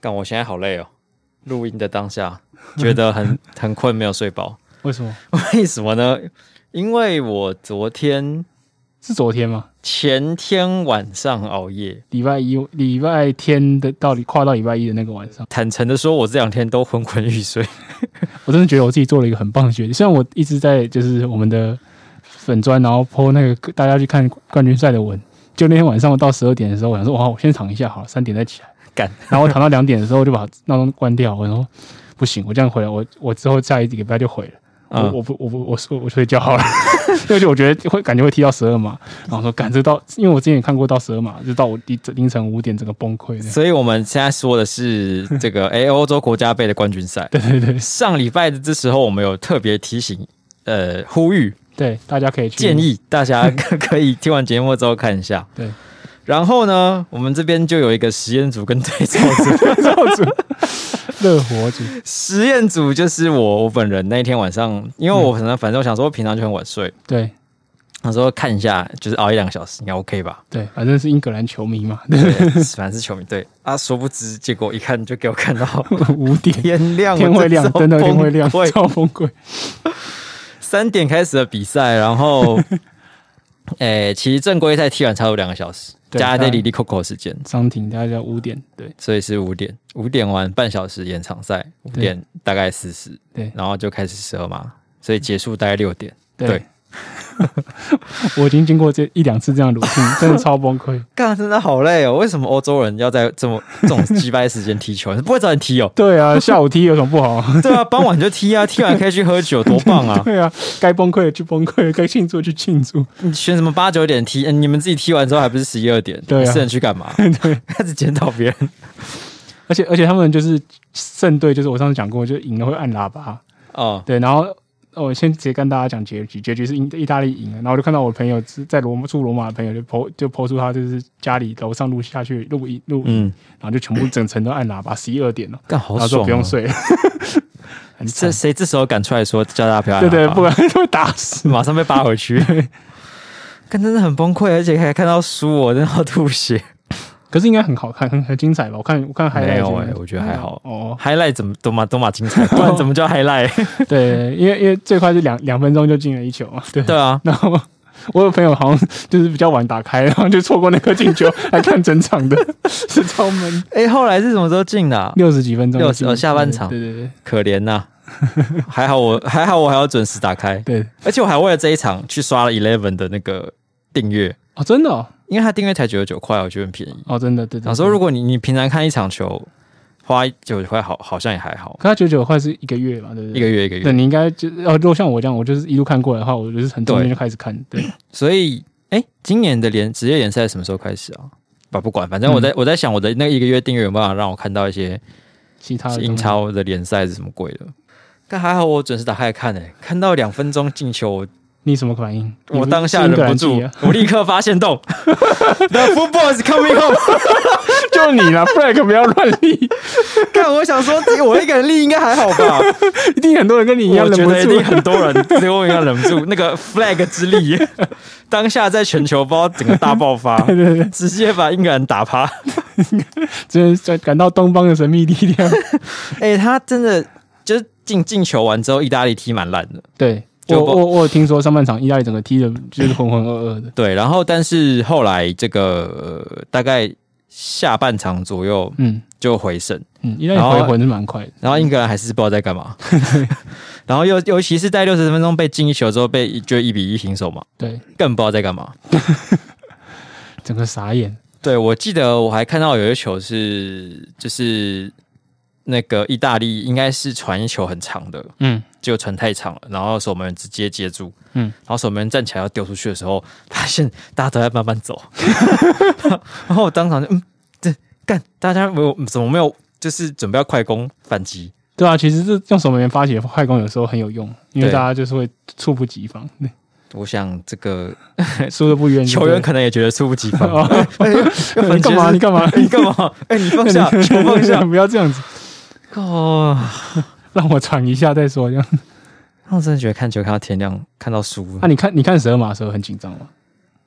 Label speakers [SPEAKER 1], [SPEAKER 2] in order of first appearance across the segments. [SPEAKER 1] 但我现在好累哦。录音的当下觉得 很很困，没有睡饱。
[SPEAKER 2] 为什么？
[SPEAKER 1] 为什么呢？因为我昨天
[SPEAKER 2] 是昨天吗？
[SPEAKER 1] 前天晚上熬夜。
[SPEAKER 2] 礼拜一、礼拜天的到底跨到礼拜一的那个晚上，
[SPEAKER 1] 坦诚的说，我这两天都昏昏欲睡。
[SPEAKER 2] 我真的觉得我自己做了一个很棒的决定。虽然我一直在就是我们的粉砖，然后 po 那个大家去看冠军赛的文，就那天晚上我到十二点的时候，我想说哇，我先躺一下好了，三点再起来。
[SPEAKER 1] 干，
[SPEAKER 2] 然后我躺到两点的时候，我就把闹钟关掉。我说不行，我这样回来，我我之后下一个礼拜就毁了。我
[SPEAKER 1] 嗯
[SPEAKER 2] 我不我不我睡我睡觉好了， 因为就我觉得会感觉会踢到十二码，然后说赶这到，因为我之前也看过到十二码，就到我凌凌晨五点整个崩溃这样。
[SPEAKER 1] 所以我们现在说的是这 个诶欧洲国家杯的冠军赛。
[SPEAKER 2] 对对对
[SPEAKER 1] 上礼拜的这时候，我们有特别提醒，呃，呼吁
[SPEAKER 2] 对，大家可以去
[SPEAKER 1] 建议大 家可可以听完节目之后看一下。
[SPEAKER 2] 对，
[SPEAKER 1] 然后呢，我们这边就有一个实验组跟对照组。
[SPEAKER 2] 热火组，
[SPEAKER 1] 实验组就是我我本人那一天晚上，因为我
[SPEAKER 2] 嗯
[SPEAKER 1] 可能反正我想说，我平常就很晚睡，
[SPEAKER 2] 对
[SPEAKER 1] 我说看一下，就是熬一两个小时，应该 OK 吧？
[SPEAKER 2] 对，反正是英格兰球迷嘛，对，
[SPEAKER 1] 对，反正是球迷对啊，殊不知结果一看就给我看到
[SPEAKER 2] 五点
[SPEAKER 1] 天亮了，
[SPEAKER 2] 天会亮，真的天会亮，
[SPEAKER 1] 对，
[SPEAKER 2] 超崩溃。
[SPEAKER 1] 三点开始的比赛，然 后，诶、其实正规赛踢完差不多两个小时，
[SPEAKER 2] 对嗯
[SPEAKER 1] 加
[SPEAKER 2] 大
[SPEAKER 1] 那
[SPEAKER 2] 概
[SPEAKER 1] 里里 Coco 时间，
[SPEAKER 2] 张婷大概五点，对
[SPEAKER 1] 所以是五点，五点完半小时延长赛，五
[SPEAKER 2] 对
[SPEAKER 1] 点大概四十，
[SPEAKER 2] 对
[SPEAKER 1] 然后就开始十二码，所以结束大概六点。对
[SPEAKER 2] 对。 我已经经过这一两次这样的鲁迅，真的超崩溃。
[SPEAKER 1] 干，真的好累哦！为什么欧洲人要在这么这种鸡掰时间踢球？ 不会早点踢哦？
[SPEAKER 2] 对啊，下午踢有什么不好？
[SPEAKER 1] 对啊，傍晚就踢啊，踢完可以去喝酒，多棒啊！
[SPEAKER 2] 对啊，该崩溃的去崩溃，该庆祝的去庆祝。
[SPEAKER 1] 你选什么八九点踢、嗯你们自己踢完之后还不是十一二点？
[SPEAKER 2] 对啊
[SPEAKER 1] 你是人去干嘛？
[SPEAKER 2] 对，
[SPEAKER 1] 开始检讨别人。
[SPEAKER 2] 而且而且他们就是胜队，就是我上次讲过，就是赢了会按喇叭。
[SPEAKER 1] 哦，
[SPEAKER 2] 对，然后哦我先直接跟大家讲结局，结局是意意大利赢了。然后我就看到我朋友是在罗马住罗马的朋友就 po 就 po 出他就是家里楼上录下去录音录音，
[SPEAKER 1] 嗯，
[SPEAKER 2] 然后就全部整层都按喇叭，十一二点了，
[SPEAKER 1] 干好爽、
[SPEAKER 2] 然后说
[SPEAKER 1] 哦，
[SPEAKER 2] 不用睡 了，很
[SPEAKER 1] 这
[SPEAKER 2] 惨。
[SPEAKER 1] 谁这时候敢出来说叫大家不要按
[SPEAKER 2] 哎对
[SPEAKER 1] 喇叭？
[SPEAKER 2] 对，不然都会打死。
[SPEAKER 1] 马上被扒回去。看，真的很崩溃，而且还看到输，我真的要吐血。
[SPEAKER 2] 可是应该很好看，很很精彩吧？我看我看还
[SPEAKER 1] 没有哎、我觉得还好。
[SPEAKER 2] 哦，
[SPEAKER 1] highlight 怎么都嘛都嘛精彩，不然怎么叫 highlight？
[SPEAKER 2] 对，因为因为最快是两两分钟就进了一球嘛，对。
[SPEAKER 1] 对啊，
[SPEAKER 2] 然后我有朋友好像就是比较晚打开，然后就错过那颗进球，还看整场的，是超闷。
[SPEAKER 1] 哎、后来是什么时候进的啊、
[SPEAKER 2] 六十几分钟就进，
[SPEAKER 1] 60哦下半场
[SPEAKER 2] 对对对
[SPEAKER 1] 可怜呐、 还好我还好我还要准时打开，
[SPEAKER 2] 对对，
[SPEAKER 1] 而且我还为了这一场去刷了 Eleven 的那个订阅，
[SPEAKER 2] 哦，真的哦，
[SPEAKER 1] 因为它订阅才九十九块，我觉得很便宜。
[SPEAKER 2] 哦，真的，对对对。
[SPEAKER 1] 想说如果你你平常看一场球花九十块好好像也还好，
[SPEAKER 2] 可他九九块是一个月嘛，对不对？
[SPEAKER 1] 一个月一个月。
[SPEAKER 2] 对，你应该就哦，如果像我这样，我就是一路看过来的话，我就是很中间
[SPEAKER 1] 对
[SPEAKER 2] 就开始看， 对，
[SPEAKER 1] 所以，哎、今年的联职业联赛什么时候开始啊？把不管，反正我在、我在想，我的那一个月订阅有没有办法让我看到一些
[SPEAKER 2] 其他的
[SPEAKER 1] 英超的联赛是什么鬼的？但还好我准时打开来看诶、欸看到两分钟进球，我
[SPEAKER 2] 你什么反应？你
[SPEAKER 1] 我
[SPEAKER 2] 是
[SPEAKER 1] 当下忍不
[SPEAKER 2] 英
[SPEAKER 1] 住
[SPEAKER 2] 格兰籍，啊
[SPEAKER 1] 我立刻发现 动，The football is coming home。
[SPEAKER 2] 啊，就你啦，不然可不要乱立，
[SPEAKER 1] 看，我想说，这个我一个人立应该还好吧？
[SPEAKER 2] 一定很多人跟 你一样
[SPEAKER 1] 我
[SPEAKER 2] 忍
[SPEAKER 1] 觉
[SPEAKER 2] 不
[SPEAKER 1] 得一
[SPEAKER 2] 住
[SPEAKER 1] 定。很多人， 只有我一个人忍不住那个 flag 之力，当下在全球包整个大爆发，
[SPEAKER 2] 对对对，
[SPEAKER 1] 直接把英格兰打趴。
[SPEAKER 2] 真的在感到东方的神秘力量。
[SPEAKER 1] 哎、他真的就是进进球完之后，意大利踢蛮烂的，
[SPEAKER 2] 对，
[SPEAKER 1] 就
[SPEAKER 2] 我
[SPEAKER 1] 不
[SPEAKER 2] 我我有听说上半场意大利整个踢的就是浑浑噩噩的，
[SPEAKER 1] 对。然后，但是后来这个、呃大概下半场左右
[SPEAKER 2] 嗯
[SPEAKER 1] 就回升，
[SPEAKER 2] 嗯，意大利回魂是蛮快的，
[SPEAKER 1] 然后英格兰还是不知道在干嘛。 然后尤尤其是在六十分钟被进一球之后被就一比一平手嘛，
[SPEAKER 2] 对，
[SPEAKER 1] 更不知道在干嘛。
[SPEAKER 2] 整个傻眼，
[SPEAKER 1] 对，我记得我还看到有一球是就是那个意大利应该是传一球很长的，
[SPEAKER 2] 嗯，
[SPEAKER 1] 结果传太长了，然后守门员直接接住，嗯
[SPEAKER 2] 嗯，
[SPEAKER 1] 然后守门员站起来要丢出去的时候，发现大家都在慢慢走，然后我当场就嗯，这干，大家没有怎么没有，就是准备要快攻反击，
[SPEAKER 2] 对啊，其实这用守门员发起的快攻有时候很有用，因为
[SPEAKER 1] 对
[SPEAKER 2] 大家就是会猝不及防，
[SPEAKER 1] 我想这个
[SPEAKER 2] 输的不冤，
[SPEAKER 1] 球员
[SPEAKER 2] 对
[SPEAKER 1] 可能也觉得猝不及防，
[SPEAKER 2] 哦
[SPEAKER 1] 哎
[SPEAKER 2] 不对
[SPEAKER 1] 反
[SPEAKER 2] 你
[SPEAKER 1] 击
[SPEAKER 2] 干嘛？
[SPEAKER 1] 是
[SPEAKER 2] 你干嘛？，
[SPEAKER 1] 你干嘛？哎、你放下，球放下
[SPEAKER 2] 不要这样子，
[SPEAKER 1] 哦，
[SPEAKER 2] 让我喘一下再说。这样，
[SPEAKER 1] 我真的觉得看球看到天亮，看到输
[SPEAKER 2] 啊那、，你看你看十二码的时候很紧张吗？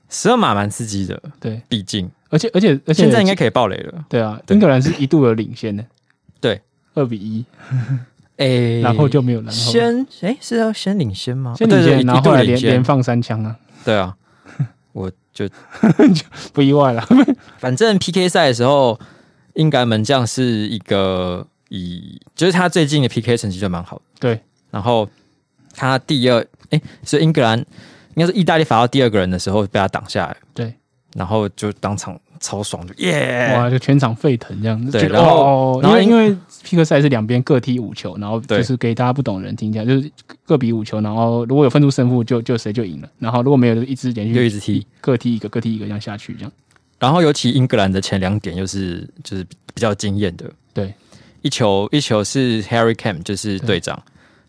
[SPEAKER 1] 十二码蛮刺激的，
[SPEAKER 2] 对，
[SPEAKER 1] 毕竟
[SPEAKER 2] 而且而且而且
[SPEAKER 1] 现在应该可以爆雷了。
[SPEAKER 2] 对啊，
[SPEAKER 1] 对
[SPEAKER 2] 英格兰是一度有领先的，
[SPEAKER 1] 对，
[SPEAKER 2] 二比一，
[SPEAKER 1] 哎，
[SPEAKER 2] 然后就没有然后了。
[SPEAKER 1] 先哎是要先领先吗？
[SPEAKER 2] 先
[SPEAKER 1] 哦对
[SPEAKER 2] 领
[SPEAKER 1] 对
[SPEAKER 2] 先，
[SPEAKER 1] 一
[SPEAKER 2] 然后
[SPEAKER 1] 一度
[SPEAKER 2] 后来
[SPEAKER 1] 领
[SPEAKER 2] 连
[SPEAKER 1] 先
[SPEAKER 2] 连放三枪啊，
[SPEAKER 1] 对啊， 我就
[SPEAKER 2] 不意外了。
[SPEAKER 1] 反正 PK 赛的时候，英格兰门将是一个以，就是他最近的 PK 成绩就蛮好的。
[SPEAKER 2] 对，
[SPEAKER 1] 然后他第二，哎、是英格兰，应该是意大利罚到第二个人的时候被他挡下来，
[SPEAKER 2] 对，
[SPEAKER 1] 然后就当场超爽，就耶！
[SPEAKER 2] 哇，就全场沸腾这样子。
[SPEAKER 1] 哎对
[SPEAKER 2] 觉得
[SPEAKER 1] 然后
[SPEAKER 2] 哦
[SPEAKER 1] 然
[SPEAKER 2] 因
[SPEAKER 1] 后
[SPEAKER 2] 为
[SPEAKER 1] 因
[SPEAKER 2] 因为 PK 赛是两边各踢五球，然后
[SPEAKER 1] 对
[SPEAKER 2] 就是给大家不懂的人听一下，就是各比五球，然后如果有分出胜负就就谁就赢了，然后如果没有就一直连续
[SPEAKER 1] 就一直踢，
[SPEAKER 2] 各踢一个，各踢一个这样下去这样。
[SPEAKER 1] 然后尤其英格兰的前两点又是就是比较惊艳的，
[SPEAKER 2] 对，
[SPEAKER 1] 一球一球是 Harry Cam，就是
[SPEAKER 2] 对
[SPEAKER 1] 队长，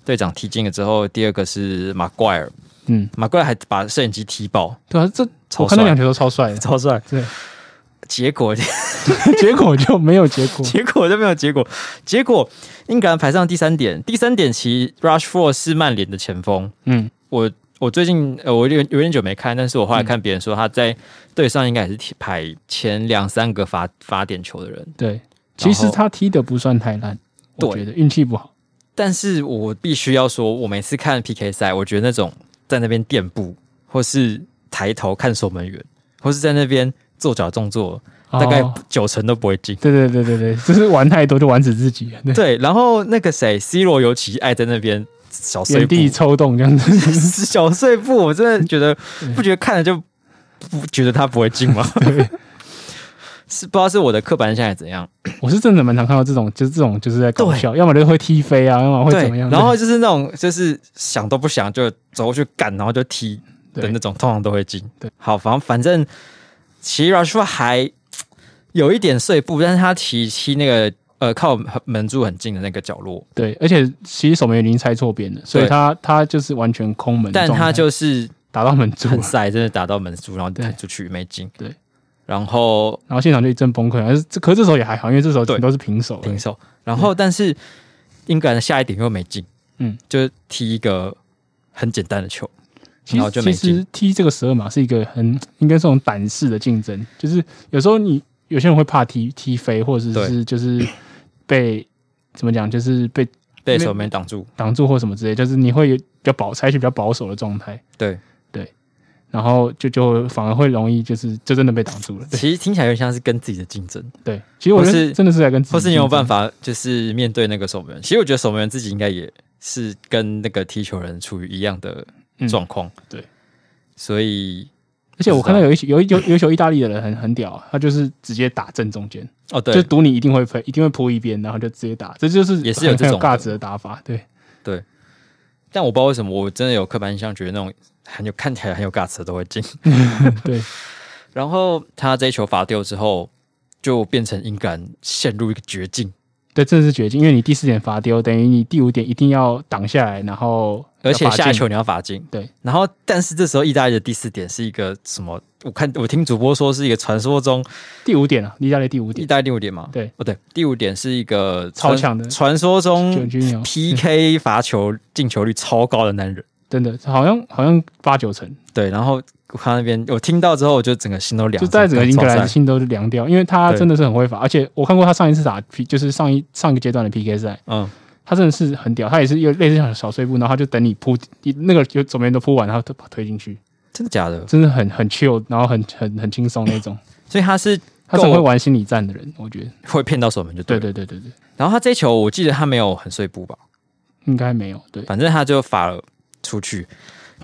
[SPEAKER 1] 队长踢进了之后，第二个是马怪尔，
[SPEAKER 2] 嗯，
[SPEAKER 1] 马怪尔还把摄影机踢爆，
[SPEAKER 2] 对啊，这
[SPEAKER 1] 超
[SPEAKER 2] 我看那
[SPEAKER 1] 帅
[SPEAKER 2] 两球都超帅的，
[SPEAKER 1] 超帅，
[SPEAKER 2] 对，
[SPEAKER 1] 结果。
[SPEAKER 2] 结果就没有结果。
[SPEAKER 1] 结果就没有结果。结果英格兰排上第三点，第三点其 Rushford 是曼联的前锋。
[SPEAKER 2] 嗯，
[SPEAKER 1] 我我最近呃，我有点有点久没看，但是我后来看别人说他在队上应该也是踢排前两三个罚罚点球的人。
[SPEAKER 2] 对，其实他踢的不算太烂，我
[SPEAKER 1] 对
[SPEAKER 2] 觉得运气不好。
[SPEAKER 1] 但是我必须要说，我每次看 PK 赛，我觉得那种在那边垫步，或是抬头看守门员，或是在那边做脚动作，大概
[SPEAKER 2] 哦
[SPEAKER 1] 九成都不会进。
[SPEAKER 2] 对对对对对，就是玩太多就玩死自己了，对，
[SPEAKER 1] 对，然后那个谁，C 罗尤其爱在那边小碎
[SPEAKER 2] 原
[SPEAKER 1] 步，
[SPEAKER 2] 地抽动这样子。
[SPEAKER 1] 小碎步，我真的觉得不觉得看了就不觉得他不会进 吗？是不知道是我的刻板印象还是怎样？
[SPEAKER 2] 我是真的蛮常看到这种，就是这种就是在搞笑，要么就会踢飞啊，要么会
[SPEAKER 1] 对
[SPEAKER 2] 怎么，样。
[SPEAKER 1] 然后就是那种就是想都不想就走过去干，然后就踢的
[SPEAKER 2] 对
[SPEAKER 1] 那种，通常都会进。
[SPEAKER 2] 对，
[SPEAKER 1] 好，反正反正其实 r u s h 还有一点碎步，但是他踢踢那个呃靠门柱很近的那个角落，
[SPEAKER 2] 对，而且其实守门员已经猜错边了，所以
[SPEAKER 1] 对
[SPEAKER 2] 他他就是完全空门状
[SPEAKER 1] 但
[SPEAKER 2] 态，
[SPEAKER 1] 他就是
[SPEAKER 2] 打到门柱了
[SPEAKER 1] 很，塞，真的打到门柱，然后
[SPEAKER 2] 对
[SPEAKER 1] 弹出去没进。
[SPEAKER 2] 对，
[SPEAKER 1] 然后
[SPEAKER 2] 然后现场就一阵崩溃。而是这可是这时候也还好，因为这时候
[SPEAKER 1] 对
[SPEAKER 2] 都是平手，
[SPEAKER 1] 平手。然后，但是英格兰的下一点又没进，
[SPEAKER 2] 嗯，
[SPEAKER 1] 就是踢一个很简单的球，
[SPEAKER 2] 其
[SPEAKER 1] 然后
[SPEAKER 2] 实
[SPEAKER 1] 就
[SPEAKER 2] 其
[SPEAKER 1] 没进
[SPEAKER 2] 实踢这个十二码是一个很应该是种胆识的竞争，就是有时候你有些人会怕踢踢飞，或者
[SPEAKER 1] 对
[SPEAKER 2] 是就是被怎么讲，就是被
[SPEAKER 1] 被守门员挡住。
[SPEAKER 2] 挡住或什么之类，就是你会有比较保采取比较保守的状态，
[SPEAKER 1] 对，
[SPEAKER 2] 然后就就反而会容易就是就真的被挡住了。对
[SPEAKER 1] 其实听起来有点像是跟自己的竞争，
[SPEAKER 2] 对，其实我觉
[SPEAKER 1] 或
[SPEAKER 2] 得
[SPEAKER 1] 是
[SPEAKER 2] 真的是在跟自己
[SPEAKER 1] 或是你有没有办
[SPEAKER 2] 法
[SPEAKER 1] 法就是面对那个守门员。其实我觉得守门员自己应该也是跟那个踢球人处于一样的状况、
[SPEAKER 2] 嗯对，
[SPEAKER 1] 所以
[SPEAKER 2] 而且我看到
[SPEAKER 1] 啊
[SPEAKER 2] 有一有一有有一球意大利的人很很屌啊，他就是直接打正中间，
[SPEAKER 1] 哦，
[SPEAKER 2] 就
[SPEAKER 1] 对
[SPEAKER 2] 赌你一定会喷，一定会扑一边，然后就直接打，这就是
[SPEAKER 1] 也是有
[SPEAKER 2] 很
[SPEAKER 1] 这
[SPEAKER 2] 很
[SPEAKER 1] 种
[SPEAKER 2] 有
[SPEAKER 1] 的
[SPEAKER 2] 尬子的打法，对。
[SPEAKER 1] 对。但我不知道为什么，我真的有刻板印象，觉得那种很有看起来很有 guts 的都会进。
[SPEAKER 2] 对，
[SPEAKER 1] 然后他这一球罚丢之后，就变成英格兰陷入一个绝境。
[SPEAKER 2] 对，这是绝境，因为你第四点罚丢，等于你第五点一定要挡下来，然后
[SPEAKER 1] 而且
[SPEAKER 2] 要罚进
[SPEAKER 1] 下球你要罚进，
[SPEAKER 2] 对。
[SPEAKER 1] 然后，但是这时候意大利的第四点是一个什么？我看我听主播说是一个传说中
[SPEAKER 2] 第五点啊，意大利第五
[SPEAKER 1] 意
[SPEAKER 2] 点，
[SPEAKER 1] 大利第五点嘛？
[SPEAKER 2] 对，
[SPEAKER 1] 哦对，第五点是一个
[SPEAKER 2] 超
[SPEAKER 1] 传
[SPEAKER 2] 强的
[SPEAKER 1] 传说
[SPEAKER 2] 九
[SPEAKER 1] 中
[SPEAKER 2] 军牛
[SPEAKER 1] PK 罚球进球率超高的男人。
[SPEAKER 2] 真的好像好像八九成，
[SPEAKER 1] 对，然后我看那边我听到之后，我就整个心都凉
[SPEAKER 2] 就
[SPEAKER 1] 了，
[SPEAKER 2] 在整个英格
[SPEAKER 1] 超
[SPEAKER 2] 兰
[SPEAKER 1] 赞
[SPEAKER 2] 心都凉掉，因为他
[SPEAKER 1] 对
[SPEAKER 2] 真的是很会罚，而且我看过他上一次打 P，就是上一上一个阶段的 PK 赛，
[SPEAKER 1] 嗯，
[SPEAKER 2] 他真的是很屌，他也是有类似像小碎步，然后他就等你扑那个就左边都扑完，然后他把推进去，
[SPEAKER 1] 真的假的？
[SPEAKER 2] 真的很很 chill，然后很很很轻松那种，
[SPEAKER 1] 所以他是
[SPEAKER 2] 他是很会
[SPEAKER 1] 够
[SPEAKER 2] 玩心理战的人，我觉得，
[SPEAKER 1] 会骗到守门就对
[SPEAKER 2] 对
[SPEAKER 1] 了。
[SPEAKER 2] 对对对对，
[SPEAKER 1] 然后他这一球我记得他没有很碎步吧？
[SPEAKER 2] 应该没有，对
[SPEAKER 1] 反正他就罚了出去，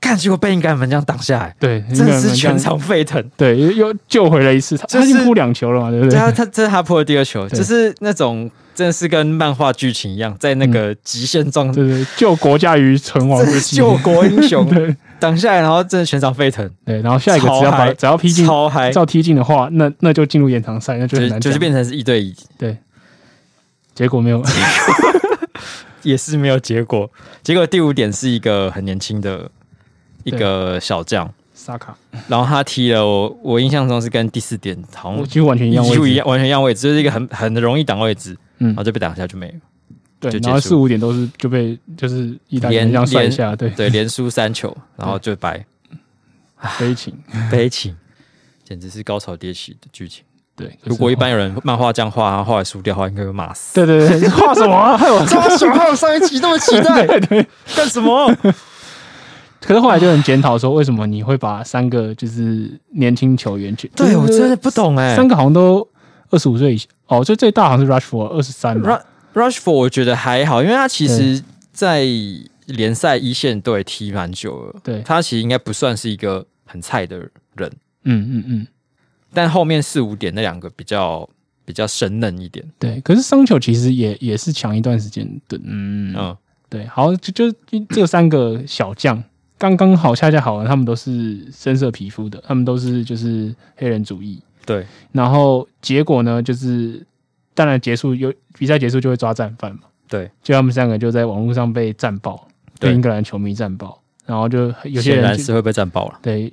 [SPEAKER 1] 看结果被英格兰门将挡下来，
[SPEAKER 2] 对，应
[SPEAKER 1] 真
[SPEAKER 2] 该
[SPEAKER 1] 的是
[SPEAKER 2] 蛮这样
[SPEAKER 1] 全场沸腾。
[SPEAKER 2] 对，又又救回了一次，他、
[SPEAKER 1] 就是
[SPEAKER 2] 他已经扑两球了嘛，对不
[SPEAKER 1] 对
[SPEAKER 2] 对？
[SPEAKER 1] 啊，他这是他破的第二球，
[SPEAKER 2] 对
[SPEAKER 1] 就是那种真的是跟漫画剧情一样，在那个
[SPEAKER 2] 嗯
[SPEAKER 1] 极限状态，
[SPEAKER 2] 对对，救国家于存亡
[SPEAKER 1] 这是
[SPEAKER 2] 之际。
[SPEAKER 1] 救国英雄
[SPEAKER 2] 对
[SPEAKER 1] 挡下来，然后真的全场沸腾，
[SPEAKER 2] 对，然后下一个
[SPEAKER 1] 超
[SPEAKER 2] 只要把
[SPEAKER 1] 嗨
[SPEAKER 2] 只要踢进，
[SPEAKER 1] 超嗨，就
[SPEAKER 2] 照踢进的话，那那就进入延长赛，那就很
[SPEAKER 1] 是
[SPEAKER 2] 难
[SPEAKER 1] 哎就是
[SPEAKER 2] 讲
[SPEAKER 1] 变成是一对一，
[SPEAKER 2] 对。结果 没有，
[SPEAKER 1] 也是没有结果。结果第五点是一个很年轻的一个小将，
[SPEAKER 2] 萨卡，
[SPEAKER 1] 然后他踢了我，我印象中是跟第四点好
[SPEAKER 2] 我
[SPEAKER 1] 像
[SPEAKER 2] 几乎完全一样位
[SPEAKER 1] 几乎一
[SPEAKER 2] 置，
[SPEAKER 1] 样，完全一样位置，就是一个很很容易挡位置，
[SPEAKER 2] 嗯
[SPEAKER 1] 然后就被挡下就没了。
[SPEAKER 2] 对
[SPEAKER 1] 就，结
[SPEAKER 2] 然后
[SPEAKER 1] 束
[SPEAKER 2] 四五点都是就被就是意大利人
[SPEAKER 1] 连
[SPEAKER 2] 这样算一
[SPEAKER 1] 连
[SPEAKER 2] 下，对，
[SPEAKER 1] 对，连输三球，然后就白
[SPEAKER 2] 悲情，
[SPEAKER 1] 啊悲情，简直是高潮迭起的剧情。
[SPEAKER 2] 对，可是
[SPEAKER 1] 如果一般有人漫画这样画，然后后来输掉的话，应该会骂死。
[SPEAKER 2] 对对对，画什么啊？ 害我
[SPEAKER 1] 他小还有上一集那么期 待
[SPEAKER 2] 对对。
[SPEAKER 1] 干什么？
[SPEAKER 2] 可是后来就很检讨说，为什么你会把三个就是年轻球员去？
[SPEAKER 1] 对我真的不懂哎、
[SPEAKER 2] 三个好像都二十五岁以下哦，就最大好像是 Rushford 二十三
[SPEAKER 1] Ru- Rushford 我觉得还好，因为他其实，在联赛一线队踢蛮久了，
[SPEAKER 2] 对
[SPEAKER 1] 他其实应该不算是一个很菜的人，
[SPEAKER 2] 嗯嗯嗯，
[SPEAKER 1] 但后面四五点那两个比较比较生嫩一点，
[SPEAKER 2] 对。可是桑球其实也也是强一段时间的，嗯，
[SPEAKER 1] 嗯，
[SPEAKER 2] 对。好，就就就这三个小将刚刚好，恰恰好，他们都是深色皮肤的，他们都是就是黑人主义。
[SPEAKER 1] 对，
[SPEAKER 2] 然后结果呢，就是当然结束有比赛结束就会抓战犯嘛，
[SPEAKER 1] 对，
[SPEAKER 2] 就他们三个就在网络上被战爆，
[SPEAKER 1] 对
[SPEAKER 2] 被英格兰球迷战爆，然后就有些
[SPEAKER 1] 显
[SPEAKER 2] 人
[SPEAKER 1] 然
[SPEAKER 2] 就是
[SPEAKER 1] 会被战爆了，
[SPEAKER 2] 对。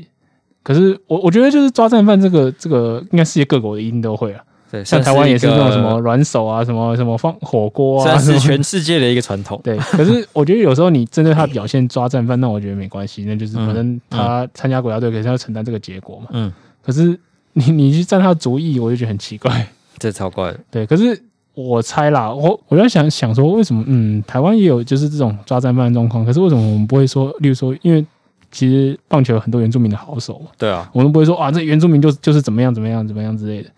[SPEAKER 2] 可是我我觉得就是抓战犯这个这个，应该世界各国一定都会啊，
[SPEAKER 1] 对，
[SPEAKER 2] 像
[SPEAKER 1] 算
[SPEAKER 2] 台湾也是
[SPEAKER 1] 一
[SPEAKER 2] 那
[SPEAKER 1] 个
[SPEAKER 2] 种什么软手啊，什么什么放火锅啊，
[SPEAKER 1] 算
[SPEAKER 2] 什
[SPEAKER 1] 是
[SPEAKER 2] 么
[SPEAKER 1] 全世界的一个传统。
[SPEAKER 2] 对。可是我觉得有时候你针对他的表现抓战犯，那我觉得没关系，那就是反正他参加国家队，可是他要承担这个结果嘛。
[SPEAKER 1] 嗯，
[SPEAKER 2] 可是你你去占他的主意，我就觉得很奇怪。
[SPEAKER 1] 这超怪的。
[SPEAKER 2] 对，可是我猜啦，我我在想想说，为什么嗯，台湾也有就是这种抓战犯的状况，可是为什么我们不会说，例如说，因为其实棒球有很多原住民的好手嘛，
[SPEAKER 1] 对啊，
[SPEAKER 2] 我们不会说啊，这原住民就就是怎么样怎么样怎么样之类的。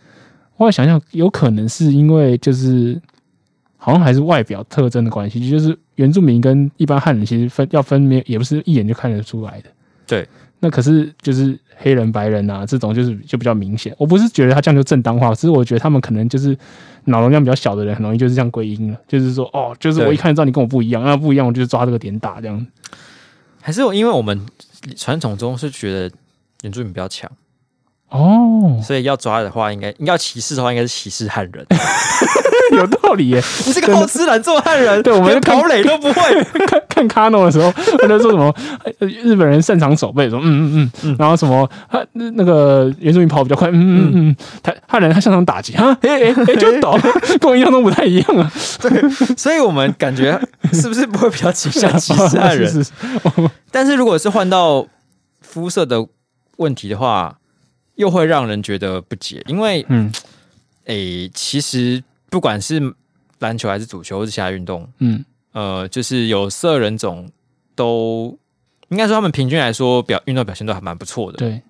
[SPEAKER 2] 后来想想，有可能是因为就是好像还是外表特征的关系，就是原住民跟一般汉人其实分要分没有也不是一眼就看得出来的。
[SPEAKER 1] 对，
[SPEAKER 2] 那可是就是黑人、白人啊这种就是就比较明显。我不是觉得他这样就正当化，只是我觉得他们可能就是脑容量比较小的人，很容易就是这样归因了，就是说哦，就是我
[SPEAKER 1] 对
[SPEAKER 2] 一看就知道你跟我不一样，那不一样我就是抓这个点打这样。
[SPEAKER 1] 还是因为我们传统中是觉得原住民比较强，
[SPEAKER 2] 哦，
[SPEAKER 1] 所以要抓的话，应该要歧视的话，应该是歧视汉人。
[SPEAKER 2] 有道理耶。
[SPEAKER 1] 你这个好吃懒做的汉人，
[SPEAKER 2] 对我们
[SPEAKER 1] 连
[SPEAKER 2] 就看
[SPEAKER 1] 跑垒都不会。
[SPEAKER 2] 看看卡诺的时候， 他就说什么呃日本人擅长守备，说嗯嗯嗯，然后什么他那那个原住民跑比较快，嗯嗯嗯嗯，他汉人他擅长打击，哈，哎哎哎 就懂，跟我印象中不太一样啊，
[SPEAKER 1] 所以我们感觉是不是不会比较倾向歧视汉人？
[SPEAKER 2] 是是
[SPEAKER 1] 但是如果是换到肤色的问题的话，又会让人觉得不解，因为
[SPEAKER 2] 嗯
[SPEAKER 1] 诶、其实不管是篮球还是足球或是其他运动，
[SPEAKER 2] 嗯
[SPEAKER 1] 呃，就是有色人种都应该说他们平均来说表运动表现都还蛮不错的。
[SPEAKER 2] 对，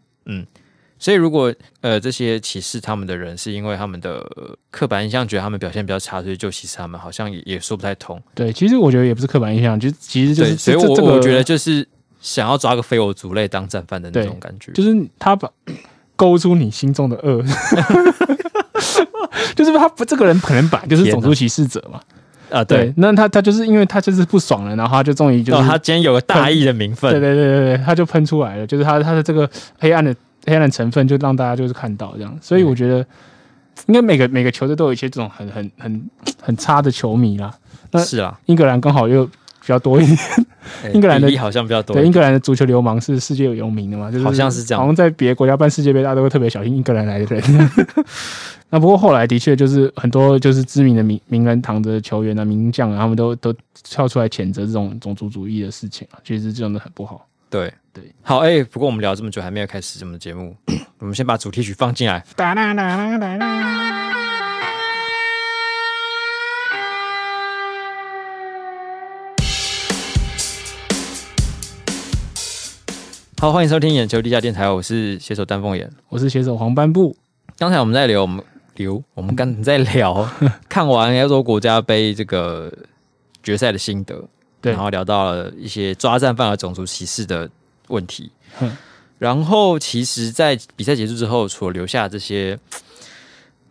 [SPEAKER 1] 所以如果呃这些歧视他们的人是因为他们的呃刻板印象觉得他们表现比较差，所以就歧视他们，好像也也说不太通。
[SPEAKER 2] 对，其实我觉得也不是刻板印象，就其实就是
[SPEAKER 1] 对，所以
[SPEAKER 2] 这
[SPEAKER 1] 我、
[SPEAKER 2] 这个
[SPEAKER 1] 我觉得就是想要抓个非我族类当战犯的那种感觉。
[SPEAKER 2] 就是他把勾出你心中的 恶，就是他不这个人可能本来就是种族歧视者嘛，
[SPEAKER 1] 啊，
[SPEAKER 2] 对
[SPEAKER 1] 对，，
[SPEAKER 2] 那他他就是因为他就是不爽了，然后他就终于就是
[SPEAKER 1] 哦，他今天有个大义的名分，
[SPEAKER 2] 对对对对对，他就喷出来了，就是他他的这个黑暗的黑暗的成分，就让大家就是看到这样。所以我觉得，应该每个每个球队都有一些这种很很很很差的球迷啦。那
[SPEAKER 1] 是啊，
[SPEAKER 2] 英格兰刚好又比较 多一点，
[SPEAKER 1] 哎
[SPEAKER 2] 呃英格兰的
[SPEAKER 1] 比例好像比较多
[SPEAKER 2] 对，，英格兰的足球流氓是世界有名的嘛，就是
[SPEAKER 1] 好像是这样
[SPEAKER 2] 好像在别的国家办世界杯，大家都会特别小心英格兰来的 人。那不过后来的确就是很多就是知名的名名人堂的球员啊、名将啊，他们都都跳出来谴责这种种族主义的事情啊，其实这种的很不好。
[SPEAKER 1] 对
[SPEAKER 2] 对。
[SPEAKER 1] 好，哎，不过我们聊这么久还没有开始我们的节 目，我们先把主题曲放进来。
[SPEAKER 2] 哒啦啦啦啦啦。
[SPEAKER 1] 好，欢迎收听眼球地下电台，我是携手丹凤眼。
[SPEAKER 2] 我是写手黄斑布。
[SPEAKER 1] 刚才我们在聊，我们聊，我们刚才在 聊看完亚洲国家杯这个决赛的心得，
[SPEAKER 2] 对
[SPEAKER 1] 然后聊到了一些抓战犯和种族歧视的问题
[SPEAKER 2] 哼。
[SPEAKER 1] 然后，其实，在比赛结束之后所留下这些，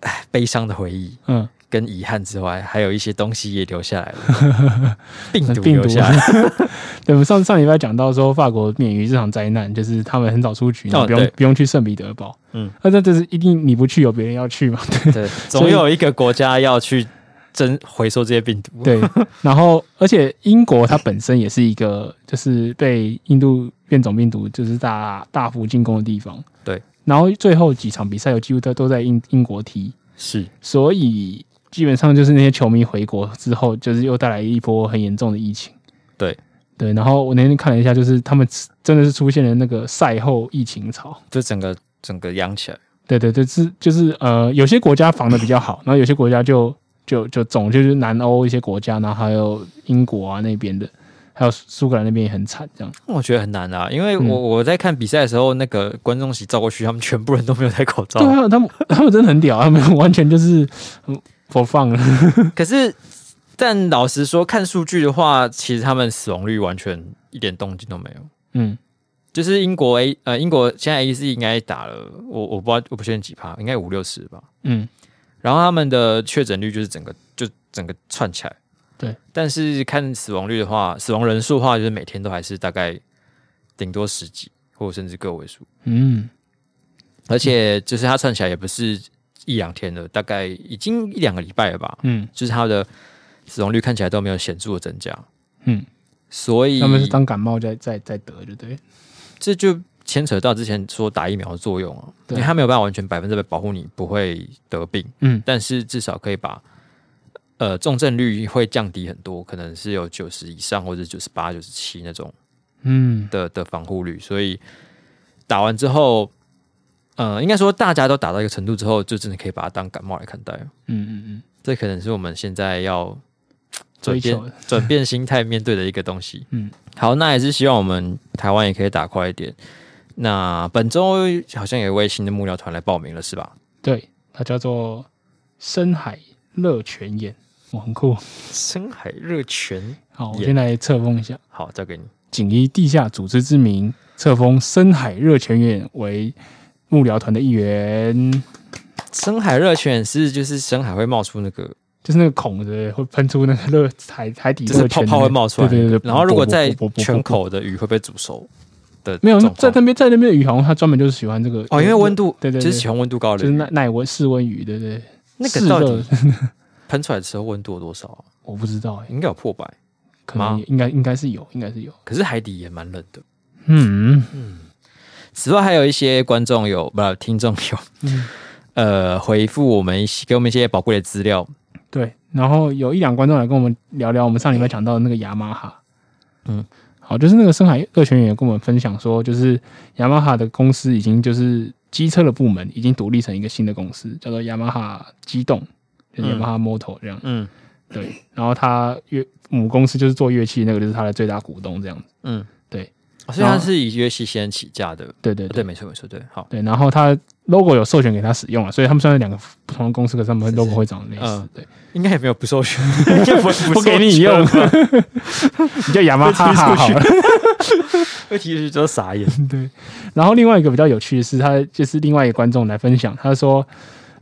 [SPEAKER 1] 唉，悲伤的回忆
[SPEAKER 2] 嗯，
[SPEAKER 1] 跟遗憾之外，还有一些东西也留下来了， 病毒
[SPEAKER 2] 病毒
[SPEAKER 1] 留下 来。
[SPEAKER 2] 对，我们上上礼拜讲到说法国免于这场灾难，就是他们很早出局，
[SPEAKER 1] 哦
[SPEAKER 2] 然后不用、
[SPEAKER 1] 对
[SPEAKER 2] 不用去圣彼得堡。
[SPEAKER 1] 嗯
[SPEAKER 2] 嗯，那这就是一定你不去，有别人要去嘛？
[SPEAKER 1] 对，总有一个国家要去争回收这些病毒。
[SPEAKER 2] 对。然后，而且英国它本身也是一个就是被印度变种病毒就是大大幅进攻的地方。
[SPEAKER 1] 对。
[SPEAKER 2] 然后最后几场比赛有几乎都都在英英国踢，
[SPEAKER 1] 是，
[SPEAKER 2] 所以基本上就是那些球迷回国之后，就是又带来一波很严重的疫情。
[SPEAKER 1] 对
[SPEAKER 2] 对，然后我那天看了一下，就是他们真的是出现了那个赛后疫情潮。
[SPEAKER 1] 就整个整个养起来。
[SPEAKER 2] 对对对，是就是呃，有些国家防的比较好，然后有些国家就就就总就是南欧一些国家，然后还有英国啊那边的，还有苏苏格兰那边也很惨，这样
[SPEAKER 1] 我觉得很难啊，因为我、
[SPEAKER 2] 嗯
[SPEAKER 1] 我在看比赛的时候，那个观众席照过去，他们全部人都没有戴口罩
[SPEAKER 2] 对。啊，他们他们真的很屌，他们完全就是嗯播放了，
[SPEAKER 1] 可是，但老实说，看数据的话，其实他们死亡率完全一点动静都没有。
[SPEAKER 2] 嗯，
[SPEAKER 1] 就是英国 A 呃，英国现在 A C 应该打了，我我不知道，我不确定几趴，应该五六十吧。
[SPEAKER 2] 嗯，
[SPEAKER 1] 然后他们的确诊率就是整个就整个串起来。
[SPEAKER 2] 对，
[SPEAKER 1] 但是看死亡率的话，死亡人数的话，就是每天都还是大概顶多十几或者甚至个位数，
[SPEAKER 2] 嗯，
[SPEAKER 1] 而且就是它串起来也不是一两天了，大概已经一两个礼拜了吧。
[SPEAKER 2] 嗯，
[SPEAKER 1] 就是它的死亡率看起来都没有显著的增加。
[SPEAKER 2] 嗯，
[SPEAKER 1] 所以
[SPEAKER 2] 他们是当感冒在在在得，就对，
[SPEAKER 1] 这就牵扯到之前说打疫苗的作用啊，因
[SPEAKER 2] 对
[SPEAKER 1] 为它没有办法完全百分之百保护你不会得病，
[SPEAKER 2] 嗯
[SPEAKER 1] 但是至少可以把呃重症率会降低很多，可能是有九十以上或者九十八、九十七那种
[SPEAKER 2] 嗯
[SPEAKER 1] 的的防护率，所以打完之后。呃，应该说大家都打到一个程度之后，就真的可以把它当感冒来看待了。
[SPEAKER 2] 嗯嗯嗯，
[SPEAKER 1] 这可能是我们现在要转
[SPEAKER 2] 追
[SPEAKER 1] 变
[SPEAKER 2] 求的，
[SPEAKER 1] 转变心态面对的一个东西。
[SPEAKER 2] 嗯，
[SPEAKER 1] 好，那也是希望我们台湾也可以打快一点。那本周好像有一位新的幕僚团来报名了，是吧？
[SPEAKER 2] 对，它叫做深海热泉眼，哇，很酷，
[SPEAKER 1] 深海热泉，
[SPEAKER 2] 好，我
[SPEAKER 1] 眼
[SPEAKER 2] 先来册封一下。
[SPEAKER 1] 好，交给你。
[SPEAKER 2] 仅以地下组织之名册封深海热泉院为幕僚团的一员，
[SPEAKER 1] 深海热泉是就是深海会冒出那个，
[SPEAKER 2] 就是那个孔子会喷出那个热海海底
[SPEAKER 1] 就是
[SPEAKER 2] 热
[SPEAKER 1] 泡
[SPEAKER 2] 泉的，
[SPEAKER 1] 泡会冒出来。
[SPEAKER 2] 对对对。
[SPEAKER 1] 然后如果在
[SPEAKER 2] 啵啵啵啵啵啵
[SPEAKER 1] 全口的鱼会被煮熟的
[SPEAKER 2] 没有
[SPEAKER 1] 状况
[SPEAKER 2] 在那边在那边的鱼好像它专门就是喜欢这个
[SPEAKER 1] 哦，因为温度
[SPEAKER 2] 对对
[SPEAKER 1] 就
[SPEAKER 2] 对
[SPEAKER 1] 是喜欢温度高
[SPEAKER 2] 就
[SPEAKER 1] 的
[SPEAKER 2] 是
[SPEAKER 1] 鱼。
[SPEAKER 2] 耐耐温室温鱼，对对对。
[SPEAKER 1] 那
[SPEAKER 2] 嗜
[SPEAKER 1] 个到
[SPEAKER 2] 热
[SPEAKER 1] 底喷出来的时候温度有多少啊、
[SPEAKER 2] 我不知道哎、
[SPEAKER 1] 应该有破百，
[SPEAKER 2] 可能
[SPEAKER 1] 吗
[SPEAKER 2] 也应该应该是有，应该是有。
[SPEAKER 1] 可是海底也蛮冷的。
[SPEAKER 2] 嗯
[SPEAKER 1] 此外，还有一些观众有不听众有
[SPEAKER 2] 嗯，
[SPEAKER 1] 呃回复我们一些给我们一些宝贵的资料。
[SPEAKER 2] 对。然后有一两观众来跟我们聊聊我们上礼拜讲到的那个雅马哈，
[SPEAKER 1] 嗯，
[SPEAKER 2] 好，就是那个深海二泉也跟我们分享说，就是雅马哈的公司已经就是机车的部门已经独立成一个新的公司，叫做雅马哈机动，就是雅
[SPEAKER 1] 嗯
[SPEAKER 2] 马哈 Motor 这样。
[SPEAKER 1] 嗯
[SPEAKER 2] 对，然后它乐母公司就是做乐器那个，就是它的最大股东这样子。
[SPEAKER 1] 嗯，
[SPEAKER 2] 对
[SPEAKER 1] 哦，所以它是以约西先起价的。
[SPEAKER 2] 对对
[SPEAKER 1] 对，
[SPEAKER 2] 对
[SPEAKER 1] 没错没错，对，好，
[SPEAKER 2] 对，然后它 logo 有授权给它使用了，所以他们虽然两个不同的公司，可是他们
[SPEAKER 1] 是
[SPEAKER 2] logo 会长得类似。
[SPEAKER 1] 嗯
[SPEAKER 2] 对，
[SPEAKER 1] 应该也没有不授权， 应该不会
[SPEAKER 2] 不给你用，你叫雅 马哈哈好了。
[SPEAKER 1] 会提出去就傻眼。
[SPEAKER 2] 对，然后另外一个比较有趣的是，他就是另外一个观众来分享，他说，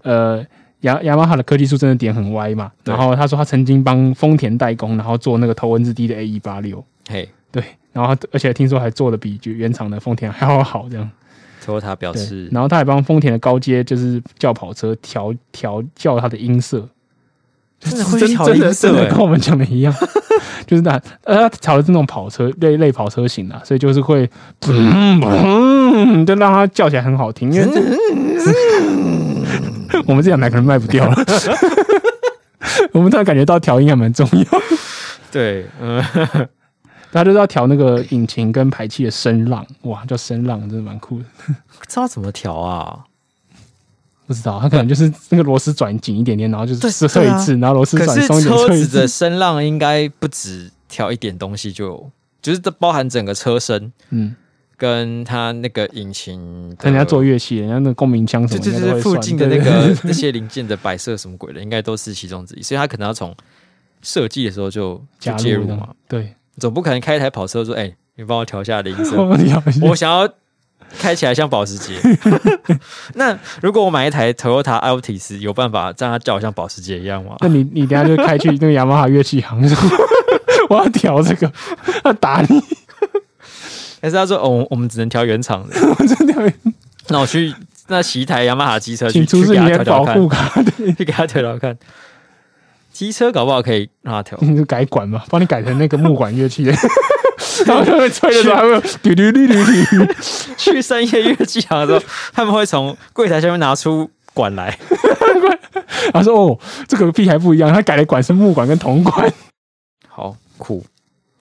[SPEAKER 2] 呃，雅雅马哈的科技树真的点很歪嘛。
[SPEAKER 1] 对
[SPEAKER 2] 然后他说他曾经帮丰田代工，然后做那个头文字 D 的 A 一八六，
[SPEAKER 1] 嘿
[SPEAKER 2] 对，然后他而且听说还做的比原厂的丰田还要好这样。
[SPEAKER 1] ，Toyota 表
[SPEAKER 2] 对
[SPEAKER 1] 示，，
[SPEAKER 2] 然后他还帮丰田的高阶就是轿跑车调调教它的音色。
[SPEAKER 1] 真的
[SPEAKER 2] 是
[SPEAKER 1] 会
[SPEAKER 2] 真
[SPEAKER 1] 调
[SPEAKER 2] 真的
[SPEAKER 1] 音色
[SPEAKER 2] 真的
[SPEAKER 1] 欸
[SPEAKER 2] 跟我们讲的一样， 就是那呃，他调的是那种跑车类类跑车型的、啊所以就是会嗯砰砰，嗯就让它叫起来很好听，因为嗯这 我们这两台可能卖不掉了。 我们突然感觉到调音还蛮重要，
[SPEAKER 1] 对，嗯，
[SPEAKER 2] 他就是要调那个引擎跟排气的声浪，哇，叫声浪，真的蛮酷的。
[SPEAKER 1] 不知道怎么调啊。
[SPEAKER 2] 不知道，他可能就是那个螺丝转紧一点点，然后就是
[SPEAKER 1] 对啊
[SPEAKER 2] 是测一次，然后螺丝
[SPEAKER 1] 可
[SPEAKER 2] 转
[SPEAKER 1] 是
[SPEAKER 2] 松一点
[SPEAKER 1] 车
[SPEAKER 2] 测一
[SPEAKER 1] 子的
[SPEAKER 2] 次。
[SPEAKER 1] 声浪应该不止调一点东西就有，就是这包含整个车身
[SPEAKER 2] 嗯，
[SPEAKER 1] 跟它那个引擎，
[SPEAKER 2] 可能要做乐器，人家那个共鸣腔什
[SPEAKER 1] 对对
[SPEAKER 2] 么
[SPEAKER 1] 对
[SPEAKER 2] 应该都
[SPEAKER 1] 对，
[SPEAKER 2] 会
[SPEAKER 1] 附
[SPEAKER 2] 算。
[SPEAKER 1] 近的
[SPEAKER 2] 对
[SPEAKER 1] 那
[SPEAKER 2] 对对
[SPEAKER 1] 个 那些零件的摆设什么鬼的，应该都是其中之一，所以他可能要从设计的时候就就
[SPEAKER 2] 加
[SPEAKER 1] 介入
[SPEAKER 2] 的
[SPEAKER 1] 嘛，，
[SPEAKER 2] 对，
[SPEAKER 1] 总不可能开一台跑车说，哎、你帮我调一下铃声，
[SPEAKER 2] 我啊聊一下
[SPEAKER 1] 我想要开起来像保时 捷。那如果我买一台 Toyota Altis，有办法让它叫得像保时捷一样吗？
[SPEAKER 2] 那你你等一下就开去那个雅马哈乐器行，说 我要调这个，要打你，
[SPEAKER 1] 还是他说，哦，我我们只能调原厂 的，
[SPEAKER 2] 我真的要，
[SPEAKER 1] 那我去那骑一台雅马哈机车去
[SPEAKER 2] 请出
[SPEAKER 1] 去
[SPEAKER 2] 示
[SPEAKER 1] 给
[SPEAKER 2] 你
[SPEAKER 1] 他
[SPEAKER 2] 的
[SPEAKER 1] 调
[SPEAKER 2] 保
[SPEAKER 1] 调
[SPEAKER 2] 护
[SPEAKER 1] 看，
[SPEAKER 2] 卡，对，
[SPEAKER 1] 去给他调调看。机车搞不好可以让 它调，
[SPEAKER 2] 你就改管嘛，帮你改成那个木管乐器。 然后就会吹的时 候还会有 嘟嘟嘟嘟嘟，
[SPEAKER 1] 去深夜乐器行的时候，他们会从柜台下面拿出管来，
[SPEAKER 2] 他说：“哦，这个屁还不一样，他改的管是木管跟铜管。”
[SPEAKER 1] 好酷。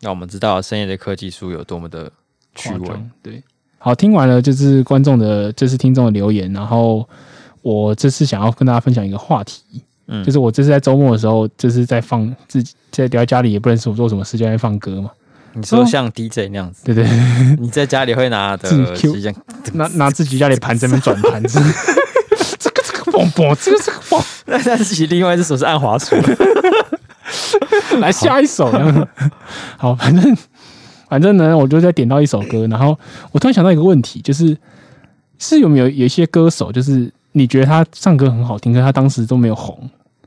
[SPEAKER 1] 那我们知道深夜的科技书有多么的趣
[SPEAKER 2] 夸
[SPEAKER 1] 味
[SPEAKER 2] 张，对，好，听完了就是观众的，这是听众的留言，然后我这次想要跟大家分享一个话题，
[SPEAKER 1] 嗯
[SPEAKER 2] 就是我这次在周末的时候，就是在放自己在留在家里也不能我做什么事，就在放歌嘛，
[SPEAKER 1] 你说像 DJ 那样子，
[SPEAKER 2] 对不对？
[SPEAKER 1] 你在家里会拿的
[SPEAKER 2] 哦自己 Q
[SPEAKER 1] 机这样，
[SPEAKER 2] 拿拿自己家里盘子那边转盘子，这个这个嘣嘣，这个这个 嘣，
[SPEAKER 1] 那但是另外一只手是按滑鼠，
[SPEAKER 2] 来下一首。 好，反正反正呢，我就再点到一首歌，然后我突然想到一个问题，就是是有没有有一些歌手，就是你觉得他唱歌很好听，可是他当时都没有红，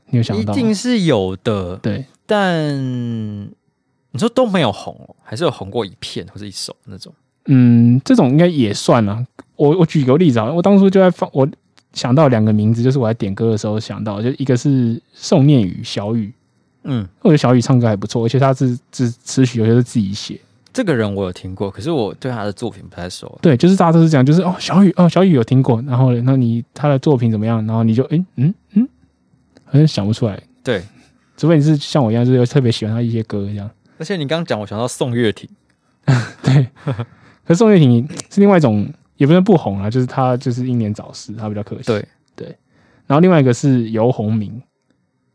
[SPEAKER 2] 你有想
[SPEAKER 1] 一
[SPEAKER 2] 到吗？
[SPEAKER 1] 定是有的。
[SPEAKER 2] 对，
[SPEAKER 1] 但你说都没有红哦，还是有红过一片或者一首那种？
[SPEAKER 2] 嗯，这种应该也算啊。我我举个例子啊，我当初就在放，我想到两个名字，就是我在点歌的时候想到，就一个是宋念宇、小雨，
[SPEAKER 1] 嗯，
[SPEAKER 2] 我觉得小雨唱歌还不错，而且他是只词曲有些是自己写。
[SPEAKER 1] 这个人我有听过，可是我对他的作品不太熟。
[SPEAKER 2] 对，就是大家都是讲，就是哦，小雨哦，小雨有听过，然后呢，那你他的作品怎么样？然后你就诶嗯嗯，好像想不出来，
[SPEAKER 1] 对，
[SPEAKER 2] 除非你是像我一样，就是特别喜欢他一些歌这样。
[SPEAKER 1] 而且你刚刚讲，我想到宋岳庭，
[SPEAKER 2] 可是宋岳庭是另外一种，也不是不红啦，就是他就是英年早逝，他比较可惜。
[SPEAKER 1] 对，
[SPEAKER 2] 然后另外一个是游鸿明，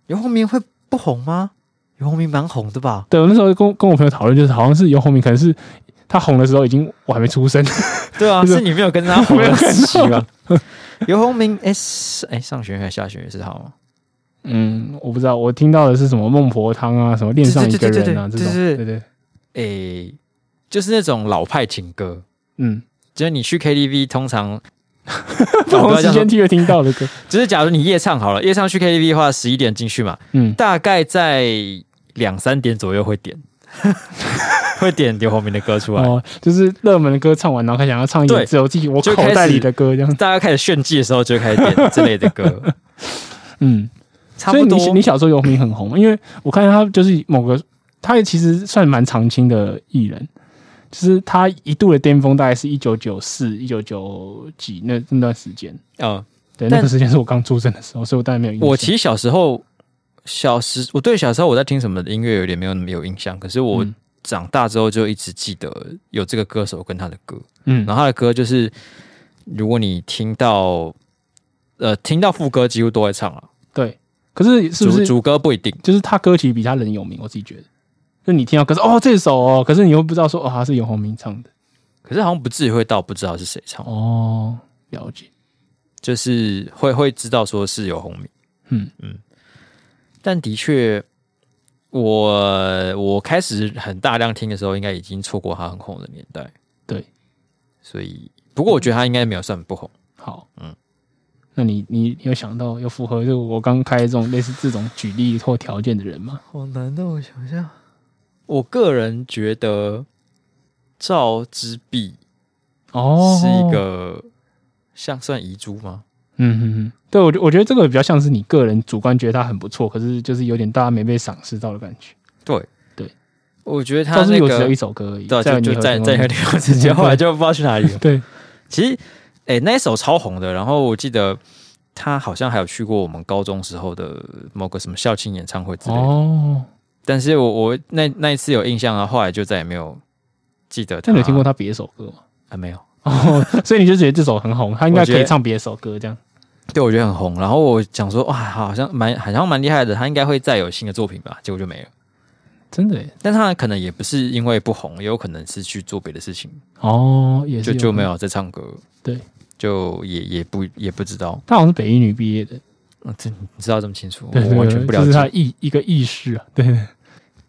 [SPEAKER 1] 游鸿明会不红吗？游鸿明蛮红的吧？
[SPEAKER 2] 对我那时候跟跟我朋友讨论，就是好像是游鸿明，可能是他红的时候已经我还没出生，
[SPEAKER 1] 对 啊，
[SPEAKER 2] 就是
[SPEAKER 1] 是你没有跟他红
[SPEAKER 2] 没有
[SPEAKER 1] 的
[SPEAKER 2] 跟
[SPEAKER 1] 时 期
[SPEAKER 2] 到
[SPEAKER 1] 吧？游鸿明，哎、是哎、上学还是下学是他吗？
[SPEAKER 2] 嗯，我不知道，我听到的是什么孟婆汤啊，什么恋上一个人啊，这
[SPEAKER 1] 对对对
[SPEAKER 2] 种，
[SPEAKER 1] 对对
[SPEAKER 2] 对
[SPEAKER 1] 对对
[SPEAKER 2] 对，
[SPEAKER 1] 哎、就是那种老派情歌，
[SPEAKER 2] 嗯，
[SPEAKER 1] 就是你去 KTV 通常
[SPEAKER 2] 不同时间听会听到的歌，
[SPEAKER 1] 就是假如你夜唱好了，夜唱去 KTV 的话，十一点进去嘛，
[SPEAKER 2] 嗯，
[SPEAKER 1] 大概在两三点左右会点， 会点刘鸿明的歌出来。
[SPEAKER 2] 哦，就是热门的歌唱完，然后还想要唱一点
[SPEAKER 1] 对
[SPEAKER 2] 只有自己我
[SPEAKER 1] 就
[SPEAKER 2] 口
[SPEAKER 1] 开始
[SPEAKER 2] 袋里的歌这样，
[SPEAKER 1] 大家开始炫技的时候，就会开始点这类的歌，
[SPEAKER 2] 嗯，
[SPEAKER 1] 差
[SPEAKER 2] 所以
[SPEAKER 1] 不
[SPEAKER 2] 你
[SPEAKER 1] 多。
[SPEAKER 2] 你小时候游鸿明很红吗，因为我看他就是某个，他也其实算蛮常青的艺人。就是他一度的巅峰，大概是一九九四、一九九几那那段时间，
[SPEAKER 1] 嗯，
[SPEAKER 2] 对，
[SPEAKER 1] 但
[SPEAKER 2] 那个时间是我刚出生的时候，所以我当然没有印象。
[SPEAKER 1] 我其实小时候，小时我对小时候我在听什么的音乐有点没有那么有印象，可是我
[SPEAKER 2] 嗯
[SPEAKER 1] 长大之后就一直记得有这个歌手跟他的歌，
[SPEAKER 2] 嗯
[SPEAKER 1] 然后他的歌就是，如果你听到，呃，听到副歌几乎都会唱了，
[SPEAKER 2] 对，可是是不
[SPEAKER 1] 主
[SPEAKER 2] 是
[SPEAKER 1] 主歌不一定。
[SPEAKER 2] 就是他歌其实比他人有名？我自己觉得，就你听到歌是哦这首哦，可是你又不知道说哦他是游鸿明唱的
[SPEAKER 1] 可是好像不至于会到不知道是谁唱，
[SPEAKER 2] 哦，了解，
[SPEAKER 1] 就是会会知道说是有红名，
[SPEAKER 2] 嗯
[SPEAKER 1] 嗯，但的确，我我开始很大量听的时候，应该已经错过他很红的年代，
[SPEAKER 2] 对，
[SPEAKER 1] 所以不过我觉得他应该没有算不红，
[SPEAKER 2] 好，嗯
[SPEAKER 1] 嗯，
[SPEAKER 2] 那你你有想到有符合就我刚开这种类似这种举例或条件的人吗？
[SPEAKER 1] 好难哦，我想一下，我个人觉得赵之璧
[SPEAKER 2] 哦，
[SPEAKER 1] 是一，个像算遗珠吗？
[SPEAKER 2] 嗯嗯嗯，对我觉我觉得这个比较像是你个人主观觉得他很不错，可是就是有点大家没被赏识到的感觉，
[SPEAKER 1] 对
[SPEAKER 2] 对，
[SPEAKER 1] 我觉得他
[SPEAKER 2] 倒是
[SPEAKER 1] 那
[SPEAKER 2] 有只有
[SPEAKER 1] 个
[SPEAKER 2] 一。首歌而已，
[SPEAKER 1] 对啊，
[SPEAKER 2] 在
[SPEAKER 1] 就就
[SPEAKER 2] 你和
[SPEAKER 1] 在
[SPEAKER 2] 平
[SPEAKER 1] 在
[SPEAKER 2] 共
[SPEAKER 1] 有点我之间，后来就不知道去哪里了。
[SPEAKER 2] 对，
[SPEAKER 1] 其实，哎、那一首超红的，然后我记得他好像还有去过我们高中时候的某个什么校庆演唱会之类的。
[SPEAKER 2] 哦，
[SPEAKER 1] 但是我我那那一次有印象啊，后来就再也没有记得他。
[SPEAKER 2] 那你有听过他别首歌 吗？
[SPEAKER 1] 啊？没有。
[SPEAKER 2] 哦，
[SPEAKER 1] 啊
[SPEAKER 2] 所以你就觉得这首很红，他应该
[SPEAKER 1] 我觉
[SPEAKER 2] 可
[SPEAKER 1] 得
[SPEAKER 2] 以唱别首歌这样。
[SPEAKER 1] 对，我觉得很红。然后我想说，哇，好像蛮好像蛮厉害的，他应该会再有新的作品吧？结果就没了。
[SPEAKER 2] 真的耶
[SPEAKER 1] 但他可能也不是因为不红，也有可能是去做别的事情，
[SPEAKER 2] 哦，也是
[SPEAKER 1] 就就没
[SPEAKER 2] 有可能。
[SPEAKER 1] 有在唱歌。
[SPEAKER 2] 对，
[SPEAKER 1] 就也也不也不知道。
[SPEAKER 2] 他好像是北一女毕业的，
[SPEAKER 1] 嗯，这你知道这么清楚，
[SPEAKER 2] 对对
[SPEAKER 1] 我完全不了
[SPEAKER 2] 就
[SPEAKER 1] 解。
[SPEAKER 2] 是他意一个意识啊，对，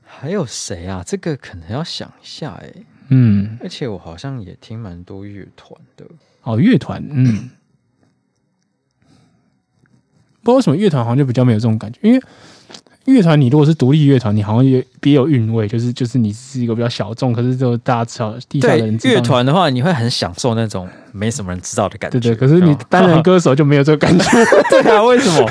[SPEAKER 1] 还有谁啊？这个可能要想一下哎、
[SPEAKER 2] 嗯，
[SPEAKER 1] 而且我好像也听蛮多乐团的，
[SPEAKER 2] 哦，乐团，嗯， 不知道为什么乐团好像就比较没有这种感觉，因为乐团你如果是独立乐团，你好像也别有韵味，就是就是你是一个比较小众，可是就大家小地下的
[SPEAKER 1] 对
[SPEAKER 2] 人知道
[SPEAKER 1] 乐
[SPEAKER 2] 你，
[SPEAKER 1] 团的话，你会很享受那种没什么人知道的感觉。
[SPEAKER 2] 对对，可是你
[SPEAKER 1] 吧
[SPEAKER 2] 单人歌手就没有这个感觉，
[SPEAKER 1] 对啊，为什 么？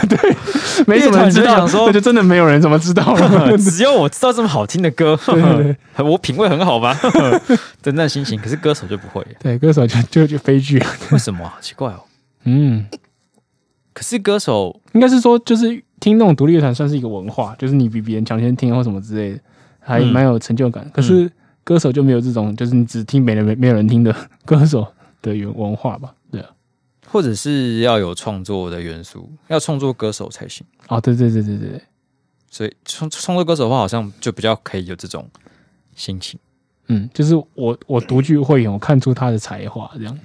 [SPEAKER 2] 没什么人知
[SPEAKER 1] 乐
[SPEAKER 2] 道，
[SPEAKER 1] 团就想说，
[SPEAKER 2] 那就真的没有人怎么知道了
[SPEAKER 1] 只有我知道这么好听的歌，
[SPEAKER 2] 啊对
[SPEAKER 1] 我品味很好吧？的那心情，可是歌手就不会，
[SPEAKER 2] 对，歌手就就就悲剧了。
[SPEAKER 1] 为什么啊？ 奇怪哦。
[SPEAKER 2] 嗯，
[SPEAKER 1] 可是歌手
[SPEAKER 2] 应该是说，就是听那种独立乐团算是一个文化，就是你比别人抢先听或什么之类的，还蛮有成就感。可是歌手就没有这种，就是你只听没人没有人听的歌手的文文化吧？对啊，
[SPEAKER 1] 或者是要有创作的元素，要创作歌手才行。
[SPEAKER 2] 哦，对对对对对对，
[SPEAKER 1] 所以创创作歌手的话，好像就比较可以有这种心情。
[SPEAKER 2] 嗯，就是我我独具慧眼，我看出他的才华，这样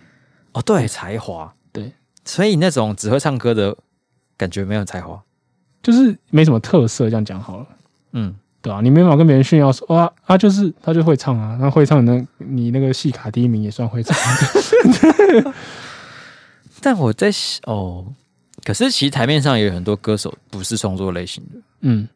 [SPEAKER 1] 哦，对，才华，
[SPEAKER 2] 对，
[SPEAKER 1] 所以那种只会唱歌的感觉没有才华。
[SPEAKER 2] 就是没什么特色，这样讲好了。
[SPEAKER 1] 嗯，
[SPEAKER 2] 对啊，你没办法跟别人炫耀说哇，他就是他就会唱啊，那会唱那，你那个戏卡第一名也算会唱，
[SPEAKER 1] 但我在想哦，可是其实台面上也有很多歌手不是创作类型的，
[SPEAKER 2] 嗯，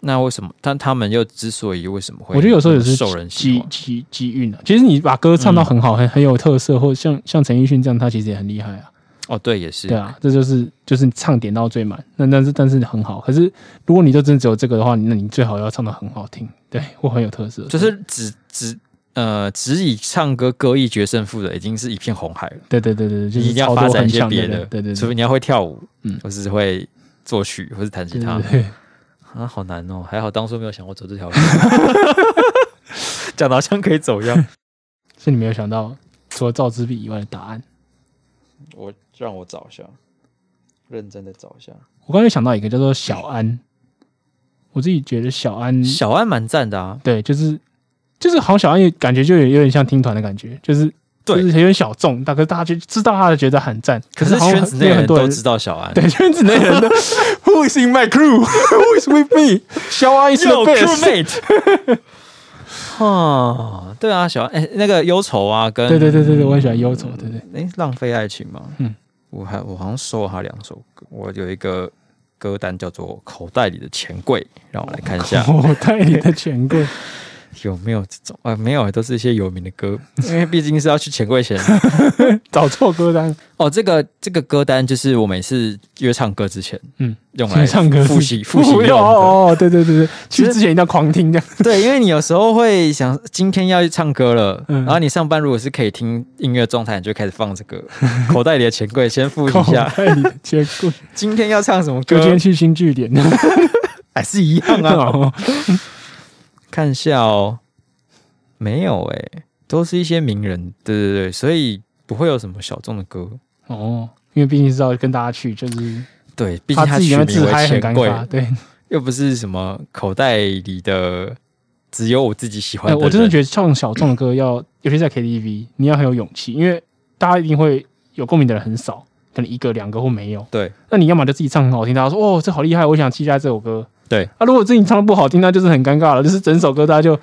[SPEAKER 1] 那为什么？但他们又之所以为什么会，
[SPEAKER 2] 我觉得有时候也是
[SPEAKER 1] 受人喜
[SPEAKER 2] 机
[SPEAKER 1] 欢。嗯
[SPEAKER 2] 机机运啊。其实你把歌唱到很好，很很有特色，或像像陈奕迅这样，他其实也很厉害啊。
[SPEAKER 1] 哦，对，也是，
[SPEAKER 2] 对啊，这就是就是唱点到最满，那但是但是很好。可是如果你就真的只有这个的话，那你最好要唱的很好听，对，或很有特色。
[SPEAKER 1] 就是只只呃，只以唱歌歌艺决胜负的，已经是一片红海了。
[SPEAKER 2] 对对对对对，就
[SPEAKER 1] 你
[SPEAKER 2] 是
[SPEAKER 1] 一定要
[SPEAKER 2] 操
[SPEAKER 1] 发
[SPEAKER 2] 作
[SPEAKER 1] 展一
[SPEAKER 2] 很
[SPEAKER 1] 些
[SPEAKER 2] 像
[SPEAKER 1] 别
[SPEAKER 2] 的
[SPEAKER 1] 的，
[SPEAKER 2] 人，对对
[SPEAKER 1] 除
[SPEAKER 2] 对
[SPEAKER 1] 非你要会跳舞，
[SPEAKER 2] 嗯
[SPEAKER 1] 或是会作曲，或是弹吉
[SPEAKER 2] 对
[SPEAKER 1] 他
[SPEAKER 2] 对对。
[SPEAKER 1] 啊，好难哦。还好当初没有想过走这条路， 讲的好像可以走一样。
[SPEAKER 2] 是你没有想到，除了赵之璧以外的答案。
[SPEAKER 1] 我让我找一下，认真的找一下。
[SPEAKER 2] 我刚才想到一个叫做小安，我自己觉得小安，
[SPEAKER 1] 小安蛮赞的啊，
[SPEAKER 2] 对，就是就是好小安，也感觉就有有点像听团的感觉，就是
[SPEAKER 1] 对
[SPEAKER 2] 就是有点小众，但可是大家就知道他的，觉得很赞。
[SPEAKER 1] 可
[SPEAKER 2] 是
[SPEAKER 1] 是
[SPEAKER 2] 好像
[SPEAKER 1] 圈子内
[SPEAKER 2] 有
[SPEAKER 1] 人
[SPEAKER 2] 很多
[SPEAKER 1] 都
[SPEAKER 2] 人
[SPEAKER 1] 知道小安，
[SPEAKER 2] 对圈子内 人的 Who is in my crew? Who is with me? 小安 is the
[SPEAKER 1] 有
[SPEAKER 2] best。
[SPEAKER 1] crewmate。啊，对啊，小安哎、那个忧愁啊，跟
[SPEAKER 2] 对对对对对，我很喜欢忧愁，对对，
[SPEAKER 1] 哎、浪费爱情嘛，
[SPEAKER 2] 嗯
[SPEAKER 1] 嗯，我还我好像收了他两首歌，我有一个歌单叫做《口袋里的钱柜》，让我来看一下
[SPEAKER 2] 口袋里的钱柜，
[SPEAKER 1] 有没有这种啊、没有，都是一些有名的歌，因为毕竟是要去钱柜前。
[SPEAKER 2] 找错歌单，
[SPEAKER 1] 哦，这个这个歌单就是我每次约唱歌之前，
[SPEAKER 2] 嗯
[SPEAKER 1] 嗯，用来
[SPEAKER 2] 唱歌
[SPEAKER 1] 复习 复习
[SPEAKER 2] 哦
[SPEAKER 1] 用的。
[SPEAKER 2] 哦，哦对对对对，去
[SPEAKER 1] 其实
[SPEAKER 2] 之前一定要狂听这样。
[SPEAKER 1] 对，因为你有时候会想今天要去唱歌了，
[SPEAKER 2] 嗯
[SPEAKER 1] 然后你上班如果是可以听音乐状态，你就开始放这 个口袋里的钱柜先复习一下，
[SPEAKER 2] 口袋里的钱 柜，
[SPEAKER 1] 今天要唱什么
[SPEAKER 2] 就
[SPEAKER 1] 歌
[SPEAKER 2] 今，天去新据点。
[SPEAKER 1] 还是一样啊。
[SPEAKER 2] 哦
[SPEAKER 1] 看一下哦，没有哎、都是一些名人，对对对，所以不会有什么小众的歌。
[SPEAKER 2] 哦，因为毕竟是要跟大家去，就是
[SPEAKER 1] 对，毕竟
[SPEAKER 2] 他自己
[SPEAKER 1] 取
[SPEAKER 2] 要
[SPEAKER 1] 名
[SPEAKER 2] 自嗨
[SPEAKER 1] 为钱
[SPEAKER 2] 很尴
[SPEAKER 1] 柜，
[SPEAKER 2] 尬。对，
[SPEAKER 1] 又不是什么口袋里的只有我自己喜欢
[SPEAKER 2] 哎，
[SPEAKER 1] 的人、
[SPEAKER 2] 我真的觉得唱小众的 歌要，尤其在 KTV，你要很有勇气，因为大家一定会有共鸣的人很少，可能一个、两个或没有。
[SPEAKER 1] 对，
[SPEAKER 2] 那你要么就自己唱很好听，大家说哦这好厉害，我想记下这首歌。
[SPEAKER 1] 对，
[SPEAKER 2] 啊，如果自己唱的不好听，那就是很尴尬了，就是整首歌大家就。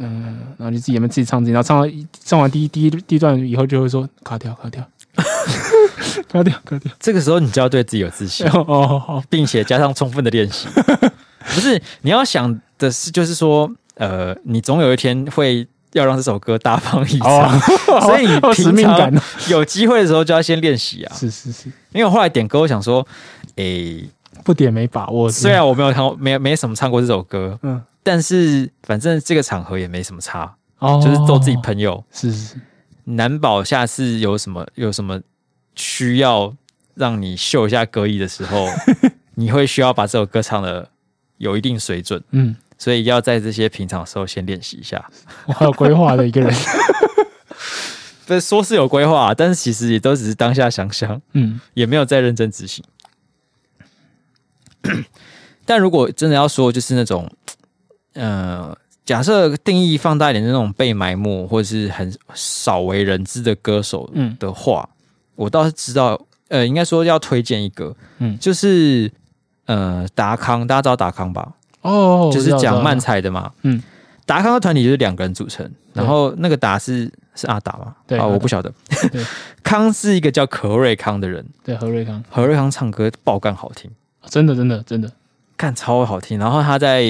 [SPEAKER 2] 嗯，然后就自己也没自己唱自己，然后唱到一唱完第一第一第一段以后，就会说卡掉卡掉， 卡掉 卡掉。
[SPEAKER 1] 这个时候你就要对自己有自信，
[SPEAKER 2] 哦哦好，
[SPEAKER 1] 并且加上充分 的练习。不是你要想的是，就是说，呃，你总有一天会要让这首歌大放异彩，
[SPEAKER 2] 哦，
[SPEAKER 1] 所以你
[SPEAKER 2] 好有使
[SPEAKER 1] 平
[SPEAKER 2] 命感
[SPEAKER 1] 常
[SPEAKER 2] 哦。
[SPEAKER 1] 有机会的时候就要先练习啊。
[SPEAKER 2] 是是是，
[SPEAKER 1] 因为我后来点歌，我想说，诶、
[SPEAKER 2] 不点没把握。
[SPEAKER 1] 虽然我没有唱过，没没什么唱过这首歌，
[SPEAKER 2] 嗯，
[SPEAKER 1] 但是反正这个场合也没什么差，
[SPEAKER 2] 哦
[SPEAKER 1] 就是都自己朋友，
[SPEAKER 2] 是是是，
[SPEAKER 1] 难保下次有什么有什么需要让你秀一下歌艺的时 候，你会需要把这首歌唱的有一定水准，
[SPEAKER 2] 嗯，
[SPEAKER 1] 所以要在这些平常的时候先练习一下。
[SPEAKER 2] 我还有规划的一 个人，
[SPEAKER 1] 这说是有规划，啊但是其实也都只是当下想想，
[SPEAKER 2] 嗯，
[SPEAKER 1] 也没有再认真执行。 但如果真的要说，就是那种，呃，假设定义放大一点，那种被埋没或者是很少为人知的歌手
[SPEAKER 2] 嗯
[SPEAKER 1] 的话，我倒是知道，呃，应该说要推荐一个，
[SPEAKER 2] 嗯
[SPEAKER 1] 就是呃达康，大家知道达康吧？
[SPEAKER 2] 哦，
[SPEAKER 1] 就是讲慢
[SPEAKER 2] 慢，
[SPEAKER 1] 才的嘛，
[SPEAKER 2] 嗯。
[SPEAKER 1] 达康的团体就是两个人组成，
[SPEAKER 2] 对
[SPEAKER 1] 然后那个达是是阿达嘛？
[SPEAKER 2] 对
[SPEAKER 1] 啊，
[SPEAKER 2] 阿达
[SPEAKER 1] 我不晓得
[SPEAKER 2] 对。
[SPEAKER 1] 康是一个叫何瑞康的人，
[SPEAKER 2] 对何瑞康，哦
[SPEAKER 1] 何瑞康唱歌爆干好听，
[SPEAKER 2] 真的真的真的，
[SPEAKER 1] 干超好听。然后他在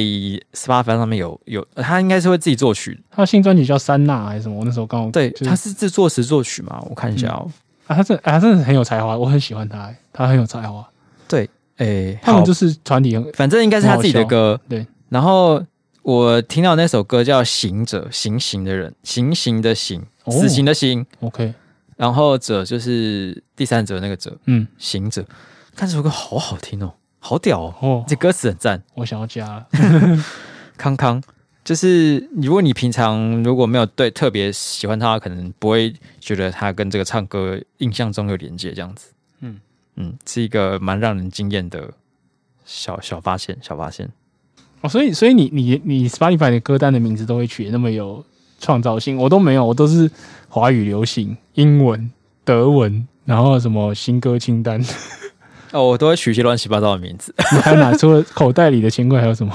[SPEAKER 1] Spotify 上面有有，他应该是会自己作曲，
[SPEAKER 2] 他新专辑叫三娜还是什么？我那时候刚好
[SPEAKER 1] 对，
[SPEAKER 2] 就是
[SPEAKER 1] 他是制作词作曲嘛？我看一下哦，
[SPEAKER 2] 啊，他真的啊他真的很有才华，我很喜欢他，欸他很有才华。
[SPEAKER 1] 对，哎，
[SPEAKER 2] 嗯他们
[SPEAKER 1] 好
[SPEAKER 2] 就，是团体很，
[SPEAKER 1] 反正应该是他自己的歌，
[SPEAKER 2] 对。
[SPEAKER 1] 然后我听到那首歌叫《行者》，行行的人，行行的行，
[SPEAKER 2] 哦
[SPEAKER 1] 死刑的刑，
[SPEAKER 2] OK，
[SPEAKER 1] 然后者就是第三者那个者，
[SPEAKER 2] 嗯，
[SPEAKER 1] 行者。看这首歌好好听哦，好屌哦，
[SPEAKER 2] 哦，
[SPEAKER 1] 这歌词很赞。
[SPEAKER 2] 我想要加了，
[SPEAKER 1] 康康就是如果你平常如果没有对特别喜欢他，可能不会觉得他跟这个唱歌印象中有连接这样子。嗯
[SPEAKER 2] 嗯
[SPEAKER 1] 嗯，是一个蛮让人惊艳的小小发现，小发现。
[SPEAKER 2] 哦，所以所以你你你 Spotify 的歌单的名字都会取得那么有创造性，我都没有，我都是华语流行、英文、德文，然后什么新歌清单，
[SPEAKER 1] 哦，我都会取一些乱七八糟的名字。
[SPEAKER 2] 你还拿出了口袋里的钱柜，还有什么？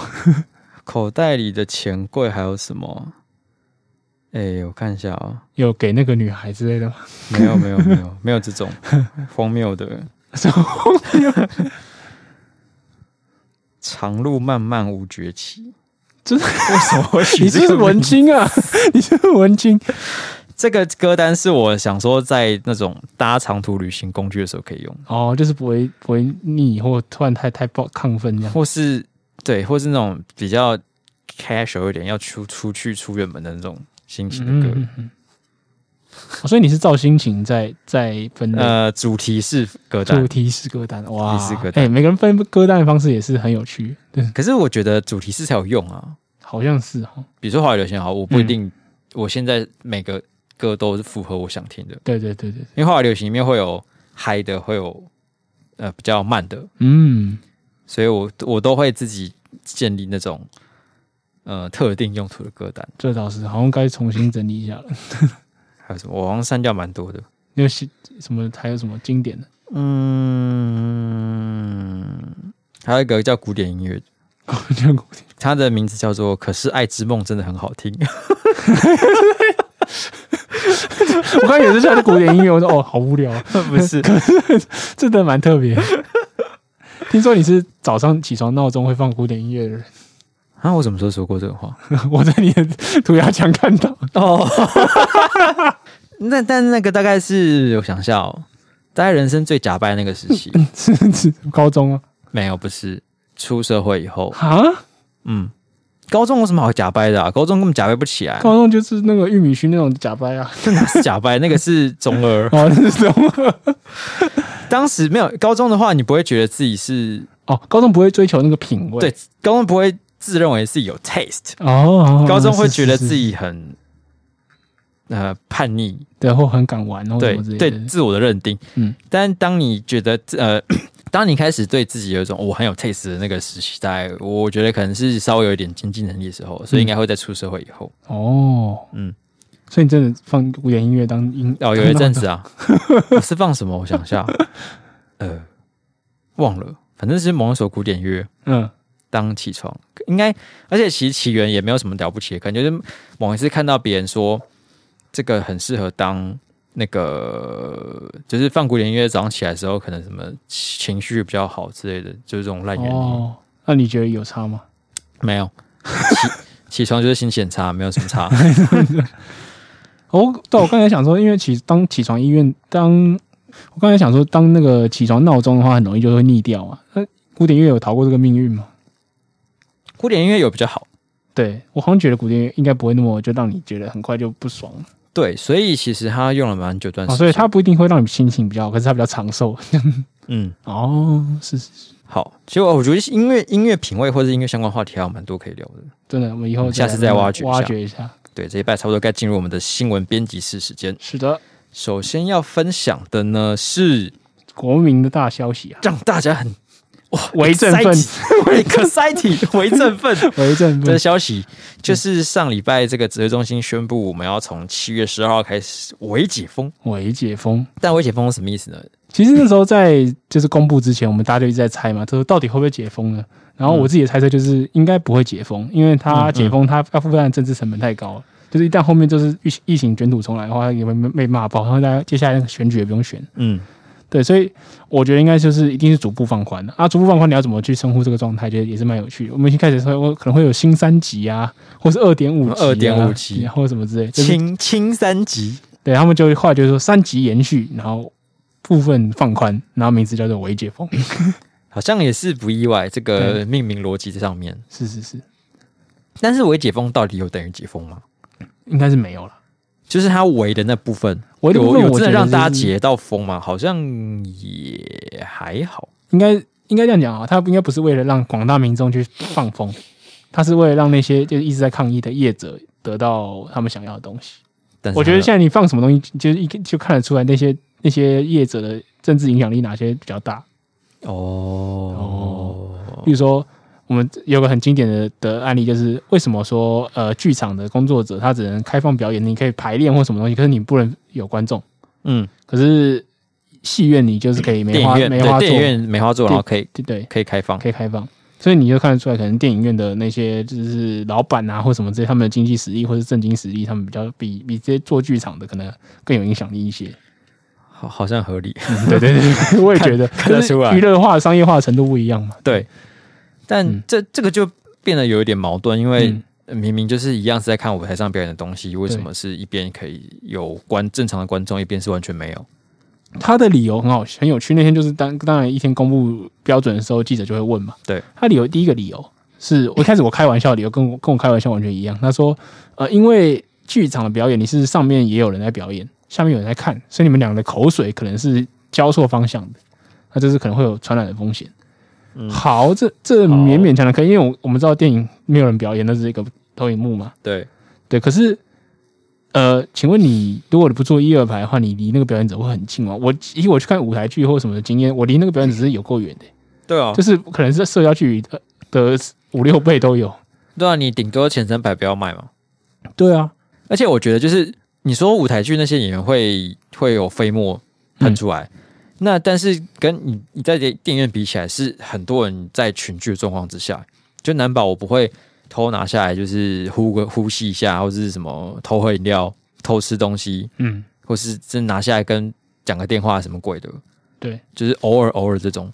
[SPEAKER 1] 口袋里的钱柜还有什么？哎、我看一下啊、
[SPEAKER 2] 有给那个女孩之类的吗？
[SPEAKER 1] 没有没有没 有没有这种荒谬的
[SPEAKER 2] 什么荒谬
[SPEAKER 1] 长路漫漫无绝期。
[SPEAKER 2] 真的
[SPEAKER 1] 为什么会取
[SPEAKER 2] 你
[SPEAKER 1] 这
[SPEAKER 2] 是
[SPEAKER 1] 个名
[SPEAKER 2] 文
[SPEAKER 1] 字
[SPEAKER 2] 青啊！ 你是文青，
[SPEAKER 1] 这个歌单是我想说在那种搭长途旅行工具的时候可以用，
[SPEAKER 2] 哦，就是不会不会腻，或突然太太暴亢奋这样。
[SPEAKER 1] 或是对，或是那种比较 casual 一点，要出出去出远门的那种心情的歌。
[SPEAKER 2] 嗯嗯哦所以你是照心情在在分类
[SPEAKER 1] 呃，主题是歌
[SPEAKER 2] 主
[SPEAKER 1] 单，
[SPEAKER 2] 题式歌单，哇，
[SPEAKER 1] 主题式歌单
[SPEAKER 2] 哎每个人分歌单的方式也是很有趣，对，
[SPEAKER 1] 可是我觉得主题是才有用啊。
[SPEAKER 2] 好像是哦，
[SPEAKER 1] 比如说华语流行好，我不一定，我现在每个歌都是符合我想听的，
[SPEAKER 2] 对对对对，
[SPEAKER 1] 因为华语流行里面会有嗨的，会有呃比较慢的，
[SPEAKER 2] 嗯，
[SPEAKER 1] 所以我我都会自己建立那种呃特定用途的歌单。
[SPEAKER 2] 这倒是，好像该重新整理一下了。
[SPEAKER 1] 还有什么？我好像删掉蛮多的。
[SPEAKER 2] 那些什么还有什么经典的
[SPEAKER 1] 嗯，还有一个叫古典音乐，
[SPEAKER 2] 古典古典？
[SPEAKER 1] 它的名字叫做《可是爱之梦》，真的很好听。
[SPEAKER 2] 我刚才也是在古典音乐，我说哦，好无聊啊，
[SPEAKER 1] 不是，
[SPEAKER 2] 真的蛮特别。听说你是早上起床闹钟会放古典音乐的人，
[SPEAKER 1] 啊，我什么时候说过这个话？
[SPEAKER 2] 我在你的涂鸦墙看到。
[SPEAKER 1] 哦， 那但那个大概是我想一下哦，大概人生最假掰的那个时 期，
[SPEAKER 2] 是是高中啊？
[SPEAKER 1] 没有，不是出社会以后，
[SPEAKER 2] 啊，
[SPEAKER 1] 嗯，高中有什么好假掰的啊？高中根本假掰不起来，
[SPEAKER 2] 高中就是那个玉米须那种假掰啊，
[SPEAKER 1] 那哪是 假掰，那个是中 二。
[SPEAKER 2] 哦，那是什么？
[SPEAKER 1] 当时没有高中的话，你不会觉得自己是
[SPEAKER 2] 哦，高中不会追求那个品味，
[SPEAKER 1] 对，高中不会自认为自己有 taste，
[SPEAKER 2] 哦，哦，哦
[SPEAKER 1] 高中会
[SPEAKER 2] 是是
[SPEAKER 1] 觉得
[SPEAKER 2] 是
[SPEAKER 1] 自己很呃叛逆，
[SPEAKER 2] 对或很敢玩，或哦什
[SPEAKER 1] 对
[SPEAKER 2] 么之类
[SPEAKER 1] 对
[SPEAKER 2] 的，
[SPEAKER 1] 自我的认定。
[SPEAKER 2] 嗯，
[SPEAKER 1] 但当你觉得呃，当你开始对自己有一种哦我很有 taste 的那个时期，大概我觉得可能是稍微有一点经济能力的时
[SPEAKER 2] 嗯
[SPEAKER 1] 候，所以应该会在出社会以后。
[SPEAKER 2] 哦，
[SPEAKER 1] 嗯，
[SPEAKER 2] 所以你真的放古典音乐当音
[SPEAKER 1] 哦，有一阵子 啊，我是放什么？我想一下，呃，忘了，反正是某一首古典乐。
[SPEAKER 2] 嗯，
[SPEAKER 1] 当起床，应该，而且其实起源也没有什么了不起的，可能就是某一次看到别人说这个很适合当那个，就是放古典音乐早上起来的时候，可能什么情绪比较好之类的，就是这种烂原因、
[SPEAKER 2] 哦，那你觉得有差吗？
[SPEAKER 1] 没有。起起床就是心情很差，没有什么差。
[SPEAKER 2] 哦，对，我刚才想说，因为起当起床音乐当。我刚才想说，当那个起床闹钟的话，很容易就会腻掉嘛。那古典音乐有逃过这个命运吗？
[SPEAKER 1] 古典音乐有比较好，
[SPEAKER 2] 对我好像觉得古典乐应该不会那么就让你觉得很快就不爽了
[SPEAKER 1] 对，所以其实他用了蛮久段时
[SPEAKER 2] 哦，
[SPEAKER 1] 间、
[SPEAKER 2] 所以它不一定会让你心情比较好，可是它比较长寿。
[SPEAKER 1] 嗯
[SPEAKER 2] 哦，是是是，
[SPEAKER 1] 好。其实我觉得音乐音乐品味或者是音乐相关话题还有蛮多可以聊的。
[SPEAKER 2] 真的，我们以后
[SPEAKER 1] 下次再
[SPEAKER 2] 来
[SPEAKER 1] 挖掘一下
[SPEAKER 2] 挖掘一下。
[SPEAKER 1] 对，这一拜差不多该进入我们的新闻编辑室时间。
[SPEAKER 2] 是的，
[SPEAKER 1] 首先要分享的呢是
[SPEAKER 2] 国民的大消 息啊，
[SPEAKER 1] 让大家很哇
[SPEAKER 2] 为振奋
[SPEAKER 1] exciting 为振奋
[SPEAKER 2] 为政
[SPEAKER 1] 的
[SPEAKER 2] 部
[SPEAKER 1] 消息，
[SPEAKER 2] 嗯
[SPEAKER 1] 就是上礼拜这个指挥中心宣布，我们要从七月十二号开始微解封。
[SPEAKER 2] 为解封。
[SPEAKER 1] 但微解封是什么意思呢？
[SPEAKER 2] 其实那时候在就是公布之前，我们大家就一直在猜嘛，就是到底会不会解封呢？然后我自己的猜测就是应该不会解封，因为它解封它要负担的政治成本太高了。就是一旦后面就是疫疫情卷土重来的话，也会被被骂爆，然后大家接下来那个选举也不用选。
[SPEAKER 1] 嗯，
[SPEAKER 2] 对，所以我觉得应该就是一定是逐步放宽的啊。逐步放宽，你要怎么去称呼这个状态，觉得也是蛮有趣的。我们一开始说，我可能会有新三级啊，或是二点五级、啊
[SPEAKER 1] 2.5级
[SPEAKER 2] 然后什么之类，就是
[SPEAKER 1] 清清三级，
[SPEAKER 2] 对他们就后来就说三级延续，然后部分放宽，然后名字叫做微解封。
[SPEAKER 1] 好像也是不意外，这个
[SPEAKER 2] 对
[SPEAKER 1] 命名逻辑在上面。
[SPEAKER 2] 是是是，
[SPEAKER 1] 但是微解封到底有等于解封吗？
[SPEAKER 2] 应该是没有了。
[SPEAKER 1] 就是它围的那部分，
[SPEAKER 2] 我的部分
[SPEAKER 1] 有有
[SPEAKER 2] 我
[SPEAKER 1] 真的
[SPEAKER 2] 觉得
[SPEAKER 1] 让大家
[SPEAKER 2] 就是
[SPEAKER 1] 解到封吗？好像也还好。
[SPEAKER 2] 应该应该这样讲啊，他应该不是为了让广大民众去放风，它是为了让那些就是一直在抗议的业者得到他们想要的东西。
[SPEAKER 1] 但是
[SPEAKER 2] 我觉
[SPEAKER 1] 它
[SPEAKER 2] 得
[SPEAKER 1] 的
[SPEAKER 2] 现在你放什么东西，就是一就看得出来那些那些业者的政治影响力哪些比较大。
[SPEAKER 1] 哦
[SPEAKER 2] 比如说，我们有个很经典的的案例，就是为什么说呃剧场的工作者他只能开放表演，你可以排练或什么东西，可是你不能有观众。
[SPEAKER 1] 嗯，
[SPEAKER 2] 可是戏院你就是可以梅
[SPEAKER 1] 电
[SPEAKER 2] 花
[SPEAKER 1] 影院
[SPEAKER 2] 梅花
[SPEAKER 1] 对
[SPEAKER 2] 座，
[SPEAKER 1] 电影院梅花座，然后可以
[SPEAKER 2] 对对，
[SPEAKER 1] 可以开放，
[SPEAKER 2] 可以开放。所以你就看得出来，可能电影院的那些就是老板啊，或什么这些，他们的经济实力或是政经实力，他们比较比比这些做剧场的可能更有影响力一 些。
[SPEAKER 1] 好好像合理。
[SPEAKER 2] 对对对， 我也觉得，
[SPEAKER 1] 看看得出来
[SPEAKER 2] 就是娱乐化、商业化的程度不一样嘛。
[SPEAKER 1] 对，但
[SPEAKER 2] 嗯
[SPEAKER 1] 这这个就变得有一点矛盾，因为
[SPEAKER 2] 嗯
[SPEAKER 1] 明明就是一样是在看舞台上表演的东西，为什么是一边可以有观正常的观众，一边是完全没有？
[SPEAKER 2] 他的理由很好，很有趣。那天就是当当然一天公布标准的时候，记者就会问嘛。
[SPEAKER 1] 对，
[SPEAKER 2] 他理由第一个理由是我一开始我开玩笑的理由跟我 跟我开玩笑完全一样。他说，呃，因为剧场的表演你是上面也有人在表演，下面有人在看，所以你们俩的口水可能是交错方向的，那就是可能会有传染的风险。
[SPEAKER 1] 嗯
[SPEAKER 2] 好，这这
[SPEAKER 1] 好
[SPEAKER 2] 勉勉强强可以，因为我我们知道电影没有人表演，那是一个投影幕嘛。
[SPEAKER 1] 对，
[SPEAKER 2] 对，可是，呃，请问你如果你不坐一二排的话，你离那个表演者会很近吗？我以我去看舞台剧或什么的经验，我离那个表演者是有够远的、
[SPEAKER 1] 对啊，
[SPEAKER 2] 就是可能是社交距离的的五六倍都有。
[SPEAKER 1] 对啊，你顶多前三百不要卖嘛。
[SPEAKER 2] 对啊，
[SPEAKER 1] 而且我觉得就是你说舞台剧那些演员会会有飞沫喷出来。那但是跟你你在电影院比起来，是很多人在群聚的状况之下，就难保我不会偷拿下来，就是呼个呼吸一下，或是什么偷喝饮料、偷吃东西，
[SPEAKER 2] 嗯，
[SPEAKER 1] 或是真拿下来跟讲个电话什么鬼的，
[SPEAKER 2] 对，
[SPEAKER 1] 就是偶尔偶尔这种。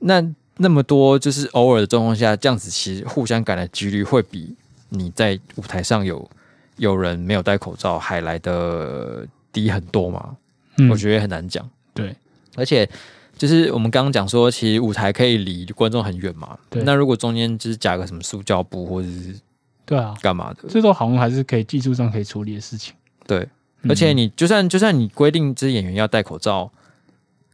[SPEAKER 1] 那那么多就是偶尔的状况下，这样子其实互相感染的几率会比你在舞台上有有人没有戴口罩还来的低很多嘛？
[SPEAKER 2] 嗯，
[SPEAKER 1] 我觉得很难讲。
[SPEAKER 2] 对，
[SPEAKER 1] 而且就是我们刚刚讲说，其实舞台可以离观众很远嘛。
[SPEAKER 2] 对
[SPEAKER 1] 那如果中间就是夹个什么塑胶布或者是
[SPEAKER 2] 对啊，
[SPEAKER 1] 干嘛的，
[SPEAKER 2] 这都好像还是可以技术上可以处理的事情。
[SPEAKER 1] 对。
[SPEAKER 2] 嗯
[SPEAKER 1] 而且你就算就算你规定这演员要戴口罩，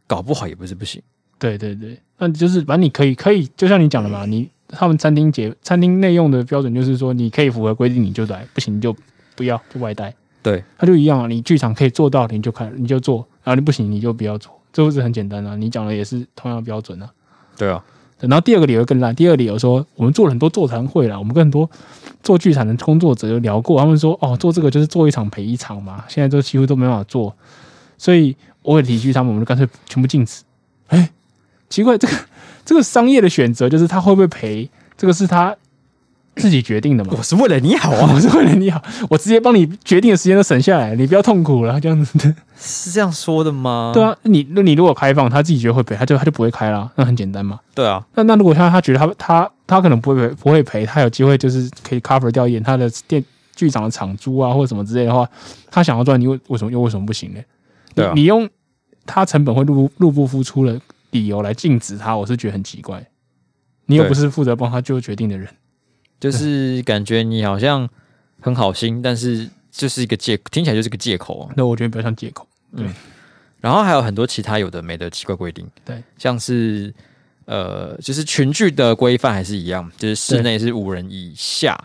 [SPEAKER 1] 搞不好也不是不行。
[SPEAKER 2] 对对对，那就是反正你可以可以，就像你讲的嘛，你他们餐厅节餐厅内用的标准就是说，你可以符合规定你就来，不行你就不要就外带。
[SPEAKER 1] 对，
[SPEAKER 2] 它就一样啊，你剧场可以做到的你就开你就做，然后你不行你就不要做，这不是很简单啊？你讲的也是同样的标准啊。
[SPEAKER 1] 对啊，
[SPEAKER 2] 对然后第二个理由更烂，第二个理由说我们做了很多座谈会啦，我们跟很多做剧场的工作者有聊过，他们说哦，做这个就是做一场赔一场嘛，现在都几乎都没办法做，所以我也提议他们，我们就干脆全部禁止。哎，奇怪，这个这个商业的选择就是他会不会赔，这个是他自己决定的嘛
[SPEAKER 1] 我。是为了你好啊。
[SPEAKER 2] 哦 我是为了你好，我直接帮你决定的时间都省下来，你不要痛苦了，这样子。
[SPEAKER 1] 是这样说的吗？
[SPEAKER 2] 对，啊，你你如果开放，他自己觉得会赔，他就他就不会开啦，那很简单嘛。
[SPEAKER 1] 对啊，
[SPEAKER 2] 那那如果他他觉得他他他可能不会赔不会赔，他有机会就是可以 cover 掉一点他的店剧场的场租啊或者什么之类的话，他想要赚，你为为什么又为什么不行呢？
[SPEAKER 1] 对啊
[SPEAKER 2] 你你用他成本会入不入不敷出的理由来禁止他，我是觉得很奇怪。你又
[SPEAKER 1] 对
[SPEAKER 2] 不是负责帮他做决定的人，
[SPEAKER 1] 就是感觉你好像很好心，但是就是一个借，听起来就是个借口啊。
[SPEAKER 2] 那我觉得比较像借口。
[SPEAKER 1] 然后还有很多其他有的没的奇怪规定，
[SPEAKER 2] 对，
[SPEAKER 1] 像是呃，就是群聚的规范还是一样，就是室内是五人以下，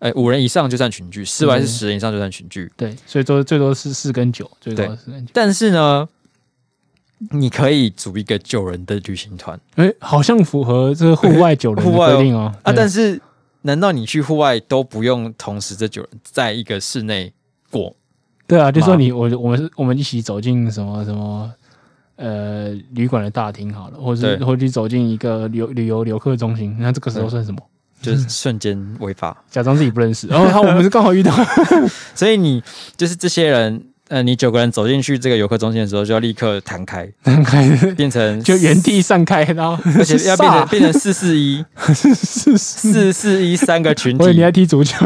[SPEAKER 1] 哎，五人以上就算群聚，室外是
[SPEAKER 2] 嗯
[SPEAKER 1] 十人以上就算群聚。
[SPEAKER 2] 对，所以说最多是四跟九，最多
[SPEAKER 1] 对
[SPEAKER 2] 是四跟九。
[SPEAKER 1] 但是呢，你可以组一个九人的旅行团
[SPEAKER 2] 哎，好像符合这个户外九人 的
[SPEAKER 1] 户外哦
[SPEAKER 2] 规定哦。
[SPEAKER 1] 啊，但
[SPEAKER 2] 是
[SPEAKER 1] 是难道你去户外都不用同时这九人在一个室内过？
[SPEAKER 2] 对啊，就说
[SPEAKER 1] 嘛
[SPEAKER 2] 你我我们是我们一起走进什么什么呃旅馆的大厅好了，或是
[SPEAKER 1] 对
[SPEAKER 2] 或者走进一个旅游旅游游客中心，那这个时候
[SPEAKER 1] 对
[SPEAKER 2] 算什么？嗯
[SPEAKER 1] 就是瞬间违法。
[SPEAKER 2] 假装自己不认 识，然后他我们是刚好遇到，
[SPEAKER 1] 所以你就是这些人，呃，你九个人走进去这个游客中心的时候，就要立刻弹开，变成
[SPEAKER 2] 就原地散开，然后
[SPEAKER 1] 而且要变成
[SPEAKER 2] 飒
[SPEAKER 1] 变成四四 一
[SPEAKER 2] 是是，
[SPEAKER 1] 四四一三个群
[SPEAKER 2] 我以为你
[SPEAKER 1] 体
[SPEAKER 2] 在，踢足球，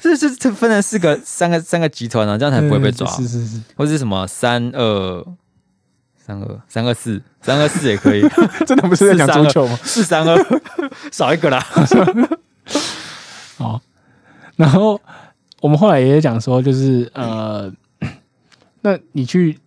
[SPEAKER 1] 这这这分成四个三个三个集团啊，这样才不会被抓，
[SPEAKER 2] 嗯是是是，
[SPEAKER 1] 或是什么三二三二三二四三二四也可以，
[SPEAKER 2] 真的不是在讲足球吗？
[SPEAKER 1] 四三二少一个啦，
[SPEAKER 2] 哦，然后我们后来也讲说，就是 呃，那你去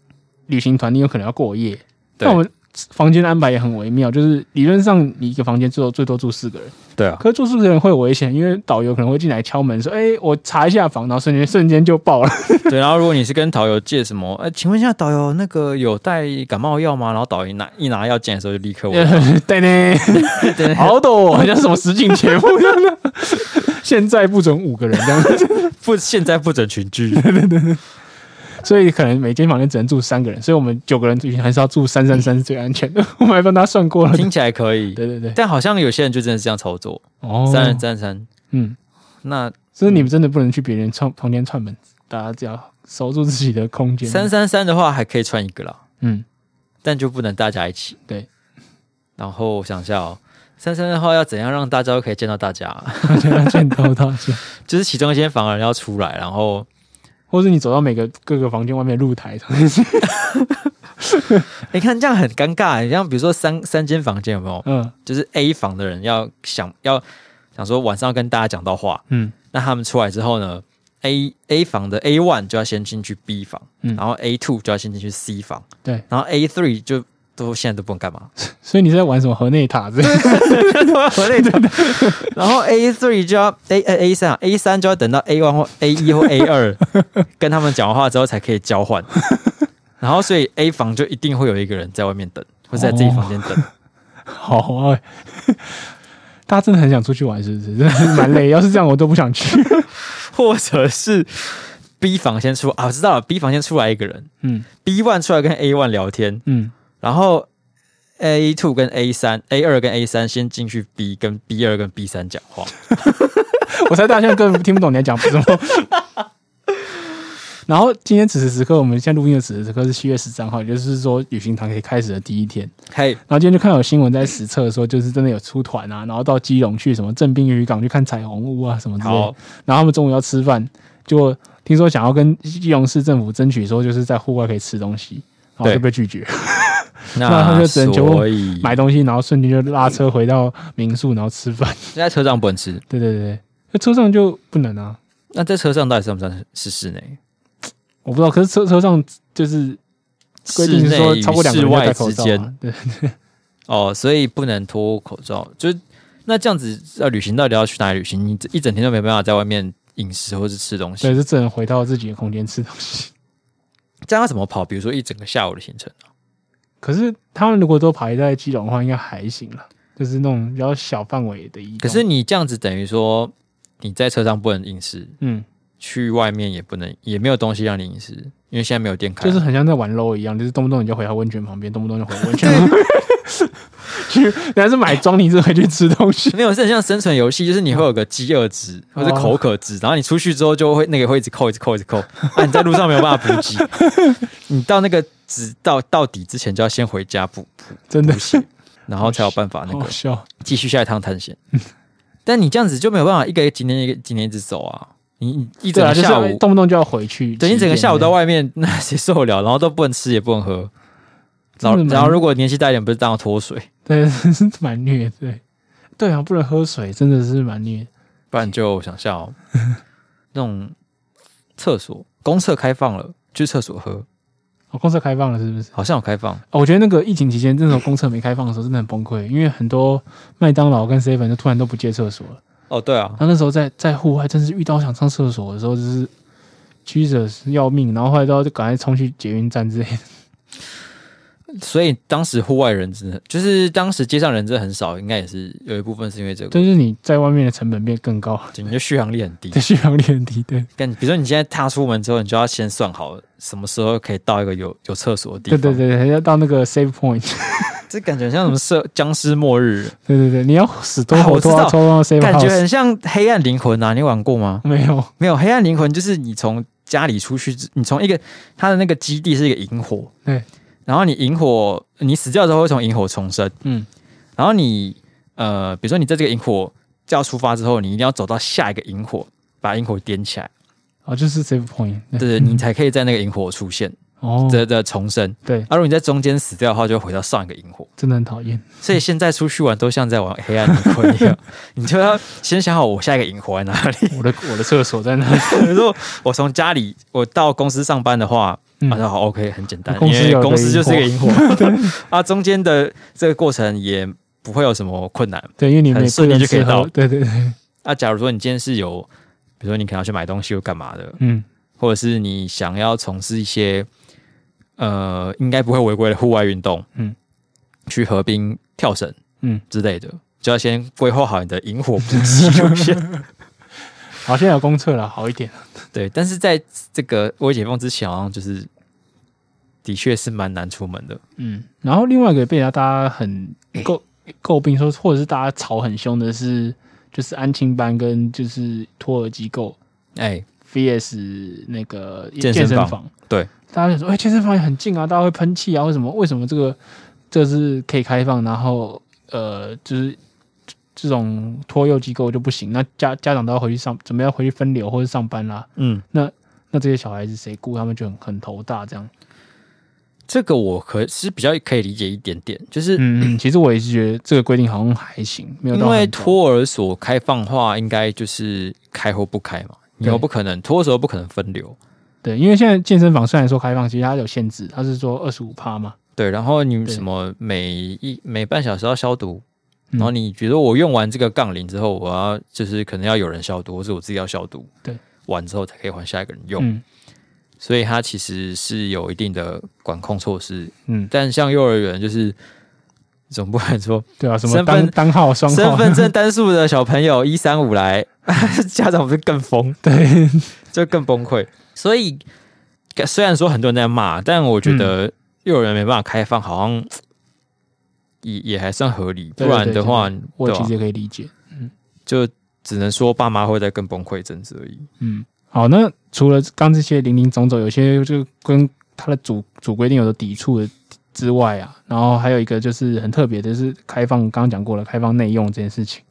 [SPEAKER 2] 旅行团，你有可能要过夜。
[SPEAKER 1] 对
[SPEAKER 2] 那我们房间的安排也很微妙，就是理论上你一个房间最多最多住四个人，
[SPEAKER 1] 对啊，
[SPEAKER 2] 可是住宿的人会有危险，因为导游可能会进来敲门说：“哎、我查一下房。”然后瞬间瞬间 就爆了。
[SPEAKER 1] 对。然后如果你是跟导游借什么，呃，请问一下导游，那个有带感冒药吗？然后导游一拿一拿药进来的时候就立刻我，
[SPEAKER 2] 对呢，
[SPEAKER 1] 对
[SPEAKER 2] 好抖，好像是什么实境节目一样的。现在不准五个人这样 子，
[SPEAKER 1] 不，现在不准群 聚。
[SPEAKER 2] 所以可能每间房间只能住三个人，所以我们九个人最还是要住三三三是最安全的。 我们还帮他算过了，
[SPEAKER 1] 听起来可以，
[SPEAKER 2] 对对对，
[SPEAKER 1] 但好像有些人就真的是这样操作，
[SPEAKER 2] 哦，
[SPEAKER 1] 三人三三。
[SPEAKER 2] 嗯，
[SPEAKER 1] 那
[SPEAKER 2] 所以你们真的不能去别人串房间串门，大家只要守住自己的空间。
[SPEAKER 1] 三三三的话还可以串一个啦，
[SPEAKER 2] 嗯，
[SPEAKER 1] 但就不能大家一起。
[SPEAKER 2] 对，
[SPEAKER 1] 然后我想一下哦，三三的话要怎样让大家都可以见到大家？
[SPEAKER 2] 大家见到大家，
[SPEAKER 1] 就是其中一间房的人要出来，然后
[SPEAKER 2] 或是你走到每个各个房间外面的露台上，
[SPEAKER 1] 你看这样很尴尬。你像比如说三三间房间有没有？
[SPEAKER 2] 嗯
[SPEAKER 1] 就是 A 房的人要想要想说晚上要跟大家讲到话，
[SPEAKER 2] 嗯
[SPEAKER 1] 那他们出来之后呢，A A 房的 A one 就要先进去 B 房，
[SPEAKER 2] 嗯
[SPEAKER 1] 然后 A two 就要先进去 C 房，
[SPEAKER 2] 对，
[SPEAKER 1] 然后 A three 就都现在都不能干嘛，
[SPEAKER 2] 所以你是在玩什么河内塔之类的？
[SPEAKER 1] 我累的。然后 A three 就要 A A 三啊，A 三就要等到 A one 或 A 一或 A 二跟他们讲完话之后才可以交 换，然后所以 A 房就一定会有一个人在外面等，或者在自己房间等。
[SPEAKER 2] 好啊， 大家真的很想出去玩，是不是？真的是蛮累。要是这样，我都不想去。
[SPEAKER 1] 或者是 B 房先出啊，我知道了，B 房先出来一个人
[SPEAKER 2] 嗯
[SPEAKER 1] ，B one 出来跟 A one 聊天，
[SPEAKER 2] 嗯，
[SPEAKER 1] 然后 A two 跟 A 三、A 二跟 A 三先进去 B 跟 B 二跟 B 三讲 话，
[SPEAKER 2] 我猜大家根本听不懂你在讲什么。 然后今天此时此刻，我们现在录音的此时此刻是七月十三号，也就是说旅行团可以开始的第一天。
[SPEAKER 1] 嘿、
[SPEAKER 2] 然后今天就看到有新闻在实测说，就是真的有出团啊，然后到基隆去什么正滨渔港去看彩虹屋啊什么之类的
[SPEAKER 1] 好。
[SPEAKER 2] 然后他们中午要吃饭，就听说想要跟基隆市政府争取说，就是在户外可以吃东西，然后
[SPEAKER 1] 对
[SPEAKER 2] 就被拒绝。那他
[SPEAKER 1] 那
[SPEAKER 2] 就只能全部
[SPEAKER 1] 所以
[SPEAKER 2] 买东西，然后瞬间就拉车回到民宿，然后吃饭。
[SPEAKER 1] 在车上不能吃，
[SPEAKER 2] 对对对对，那车上就不能啊，
[SPEAKER 1] 那在车上到底算不算是室内？
[SPEAKER 2] 我不知道。可是车车上就是规
[SPEAKER 1] 室
[SPEAKER 2] 定是
[SPEAKER 1] 内
[SPEAKER 2] 说
[SPEAKER 1] 与
[SPEAKER 2] 超过两个
[SPEAKER 1] 室
[SPEAKER 2] 人要
[SPEAKER 1] 外
[SPEAKER 2] 戴口
[SPEAKER 1] 之
[SPEAKER 2] 罩、
[SPEAKER 1] 间
[SPEAKER 2] 啊。对，
[SPEAKER 1] 哦，所以不能脱口罩。就是那这样子要旅行，到底要去哪里旅行？你一整天都没办法在外面饮食或是吃东
[SPEAKER 2] 所
[SPEAKER 1] 西，
[SPEAKER 2] 以就只能回到自己的空间吃东西。
[SPEAKER 1] 这样要怎么跑？比如说一整个下午的行程，
[SPEAKER 2] 可是他们如果都排在基隆的话，应该还行了，就是那种比较小范围的移动。
[SPEAKER 1] 可是，你这样子等于说你在车上不能饮食，
[SPEAKER 2] 嗯，
[SPEAKER 1] 去外面也不能，也没有东西让你饮食，因为现在没有店开。
[SPEAKER 2] 就是很像在玩 LO 一样，就是动不动你就回到温泉旁边，动不动就回温泉 旁边去，人家是买装你是回去吃 东西。
[SPEAKER 1] 没有，是很像生存游戏，就是你会有个饥饿值
[SPEAKER 2] 哦
[SPEAKER 1] 或者口渴值，然后你出去之后就会那个会一直扣，一直扣，一直 扣。啊，你在路上没有办法补给，你到那个值到到底之前就要先回家补，
[SPEAKER 2] 真的
[SPEAKER 1] 然后才有办法那
[SPEAKER 2] 好
[SPEAKER 1] 个
[SPEAKER 2] 笑。
[SPEAKER 1] 继续下一趟探险。但你这样子就没有办法一个景点一个景点一直走啊，你你一整
[SPEAKER 2] 对啊，
[SPEAKER 1] 个
[SPEAKER 2] 就是
[SPEAKER 1] 下
[SPEAKER 2] 要
[SPEAKER 1] 午，
[SPEAKER 2] 动不动就要回去。
[SPEAKER 1] 对，你整个下午
[SPEAKER 2] 都
[SPEAKER 1] 到外面，那谁受得了？然后都不能吃，也不能喝。然后
[SPEAKER 2] 真的蛮
[SPEAKER 1] 然后如果年纪大一点，不是当然脱水，
[SPEAKER 2] 对， 是蛮虐，对，对啊，不能喝水，真的是蛮虐。
[SPEAKER 1] 不然就想笑、 哦，那种厕所公厕开放了，去厕所喝，
[SPEAKER 2] 哦，公厕开放了是不是？
[SPEAKER 1] 好像有开放，
[SPEAKER 2] 哦，我觉得那个疫情期间，那种公厕没开放的时候，真的很崩溃，因为很多麦当劳跟 seven 就突然都不借厕所了。
[SPEAKER 1] 哦，对啊
[SPEAKER 2] 然，后那时候在在户外，真是遇到想上厕所的时候，就是曲折要命，然后后来都要就赶快冲去捷运站之类的。
[SPEAKER 1] 所以当时户外人真的就是当时街上人真的很少，应该也是有一部分是因为这个，
[SPEAKER 2] 就是你在外面的成本变更高，
[SPEAKER 1] 你的续航力很低
[SPEAKER 2] 这。续航力很低，对，
[SPEAKER 1] 但比如说你现在踏出门之后，你就要先算好什么时候可以到一个有有厕所的地
[SPEAKER 2] 对
[SPEAKER 1] 方。
[SPEAKER 2] 对对对，要到那个 save point，
[SPEAKER 1] 这感觉像什么社僵尸末日，
[SPEAKER 2] 对对对，你要死多
[SPEAKER 1] 啊
[SPEAKER 2] 活
[SPEAKER 1] 我知
[SPEAKER 2] 多
[SPEAKER 1] 道
[SPEAKER 2] 抽到 save
[SPEAKER 1] 感觉
[SPEAKER 2] house，
[SPEAKER 1] 很像《黑暗灵魂》啊！你玩过吗？
[SPEAKER 2] 没有，
[SPEAKER 1] 没有，《黑暗灵魂》就是你从家里出去之，你从一个它的那个基地是一个萤火，
[SPEAKER 2] 对，
[SPEAKER 1] 然后你萤火，你死掉之后会从萤火重生，
[SPEAKER 2] 嗯，
[SPEAKER 1] 然后你呃，比如说你在这个萤火就要出发之后，你一定要走到下一个萤火，把萤火点起来，
[SPEAKER 2] 哦，就是 save point，对
[SPEAKER 1] 对，你才可以在那个萤火出现，
[SPEAKER 2] 哦，
[SPEAKER 1] 这的重生。
[SPEAKER 2] 对，
[SPEAKER 1] 啊而、如果你在中间死掉的话，就会回到上一个萤火。
[SPEAKER 2] 真的很 讨厌。
[SPEAKER 1] 所以现在出去玩都像在玩黑暗灵魂一样，你就要先想好我下一个萤火在哪里。
[SPEAKER 2] 我的我的厕所在哪？
[SPEAKER 1] 如果我从家里我到公司上班的话，
[SPEAKER 2] 嗯
[SPEAKER 1] 啊，那好，OK，很简单，
[SPEAKER 2] 公司
[SPEAKER 1] 因为
[SPEAKER 2] 有
[SPEAKER 1] 公司就是一个
[SPEAKER 2] 引
[SPEAKER 1] 引火 啊，中间的这个过程也不会有什么困难
[SPEAKER 2] 对，因为你每
[SPEAKER 1] 很
[SPEAKER 2] 个
[SPEAKER 1] 顺利
[SPEAKER 2] 人
[SPEAKER 1] 就可以
[SPEAKER 2] 适合
[SPEAKER 1] 到
[SPEAKER 2] 对对对，
[SPEAKER 1] 啊。假如说你今天是有，比如说你可能要去买东西或干嘛的，
[SPEAKER 2] 嗯，
[SPEAKER 1] 或者是你想要从事一些呃应该不会违规的户外运动，
[SPEAKER 2] 嗯，
[SPEAKER 1] 去河滨跳绳，
[SPEAKER 2] 嗯
[SPEAKER 1] 之类的，就要先规划好你的引火补给路 线。
[SPEAKER 2] 好，现在有公厕了，好一点。
[SPEAKER 1] 对，但是在这个微解放之前，好像就是的确是蛮难出门的。
[SPEAKER 2] 嗯，然后另外一个被大 家很诟诟病说，或者是大家吵很凶的是，就是安亲班跟就是托儿机构
[SPEAKER 1] 哎，
[SPEAKER 2] VS 那个
[SPEAKER 1] 健身
[SPEAKER 2] 身
[SPEAKER 1] 房对，
[SPEAKER 2] 大家就说，哎、健身房也很近啊，大家会喷气啊，为什么？为什么这个这是可以开放，然后呃，就是这这种托幼机构就不行？那家家长都要回去上，准备要回去分流或者上班啦、
[SPEAKER 1] 嗯，
[SPEAKER 2] 那这些小孩子谁顾他们就很很头大这样。
[SPEAKER 1] 这个我可是比较可以理解一点点，就是
[SPEAKER 2] 嗯，其实我也是觉得这个规定好像还行，没有
[SPEAKER 1] 因
[SPEAKER 2] 到
[SPEAKER 1] 为
[SPEAKER 2] 很糟
[SPEAKER 1] 托儿所开放化，应该就是开或不开嘛，你又
[SPEAKER 2] 对
[SPEAKER 1] 不可能托儿所又不可能分流。
[SPEAKER 2] 对，因为现在健身房虽然说开放，其实它有限制，它是说二十五趴嘛。
[SPEAKER 1] 对，然后你
[SPEAKER 2] 对
[SPEAKER 1] 什么每一每半小时要消毒，
[SPEAKER 2] 嗯
[SPEAKER 1] 然后你觉得我用完这个杠铃之后，我要就是可能要有人消毒，或是我自己要消毒，
[SPEAKER 2] 对，
[SPEAKER 1] 完之后才可以换下一个人用。
[SPEAKER 2] 嗯
[SPEAKER 1] 所以它其实是有一定的管控措施，
[SPEAKER 2] 嗯，
[SPEAKER 1] 但像幼儿园就是。总不能说
[SPEAKER 2] 对啊，什么
[SPEAKER 1] 身份
[SPEAKER 2] 单单号、双号，
[SPEAKER 1] 身份证单数的小朋友一三五 来，家长不是更疯，
[SPEAKER 2] 对，
[SPEAKER 1] 就更崩溃。所以虽然说很多人在骂，但我觉
[SPEAKER 2] 嗯
[SPEAKER 1] 得幼儿园没办法开放，好像也也还算合理。不
[SPEAKER 2] 对对
[SPEAKER 1] 然的话，
[SPEAKER 2] 我
[SPEAKER 1] 对吧
[SPEAKER 2] 其实也可以理解。
[SPEAKER 1] 就只能说爸妈会再更崩溃一阵子而已。
[SPEAKER 2] 嗯，好，那除了刚这些零零总总，有些就跟它的主主规定有的抵触的之外啊，然后还有一个就是很特别的是开放，刚刚讲过了，开放内用这件事情。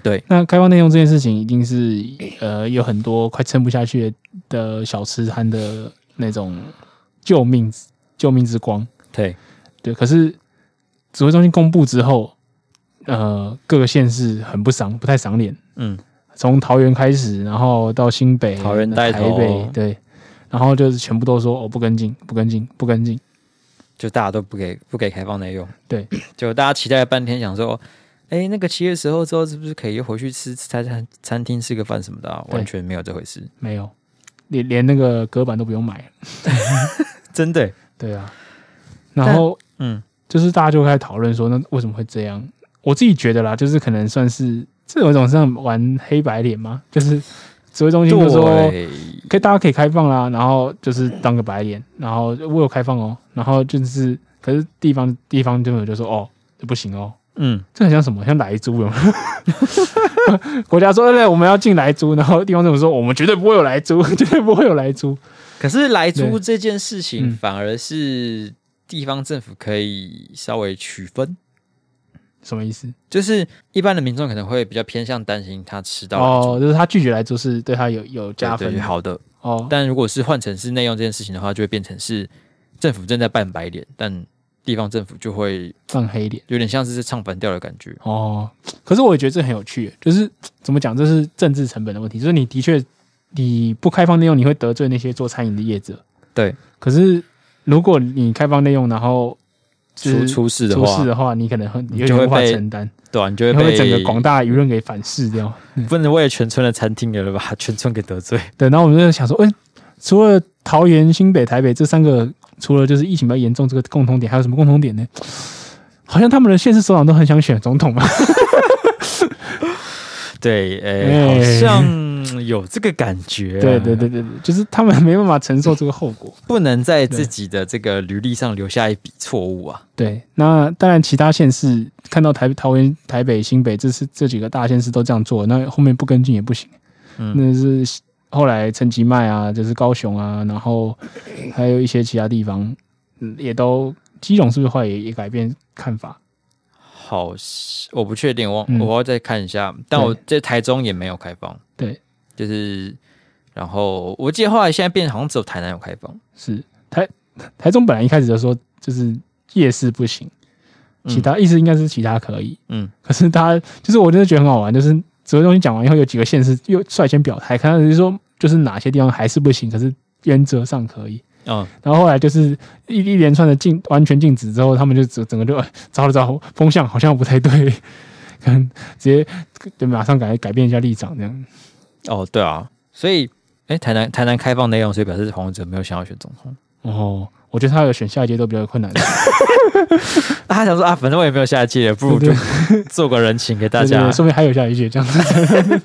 [SPEAKER 1] 对，
[SPEAKER 2] 那开放内用这件事情，一定是呃有很多快撑不下去的小吃摊的那种救命之救命之光。
[SPEAKER 1] 对，
[SPEAKER 2] 对，可是指挥中心公布之后，呃，各个县市很不赏，不太赏脸。
[SPEAKER 1] 嗯，
[SPEAKER 2] 从桃园开始，然后到新北、
[SPEAKER 1] 桃园带
[SPEAKER 2] 台
[SPEAKER 1] 头哦
[SPEAKER 2] 北，对，然后就是全部都说哦不跟进，不跟进，不跟进。
[SPEAKER 1] 就大家都不给不给开放内用。
[SPEAKER 2] 对，
[SPEAKER 1] 就大家期待了半天，想说。哎，那个七月十号之后是不是可以回去吃餐餐餐厅吃个饭什么的、啊？
[SPEAKER 2] 对
[SPEAKER 1] 完全没有这回事，
[SPEAKER 2] 没有，连连那个隔板都不用买了。
[SPEAKER 1] 真的。
[SPEAKER 2] 对啊，然后
[SPEAKER 1] 嗯，
[SPEAKER 2] 就是大家就开始讨论说，那为什么会这样？我自己觉得啦，就是可能算是这有一种像玩黑白脸嘛，就是指挥中心就嗯说
[SPEAKER 1] 对，
[SPEAKER 2] 可以，大家可以开放啦，然后就是当个白脸，然后我有开放哦，然后就是可是地方地方政府就说哦不行哦，
[SPEAKER 1] 嗯，
[SPEAKER 2] 这很像什么？像莱猪有没有？ 国家说对对，我们要进莱猪，然后地方政府说我们绝对不会有莱猪， 绝对不会有莱猪。
[SPEAKER 1] 可是来租
[SPEAKER 2] 对
[SPEAKER 1] 这件事情
[SPEAKER 2] 嗯
[SPEAKER 1] 反而是地方政府可以稍微区分，
[SPEAKER 2] 什么意思？
[SPEAKER 1] 就是一般的民众可能会比较偏向担心他吃到来
[SPEAKER 2] 哦，
[SPEAKER 1] 猪
[SPEAKER 2] 就是他拒绝莱猪是对他有有加
[SPEAKER 1] 对
[SPEAKER 2] 分
[SPEAKER 1] 对
[SPEAKER 2] 的。
[SPEAKER 1] 好的，
[SPEAKER 2] 哦，
[SPEAKER 1] 但如果是换成是内用这件事情的话，就会变成是政府正在扮白脸，但地方政府就会
[SPEAKER 2] 放黑脸。
[SPEAKER 1] 有点像是唱反调的感觉。
[SPEAKER 2] 哦，可是我也觉得这很有趣，就是怎么讲，这是政治成本的问题。就是你的确你不开放内容，你会得罪那些做餐饮的业者。
[SPEAKER 1] 对，
[SPEAKER 2] 可是如果你开放内容，然后
[SPEAKER 1] 出出事的
[SPEAKER 2] 出事
[SPEAKER 1] 话，
[SPEAKER 2] 的话，你可能很你有
[SPEAKER 1] 就会
[SPEAKER 2] 点无法
[SPEAKER 1] 被
[SPEAKER 2] 承担，
[SPEAKER 1] 对啊，你就
[SPEAKER 2] 你
[SPEAKER 1] 会
[SPEAKER 2] 会被
[SPEAKER 1] 被
[SPEAKER 2] 整个广大舆论给反噬掉。
[SPEAKER 1] 不能为了全村的餐厅而把全村给得罪。
[SPEAKER 2] 对，然后我们就想说，哎、除了桃园、新北、台北这三个，除了就是疫情比较严重这个共同点，还有什么共同点呢？好像他们的县市首长都很想选总统嘛。
[SPEAKER 1] 对，哎、
[SPEAKER 2] 哎
[SPEAKER 1] 好像有这个感觉、啊
[SPEAKER 2] 对对对，对对，就是他们没办法承受这个后果。
[SPEAKER 1] 不能在自己的这个履历上留下一笔错误啊。
[SPEAKER 2] 对，那当然，其他县市看到台桃园、台北、新北，这是这几个大县市都这样做，那后面不跟进也不行。
[SPEAKER 1] 嗯
[SPEAKER 2] 那是后来陈吉迈啊，就是高雄啊，然后还有一些其他地方，嗯也都基隆是不是后来也也改变看法？
[SPEAKER 1] 好像，我不确定，我
[SPEAKER 2] 嗯
[SPEAKER 1] 我要再看一下。但
[SPEAKER 2] 对
[SPEAKER 1] 我在台中也没有开放，
[SPEAKER 2] 对，
[SPEAKER 1] 就是然后我记得后来现在变好像只有台南有开放，
[SPEAKER 2] 是台台中本来一开始就说就是夜市不行，
[SPEAKER 1] 嗯
[SPEAKER 2] 其他、意思应该是其他可以，
[SPEAKER 1] 嗯，
[SPEAKER 2] 可是他就是我真的觉得很好玩，就是指挥中心讲完以后，有几个县市又率先表态，看到就是说就是哪些地方还是不行，可是原则上可以，
[SPEAKER 1] 嗯，
[SPEAKER 2] 然后后来就是一一连串的禁完全禁止之后，他们就整整个就、哎糟了糟了，风向好像不太对，可能直接就马上改改变一下立场这样。
[SPEAKER 1] 哦，对啊，所以，哎，台南台南开放内容，所以表示黄文哲没有想要选总统。
[SPEAKER 2] 然后我觉得他的选下一届都比较困难，
[SPEAKER 1] 啊、他想说啊，反正我也没有下一届了，不如 就做个人情给大
[SPEAKER 2] 对对
[SPEAKER 1] 家
[SPEAKER 2] 对。说明还有下一届这样子。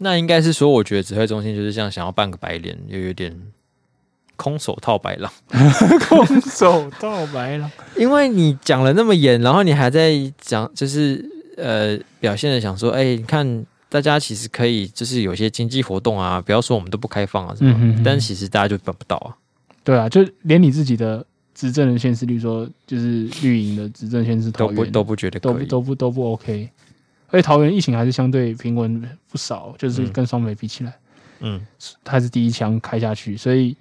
[SPEAKER 1] 那应该是说，我觉得指挥中心就是这样，想要扮个白脸，又有点空手套白狼。
[SPEAKER 2] 空手道白了，
[SPEAKER 1] 因为你讲了那么严，然后你还在讲，就是呃，表现的想说，哎、你看大家其实可以，就是有些经济活动啊，不要说我们都不开放啊什么，
[SPEAKER 2] 嗯嗯嗯
[SPEAKER 1] 但其实大家就办不到啊。
[SPEAKER 2] 对啊，就连你自己的执政的县市，例如说就是绿营的执政县市
[SPEAKER 1] 都
[SPEAKER 2] 桃
[SPEAKER 1] 不
[SPEAKER 2] 园，
[SPEAKER 1] 都不觉得
[SPEAKER 2] 都
[SPEAKER 1] 可
[SPEAKER 2] 不
[SPEAKER 1] 以，
[SPEAKER 2] 都不都不 OK。而且桃园疫情还是相对平稳不少，就是
[SPEAKER 1] 嗯
[SPEAKER 2] 跟双北比起来，
[SPEAKER 1] 嗯，
[SPEAKER 2] 它是第一枪开下去，所以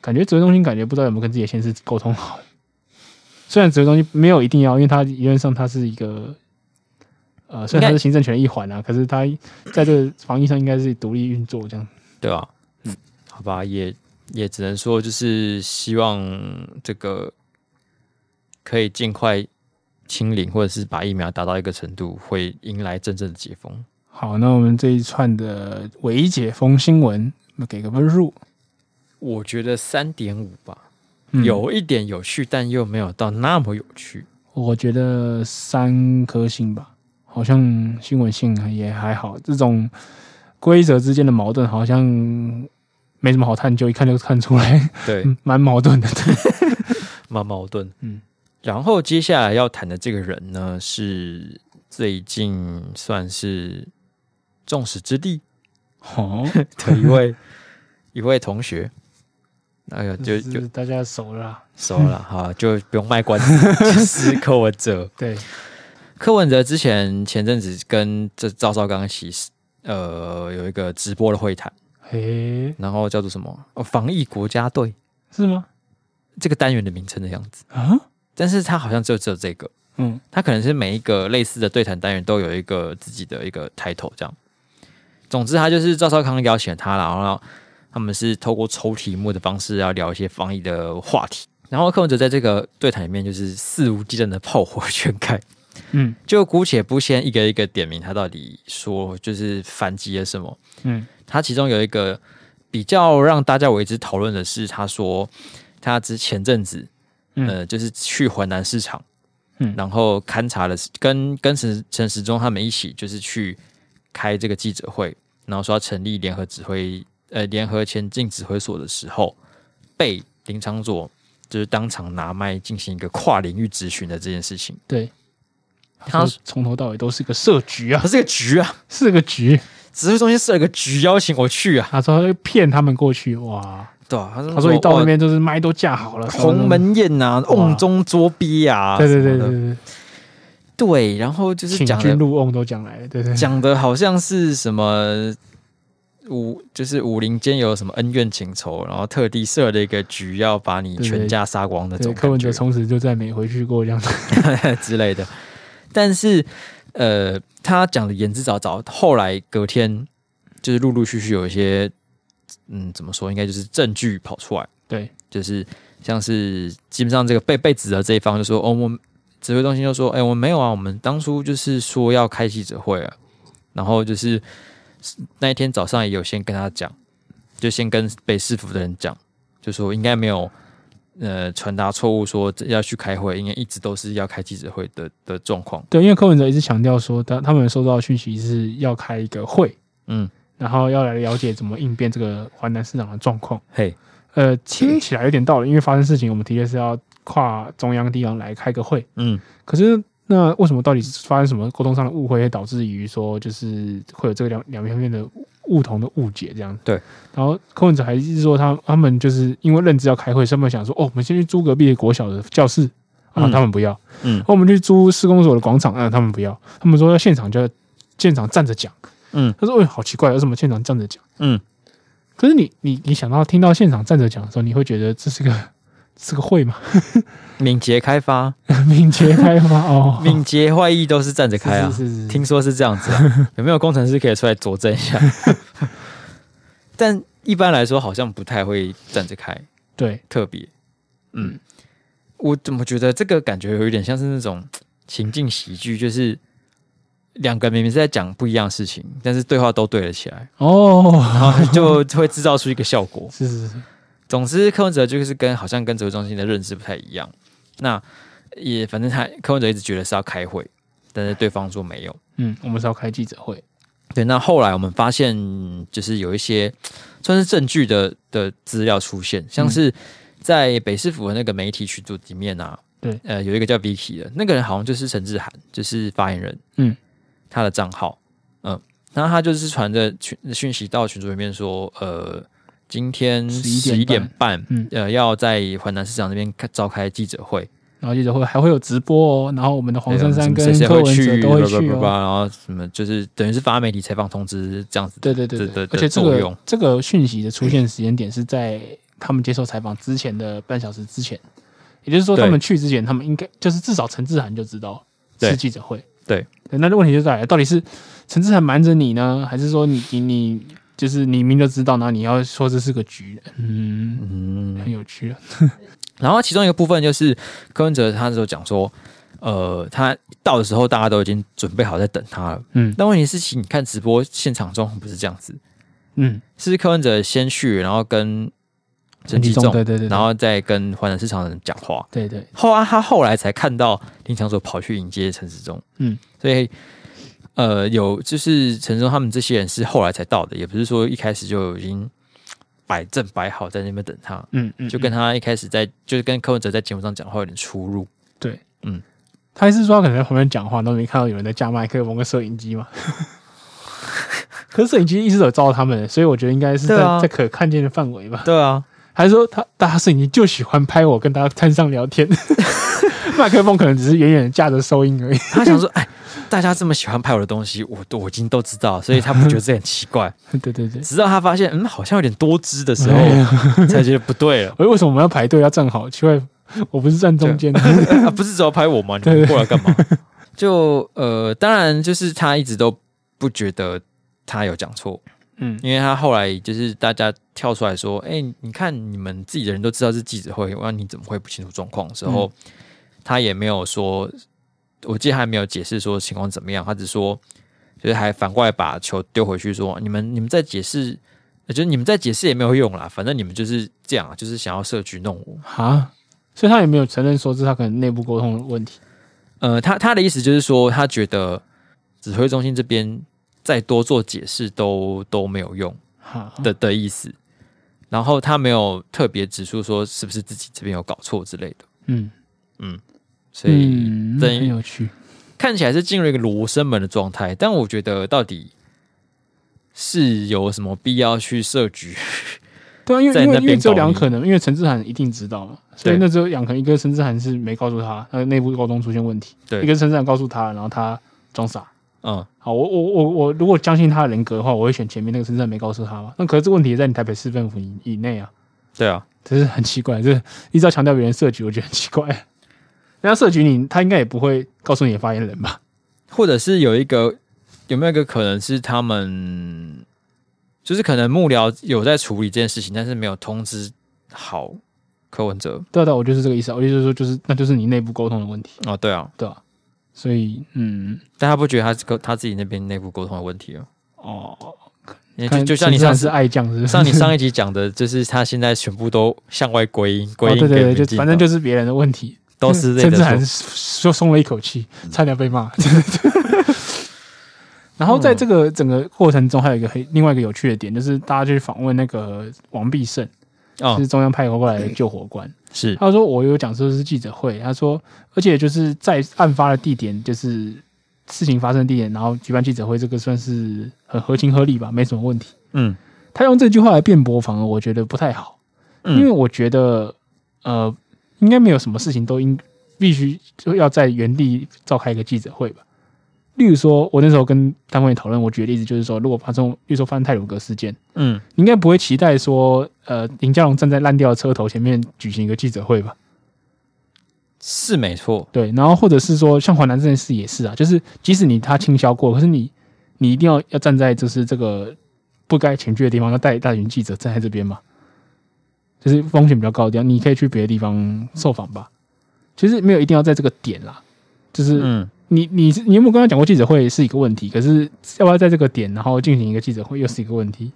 [SPEAKER 2] 感觉指挥中心感觉不知道有没有跟自己的县市沟通好。虽然指挥中心没有一定要，因为它理论上它是一个，呃，虽然它是行政权的一环啊，可是它在这个防疫上应该是独立运作这样。
[SPEAKER 1] 对吧、
[SPEAKER 2] 嗯
[SPEAKER 1] 好吧，也也只能说就是希望这个可以尽快清零，或者是把疫苗达到一个程度，会迎来真正的解封。
[SPEAKER 2] 好，那我们这一串的伪解封新闻，我们给个分数。
[SPEAKER 1] 我觉得三点五吧，
[SPEAKER 2] 嗯
[SPEAKER 1] 有一点有趣，但又没有到那么有趣。
[SPEAKER 2] 我觉得三颗星吧，好像新闻性也还好。这种规则之间的矛盾好像没什么好探究，一看就看出来，
[SPEAKER 1] 对，
[SPEAKER 2] 嗯蛮矛盾的。对
[SPEAKER 1] 蛮矛盾。
[SPEAKER 2] 嗯，
[SPEAKER 1] 然后接下来要谈的这个人呢，是最近算是众矢之的
[SPEAKER 2] 哦，
[SPEAKER 1] 的一位一位同学。哎呀，就
[SPEAKER 2] 就
[SPEAKER 1] 就
[SPEAKER 2] 就大家熟了啦。
[SPEAKER 1] 熟了哈，就不用卖关子， 就是柯文哲。
[SPEAKER 2] 对，
[SPEAKER 1] 柯文哲之前前阵子跟这赵少刚一起呃有一个直播的会谈，
[SPEAKER 2] 诶，
[SPEAKER 1] 然后叫做什么？哦，防疫国家队
[SPEAKER 2] 是吗？
[SPEAKER 1] 这个单元的名称的样子。
[SPEAKER 2] 啊，
[SPEAKER 1] 但是他好像就只有这个，
[SPEAKER 2] 嗯，
[SPEAKER 1] 他可能是每一个类似的对谈单元都有一个自己的一个 title 这样。总之，他就是赵少康邀请他啦，然后他们是透过抽题目的方式要聊一些防疫的话题。然后柯文哲在这个对谈里面就是肆无忌惮的炮火全开，
[SPEAKER 2] 嗯
[SPEAKER 1] 就姑且不先一个一个点名他到底说就是反击了什么。
[SPEAKER 2] 嗯
[SPEAKER 1] 他其中有一个比较让大家为之讨论的是，他说他之前阵子
[SPEAKER 2] 嗯
[SPEAKER 1] 呃，就是去淮南市场，
[SPEAKER 2] 嗯
[SPEAKER 1] 然后勘察了跟跟陈陈时中他们一起，就是去开这个记者会，然后说要成立联合指挥呃联合前进指挥所的时候，被林长佐就是当场拿麦进行一个跨领域质询的这件事情，
[SPEAKER 2] 对。
[SPEAKER 1] 他
[SPEAKER 2] 他说从头到尾都是个设局啊
[SPEAKER 1] 可，是个局啊，
[SPEAKER 2] 是个局。
[SPEAKER 1] 指挥中心设了个局邀请我去啊，
[SPEAKER 2] 他说他骗他们过去，哇！
[SPEAKER 1] 对啊，他
[SPEAKER 2] 他说一到
[SPEAKER 1] 哇
[SPEAKER 2] 那边就是麦都架好了，
[SPEAKER 1] 鸿哦门宴呐、啊，瓮中捉鳖啊，
[SPEAKER 2] 对
[SPEAKER 1] 什
[SPEAKER 2] 对对
[SPEAKER 1] 么
[SPEAKER 2] 对
[SPEAKER 1] 的
[SPEAKER 2] 对，
[SPEAKER 1] 对，然后就是
[SPEAKER 2] 请
[SPEAKER 1] 讲的
[SPEAKER 2] 君入瓮都讲来了，对对，
[SPEAKER 1] 讲的好像是什么武，就是武林间有什么恩怨情仇，然后特地设了一个局要把你全家杀光的这
[SPEAKER 2] 对
[SPEAKER 1] 种
[SPEAKER 2] 柯文
[SPEAKER 1] 感
[SPEAKER 2] 哲
[SPEAKER 1] 觉
[SPEAKER 2] 从此就再没回去过这样子。
[SPEAKER 1] 之类的。但是，呃，他讲的言之凿凿，后来隔天就是陆陆续续有一些，嗯，怎么说，应该就是证据跑出来，
[SPEAKER 2] 对，
[SPEAKER 1] 就是像是基本上这个被被指的这一方就说，哦，我们指挥中心就说，哎、我们没有啊，我们当初就是说要开记者会啊，然后就是那一天早上也有先跟他讲，就先跟被市府的人讲，就说应该没有呃传达错误，说这要去开会，应该一直都是要开记者会的的状况，
[SPEAKER 2] 对，因为柯文哲一直强调说，他他们收到的讯息是要开一个会，
[SPEAKER 1] 嗯，
[SPEAKER 2] 然后要来了解怎么应变这个华南市场的状况。
[SPEAKER 1] 嘿，
[SPEAKER 2] 呃，听起来有点道理，因为发生事情，我们的确是要跨中央地方来开个会。
[SPEAKER 1] 嗯，
[SPEAKER 2] 可是那为什么到底是发生什么沟通上的误会，会导致于说就是会有这个两两方面的不同的误解这样？
[SPEAKER 1] 对。
[SPEAKER 2] 然后柯文哲还一直说他他们就是因为认知要开会，所以他们想说哦，我们先去租隔壁的国小的教室啊，
[SPEAKER 1] 嗯
[SPEAKER 2] 他们不要。哦
[SPEAKER 1] 嗯
[SPEAKER 2] 我们去租施工所的广场啊，他们不要，他们说要现场就要现场站着讲。
[SPEAKER 1] 嗯
[SPEAKER 2] 他说：“哎、好奇怪，为什么现场站着讲？
[SPEAKER 1] 嗯，
[SPEAKER 2] 可是你你你想到听到现场站着讲的时候，你会觉得这是个 是个会吗？
[SPEAKER 1] 敏捷开发、
[SPEAKER 2] 敏捷开发 哦，
[SPEAKER 1] 敏捷会议都是站着
[SPEAKER 2] 是
[SPEAKER 1] 开啊，
[SPEAKER 2] 是是是，
[SPEAKER 1] 听说是这样子、啊，有没有工程师可以出来佐证一下？但一般来说好像不太会站着开，
[SPEAKER 2] 对，
[SPEAKER 1] 特别，嗯，我怎么觉得这个感觉有一点像是那种情境喜剧，就是两个明明是在讲不一样的事情，但是对话都对了起来，
[SPEAKER 2] 哦，
[SPEAKER 1] 然后就就会制造出一个效果。
[SPEAKER 2] 是是是，
[SPEAKER 1] 总之，柯文哲就是跟好像跟指挥中心的认知不太一样。那也反正他柯文哲一直觉得是要开会，但是对方说没有。
[SPEAKER 2] 嗯，我们是要开记者会，
[SPEAKER 1] 对，那后来我们发现，就是有一些算是证据的的资料出现，像是在北市府的那个媒体群组里面啊，
[SPEAKER 2] 对
[SPEAKER 1] 呃，有一个叫 Vicky 的那个人，好像就是陈志涵，就是发言人，
[SPEAKER 2] 嗯，
[SPEAKER 1] 他的账号，嗯，然后他就是传着群讯息到群组里面说，呃，今天
[SPEAKER 2] 11
[SPEAKER 1] 一点半，
[SPEAKER 2] 嗯
[SPEAKER 1] 呃，要在环南市场那边开召开记者会，
[SPEAKER 2] 然后记者会还会有直播哦，然后我们的黄珊珊
[SPEAKER 1] 对
[SPEAKER 2] 跟
[SPEAKER 1] 什么谁谁
[SPEAKER 2] 柯
[SPEAKER 1] 会
[SPEAKER 2] 文哲
[SPEAKER 1] 去，
[SPEAKER 2] 都会
[SPEAKER 1] 叭
[SPEAKER 2] 去
[SPEAKER 1] 叭叭叭
[SPEAKER 2] 哦，
[SPEAKER 1] 然后什么就是等于是发媒体采访通知这样子，
[SPEAKER 2] 对对对
[SPEAKER 1] 对对
[SPEAKER 2] 而且这
[SPEAKER 1] 作
[SPEAKER 2] 个
[SPEAKER 1] 用
[SPEAKER 2] 这个讯息的出现时间点是在他们接受采访之前的半小时之前，也就是说
[SPEAKER 1] 对
[SPEAKER 2] 他们去之前，他们应该就是至少陈志涵就知道
[SPEAKER 1] 对
[SPEAKER 2] 是记者会，
[SPEAKER 1] 对
[SPEAKER 2] 对，那问题就在于到底是陈志涵瞒着你呢，还是说你你你就是你明就知道，然后你要说这是个局，嗯，
[SPEAKER 1] 嗯，
[SPEAKER 2] 很有趣啊，
[SPEAKER 1] 然后其中一个部分就是柯文哲他那时候讲说，呃，他到的时候大家都已经准备好在等他了。
[SPEAKER 2] 嗯
[SPEAKER 1] 但问题是，其实你看直播现场状况不是这样子，
[SPEAKER 2] 嗯，
[SPEAKER 1] 是柯文哲先去，然后跟陈吉仲，
[SPEAKER 2] 对对对，
[SPEAKER 1] 然后再跟华南市场的人讲话。
[SPEAKER 2] 对对
[SPEAKER 1] 后来他后来才看到林长佐跑去迎接陈时中，
[SPEAKER 2] 嗯，
[SPEAKER 1] 所以呃，有就是陈时中他们这些人是后来才到的，也不是说一开始就已经摆正摆好在那边等他。
[SPEAKER 2] 嗯嗯，
[SPEAKER 1] 就跟他一开始在，就是跟柯文哲在节目上讲话有点出入。
[SPEAKER 2] 对，
[SPEAKER 1] 嗯，
[SPEAKER 2] 他还是说他可能在旁边讲话，然后没看到有人在架麦克风跟摄影机嘛。 可是摄影机一直有照他们，所以我觉得应该是在、
[SPEAKER 1] 对啊
[SPEAKER 2] 在可看见的范围吧。
[SPEAKER 1] 对啊，
[SPEAKER 2] 还是说他大家摄影机就喜欢拍我跟大家摊上聊 天，麦克风可能只是远远地架着收音 而已，
[SPEAKER 1] 他想说，哎，大家这么喜欢拍我的东西，我都我已经都知道，所以他不觉得这很奇怪。
[SPEAKER 2] 对对对。
[SPEAKER 1] 直到他发现，嗯，好像有点多汁的时
[SPEAKER 2] 哎
[SPEAKER 1] 候，才觉得不对了。
[SPEAKER 2] 哎，为什么我们要排队要站好？奇怪，我不是站中间的。
[SPEAKER 1] 啊，不是只要拍我吗？你们过来干嘛？ 就呃，当然就是他一直都不觉得他有讲错，
[SPEAKER 2] 嗯
[SPEAKER 1] 因为他后来就是大家跳出来说：“哎、你看你们自己的人都知道是记者会，那你怎么会不清楚状况？”时候、他也没有说，我记得他还没有解释说情况怎么样，他只说就是还反过来把球丢回去说：“你们你们在解释，呃就是你们在解释也没有用啦，反正你们就是这样，啊就是想要设局弄我。
[SPEAKER 2] 啊，所以他也没有承认说这是他可能内部沟通的问题。”
[SPEAKER 1] 呃，他他的意思就是说，他觉得指挥中心这边再多做解释都都没有用。
[SPEAKER 2] 哈，
[SPEAKER 1] 的的意思。然后他没有特别指出说是不是自己这边有搞错之类的，
[SPEAKER 2] 嗯，
[SPEAKER 1] 所以
[SPEAKER 2] 嗯
[SPEAKER 1] 等于
[SPEAKER 2] 很有趣。
[SPEAKER 1] 看起来是进入一个罗生门的状态。但我觉得到底是有什么必要去设局？
[SPEAKER 2] 对啊，因为
[SPEAKER 1] 在
[SPEAKER 2] 因为
[SPEAKER 1] 那
[SPEAKER 2] 因为
[SPEAKER 1] 边
[SPEAKER 2] 只有
[SPEAKER 1] 搞
[SPEAKER 2] 两
[SPEAKER 1] 你
[SPEAKER 2] 可能，因为陈志涵一定知道嘛，所以
[SPEAKER 1] 对
[SPEAKER 2] 那只有两可能，一个陈志涵是没告诉他，他的内部沟通出现问题；，
[SPEAKER 1] 对
[SPEAKER 2] 一个陈志涵告诉他，然后他装傻。
[SPEAKER 1] 嗯，
[SPEAKER 2] 好，我我我我如果相信他的人格的话，我会选前面那个陈志涵没告诉他嘛。那可是这问题也在你台北市政府以以内啊，
[SPEAKER 1] 对啊，
[SPEAKER 2] 这是很奇怪，这一直要强调别人设局，我觉得很奇怪。 人家设局你，他应该也不会告诉你的发言人吧？
[SPEAKER 1] 或者是有一个有没有一个可能是他们就是可能幕僚有在处理这件事情，但是没有通知好柯文哲
[SPEAKER 2] 对啊，对啊，我就是这个意思啊。我就是说，就是那就是你内部沟通的问题，
[SPEAKER 1] 哦，对啊，
[SPEAKER 2] 对吧、所以，嗯，
[SPEAKER 1] 但他不觉得他是个他自己那边内部沟通的问题哦，
[SPEAKER 2] 哦，
[SPEAKER 1] 因为
[SPEAKER 2] 看
[SPEAKER 1] 就就像你
[SPEAKER 2] 陈志
[SPEAKER 1] 上
[SPEAKER 2] 涵
[SPEAKER 1] 次
[SPEAKER 2] 是爱将，是不是
[SPEAKER 1] 像你 上一集讲的，就是他现在全部都向外归因，归因
[SPEAKER 2] 哦、对
[SPEAKER 1] 给
[SPEAKER 2] 对
[SPEAKER 1] 民
[SPEAKER 2] 对，
[SPEAKER 1] 进
[SPEAKER 2] 就
[SPEAKER 1] 党
[SPEAKER 2] 反正就是别人的问题，
[SPEAKER 1] 都 是类
[SPEAKER 2] 甚至
[SPEAKER 1] 的嗯
[SPEAKER 2] 还
[SPEAKER 1] 错。
[SPEAKER 2] 说松了一口气，差点被骂。 然后在这
[SPEAKER 1] 嗯
[SPEAKER 2] 个整个过程中，还有一个很另外一个有趣的点，就是大家去访问那个王必胜，就
[SPEAKER 1] 哦嗯
[SPEAKER 2] 是，中啊央派过来的救火官，
[SPEAKER 1] 是
[SPEAKER 2] 他说我有讲说是记者会，他说而且就是在案发的地点，就是事情发生的地点，然后举办记者会，这个算是很合情合理吧，没什么问题。
[SPEAKER 1] 嗯
[SPEAKER 2] 他用这句话来辩驳，反而我觉得不太好，
[SPEAKER 1] 嗯
[SPEAKER 2] 因为我觉得呃，应该没有什么事情都应必须就要在原地召开一个记者会吧。例如说，我那时候跟单位讨论，我举的例子就是说，如果发生，例如说发生泰鲁格事件，
[SPEAKER 1] 嗯，
[SPEAKER 2] 你应该不会期待说，呃，林佳龙站在烂掉的车头前面举行一个记者会吧？
[SPEAKER 1] 是没错。
[SPEAKER 2] 对，然后或者是说，像华南这件事也是啊，就是即使你他倾销过，可是你你一定要要站在就是这个不该前去的地方，那带大群记者站在这边嘛，就是风险比较高的地方，你可以去别的地方受访吧。其实没有一定要在这个点啦，就是
[SPEAKER 1] 嗯，
[SPEAKER 2] 你你是你有没有跟他讲过记者会是一个问题？可是要不要在这个点然后进行一个记者会又是一个问题。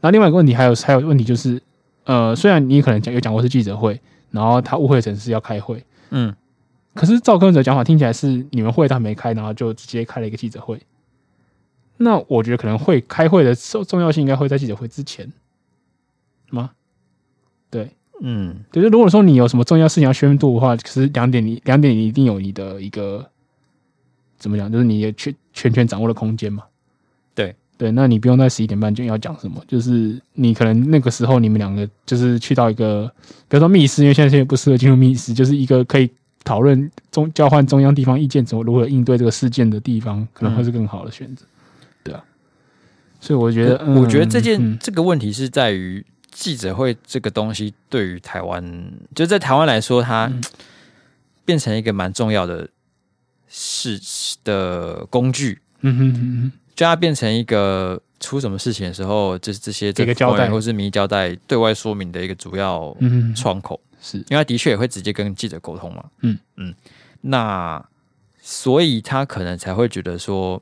[SPEAKER 2] 然后另外一个问题还有还有问题就是，呃，虽然你可能讲有讲过是记者会，然后他误会成是要开会，
[SPEAKER 1] 嗯，
[SPEAKER 2] 可是赵柯文哲讲法听起来是你们会他没开，然后就直接开了一个记者会。那我觉得可能会开会的重重要性应该会在记者会之前吗？对，
[SPEAKER 1] 嗯，
[SPEAKER 2] 就是如果说你有什么重要事情要宣布的话，其实两点你两点你一定有你的一个怎么讲，就是你也全全权掌握的空间嘛。
[SPEAKER 1] 对
[SPEAKER 2] 对，那你不用在十一点半就要讲什么，就是你可能那个时候你们两个就是去到一个，比如说密室，因为现在现在不适合进入密室，就是一个可以讨论中交换中央地方意见怎么如何应对这个事件的地方，可能会是更好的选择。对啊，所以我觉得，
[SPEAKER 1] 嗯我我觉得这件、
[SPEAKER 2] 嗯
[SPEAKER 1] 这个问题是在于记者会这个东西对于台湾，就在台湾来说，它
[SPEAKER 2] 嗯
[SPEAKER 1] 变成一个蛮重要的事的工具，
[SPEAKER 2] 嗯哼嗯哼
[SPEAKER 1] 就它变成一个出什么事情的时候，就是这些
[SPEAKER 2] 给个
[SPEAKER 1] 政府官员
[SPEAKER 2] 交代
[SPEAKER 1] 或是民意交代对外说明的一个主要
[SPEAKER 2] 嗯哼嗯哼，
[SPEAKER 1] 窗口，
[SPEAKER 2] 是
[SPEAKER 1] 因为他的确也会直接跟记者沟通嘛。
[SPEAKER 2] 嗯
[SPEAKER 1] 嗯，那所以他可能才会觉得说，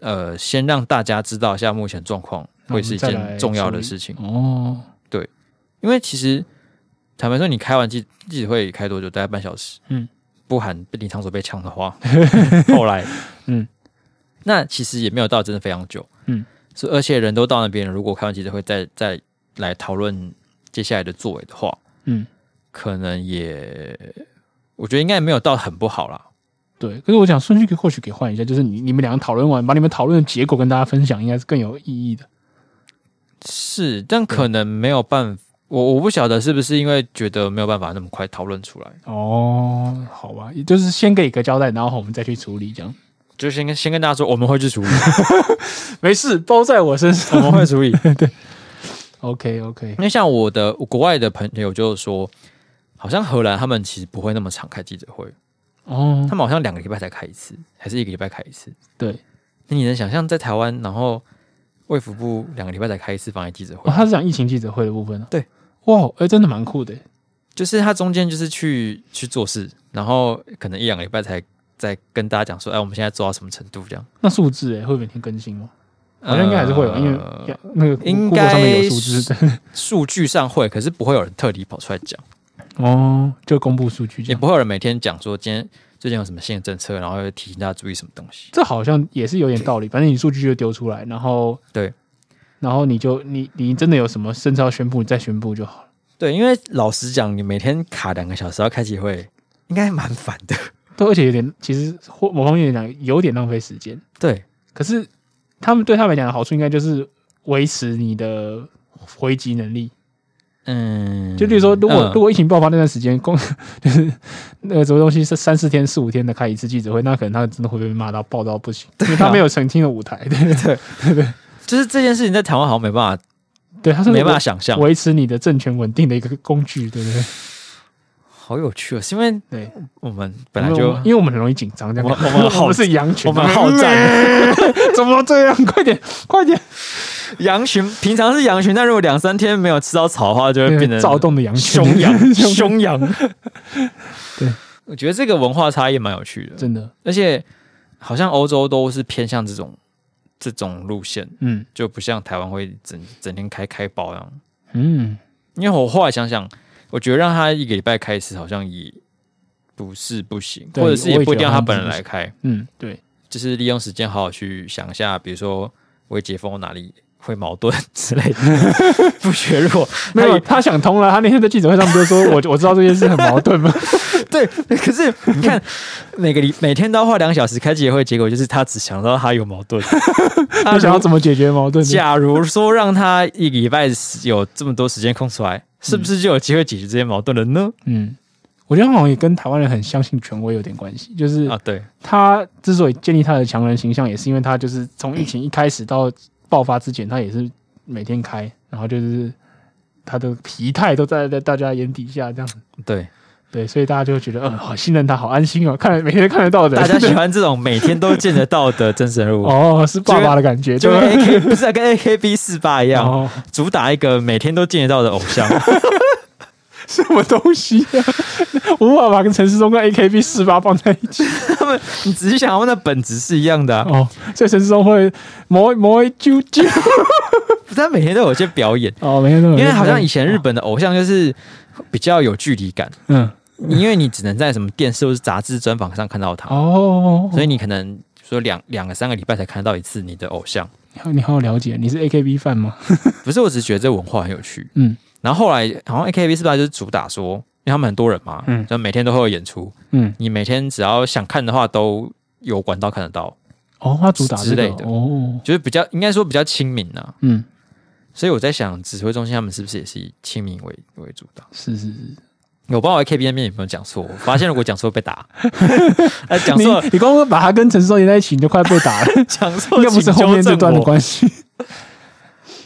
[SPEAKER 1] 呃，先让大家知道一下目前状况，
[SPEAKER 2] 那我
[SPEAKER 1] 会
[SPEAKER 2] 们
[SPEAKER 1] 是一
[SPEAKER 2] 再来
[SPEAKER 1] 件重要
[SPEAKER 2] 处
[SPEAKER 1] 的
[SPEAKER 2] 理
[SPEAKER 1] 事情。
[SPEAKER 2] 哦。
[SPEAKER 1] 因为其实坦白说，你开完记记者会开多久？大概半小时。
[SPEAKER 2] 嗯，
[SPEAKER 1] 不含林场所被抢的 话，后来，
[SPEAKER 2] 嗯，
[SPEAKER 1] 那其实也没有到真的非常久。
[SPEAKER 2] 嗯，
[SPEAKER 1] 所以而且人都到那边了，如果开完记者会再再来讨论接下来的作为的话，
[SPEAKER 2] 嗯，
[SPEAKER 1] 可能也我觉得应该也没有到很不好啦。
[SPEAKER 2] 对，可是我想顺序可以或许可以换一下，就是你你们两个讨论完，把你们讨论的结果跟大家分享，应该是更有意义的。
[SPEAKER 1] 是，但可能没有办法，我我不晓得是不是因为觉得没有办法那么快讨论出来，
[SPEAKER 2] 哦，好吧，也就是先给一个交代，然后我们再去处理，这样
[SPEAKER 1] 就先跟先跟大家说我们会去处理，
[SPEAKER 2] 没事，包在我身
[SPEAKER 1] 我
[SPEAKER 2] 上。
[SPEAKER 1] 们会处理，
[SPEAKER 2] OK OK，
[SPEAKER 1] 因为像我的国外的朋友就说，好像荷兰他们其实不会那么常开记者会，
[SPEAKER 2] 哦
[SPEAKER 1] 他，们好像两个礼拜才开一次，还是一个礼拜开一次。
[SPEAKER 2] 对，
[SPEAKER 1] 那你能想象在台湾，然后卫福部两个礼拜才开一次防疫记者会，
[SPEAKER 2] 哦，他是讲疫情记者会的部分啊。
[SPEAKER 1] 对，
[SPEAKER 2] 哇，哎、真的蛮酷的。
[SPEAKER 1] 就是他中间就是去去做事，然后可能一两个礼拜才再跟大家讲说，哎，我们现在做到什么程度这样。
[SPEAKER 2] 那数字哎、会每天更新吗？好像应该还是会有，
[SPEAKER 1] 呃
[SPEAKER 2] 因为那个 Google
[SPEAKER 1] 应该
[SPEAKER 2] 上面有数字的
[SPEAKER 1] 数据上会，可是不会有人特地跑出来讲，
[SPEAKER 2] 哦，就公布数据这
[SPEAKER 1] 也
[SPEAKER 2] 样。
[SPEAKER 1] 不会有人每天讲说今天最近有什么新的政策，然后又提醒大家注意什么东西。
[SPEAKER 2] 这好像也是有点道理，反正你数据就丢出来，然后
[SPEAKER 1] 对，
[SPEAKER 2] 然后你就你你真的有什么甚至要宣布，你再宣布就好了。
[SPEAKER 1] 对，因为老实讲，你每天卡两个小时要开机会，应该蛮烦的。
[SPEAKER 2] 对，而且有点其实或某方面来讲有点浪费时间，
[SPEAKER 1] 对，
[SPEAKER 2] 可是他们对他们来讲的好处应该就是维持你的回击能力。
[SPEAKER 1] 嗯，
[SPEAKER 2] 就例如说，如果、
[SPEAKER 1] 嗯
[SPEAKER 2] 如果疫情爆发那段时间，公 就是那个什么东西是三四天、四五天的开一次记者会，那可能他真的会被骂到爆到不行，
[SPEAKER 1] 啊
[SPEAKER 2] 因为他没有澄清的舞台。 对
[SPEAKER 1] 就是这件事情在台湾好像没办法，
[SPEAKER 2] 对，他是
[SPEAKER 1] 没办法想象，
[SPEAKER 2] 维持你的政权稳定的一个工具，对不对？
[SPEAKER 1] 好有趣哦，是因为
[SPEAKER 2] 对，
[SPEAKER 1] 我们本来
[SPEAKER 2] 因为
[SPEAKER 1] 就
[SPEAKER 2] 我们因为我们很容易紧张，这样
[SPEAKER 1] 我们我们好
[SPEAKER 2] 我们是羊群，
[SPEAKER 1] 我们好战，
[SPEAKER 2] 怎么这样？快点，快点！
[SPEAKER 1] 羊群平常是羊群，但如果两三天没有吃到草的话，就会变成
[SPEAKER 2] 躁动的羊群，
[SPEAKER 1] 凶 羊，凶羊。
[SPEAKER 2] 对，
[SPEAKER 1] 我觉得这个文化差异蛮有趣的，
[SPEAKER 2] 真的，
[SPEAKER 1] 而且好像欧洲都是偏向这种这种路线，
[SPEAKER 2] 嗯
[SPEAKER 1] 就不像台湾会整整天开开包一样。
[SPEAKER 2] 嗯，
[SPEAKER 1] 因为我后来想想，我觉得让他一个礼拜开一次，好像也不是不行，
[SPEAKER 2] 对
[SPEAKER 1] 或者是也不一定要他本人
[SPEAKER 2] 我
[SPEAKER 1] 来
[SPEAKER 2] 也
[SPEAKER 1] 开，
[SPEAKER 2] 嗯，对，
[SPEAKER 1] 就是利用时间好好去想一下，比如说我解封哪里会矛盾之 类的，不削弱。
[SPEAKER 2] 没有，他想通了。他那天在记者会上不就 说，我我知道这件事很矛盾吗？
[SPEAKER 1] 对，可是你看， 每个礼每天都要花两小时开记者会，结果就是他只想到他有矛盾。 他
[SPEAKER 2] 他想要
[SPEAKER 1] 如
[SPEAKER 2] 怎么解决矛盾？
[SPEAKER 1] 假如说让他一个礼拜有这么多时间空出来，是不是就有机会解决这些矛盾了呢？
[SPEAKER 2] 嗯，我觉得好像也跟台湾人很相信权威有点关系，就是
[SPEAKER 1] 啊，对，
[SPEAKER 2] 他之所以建立他的强人形象，也是因为他就是从疫情一开始到爆发之前，他也是每天开，然后就是他的疲态都在在大家眼底下这样。
[SPEAKER 1] 对，
[SPEAKER 2] 对，所以大家就会觉得，嗯，好信任他，好安心哦，看来每天看得到的，
[SPEAKER 1] 大家喜欢这种每天都见得到的真人物，
[SPEAKER 2] 哦，是爸爸的感觉，
[SPEAKER 1] 就跟
[SPEAKER 2] 对吧
[SPEAKER 1] AK 不是啊跟 AKB 四八一样，
[SPEAKER 2] 哦，
[SPEAKER 1] 主打一个每天都见得到的偶 像。
[SPEAKER 2] 什么东西、啊？我无法把跟陈世忠跟 AKB 四八放在一起
[SPEAKER 1] 他们，你仔细想，他们的本质是一样的、啊，
[SPEAKER 2] 哦，所以陈世忠会磨磨啾啾
[SPEAKER 1] 不但每天都有一些表演。
[SPEAKER 2] 哦，每天都有，
[SPEAKER 1] 因为好像以前日本的
[SPEAKER 2] 哦
[SPEAKER 1] 偶像就是比较有距离感，
[SPEAKER 2] 嗯
[SPEAKER 1] 因为你只能在什么电视或是杂志专访上看到他，
[SPEAKER 2] 哦，
[SPEAKER 1] 所以你可能说两两个三个礼拜才看得到一次你的偶像。
[SPEAKER 2] 你好了解，你是 AKB fan 吗？
[SPEAKER 1] 不是，我只是觉得这文化很有趣。
[SPEAKER 2] 嗯
[SPEAKER 1] 然后后来好像 AKB 是不是就是主打说，因为他们很多人嘛，
[SPEAKER 2] 嗯
[SPEAKER 1] 就每天都会有演出，
[SPEAKER 2] 嗯，
[SPEAKER 1] 你每天只要想看的话都有管道看得到，
[SPEAKER 2] 哦，他主打这
[SPEAKER 1] 之
[SPEAKER 2] 个
[SPEAKER 1] 类的
[SPEAKER 2] 哦，
[SPEAKER 1] 就是比较应该说比较亲民啊。
[SPEAKER 2] 嗯，
[SPEAKER 1] 所以我在想，指挥中心他们是不是也是以亲民为为主打？
[SPEAKER 2] 是是是，
[SPEAKER 1] 我不知道我 AKB 那边有没有讲错，我发现如果讲错被打， 呃，讲
[SPEAKER 2] 你
[SPEAKER 1] 错了
[SPEAKER 2] 你光把他跟陈世忠连在一起，你就快被打了，
[SPEAKER 1] 讲错
[SPEAKER 2] 应
[SPEAKER 1] 了，
[SPEAKER 2] 该不是后
[SPEAKER 1] 请
[SPEAKER 2] 面
[SPEAKER 1] 纠
[SPEAKER 2] 这
[SPEAKER 1] 正
[SPEAKER 2] 段的
[SPEAKER 1] 我
[SPEAKER 2] 关系。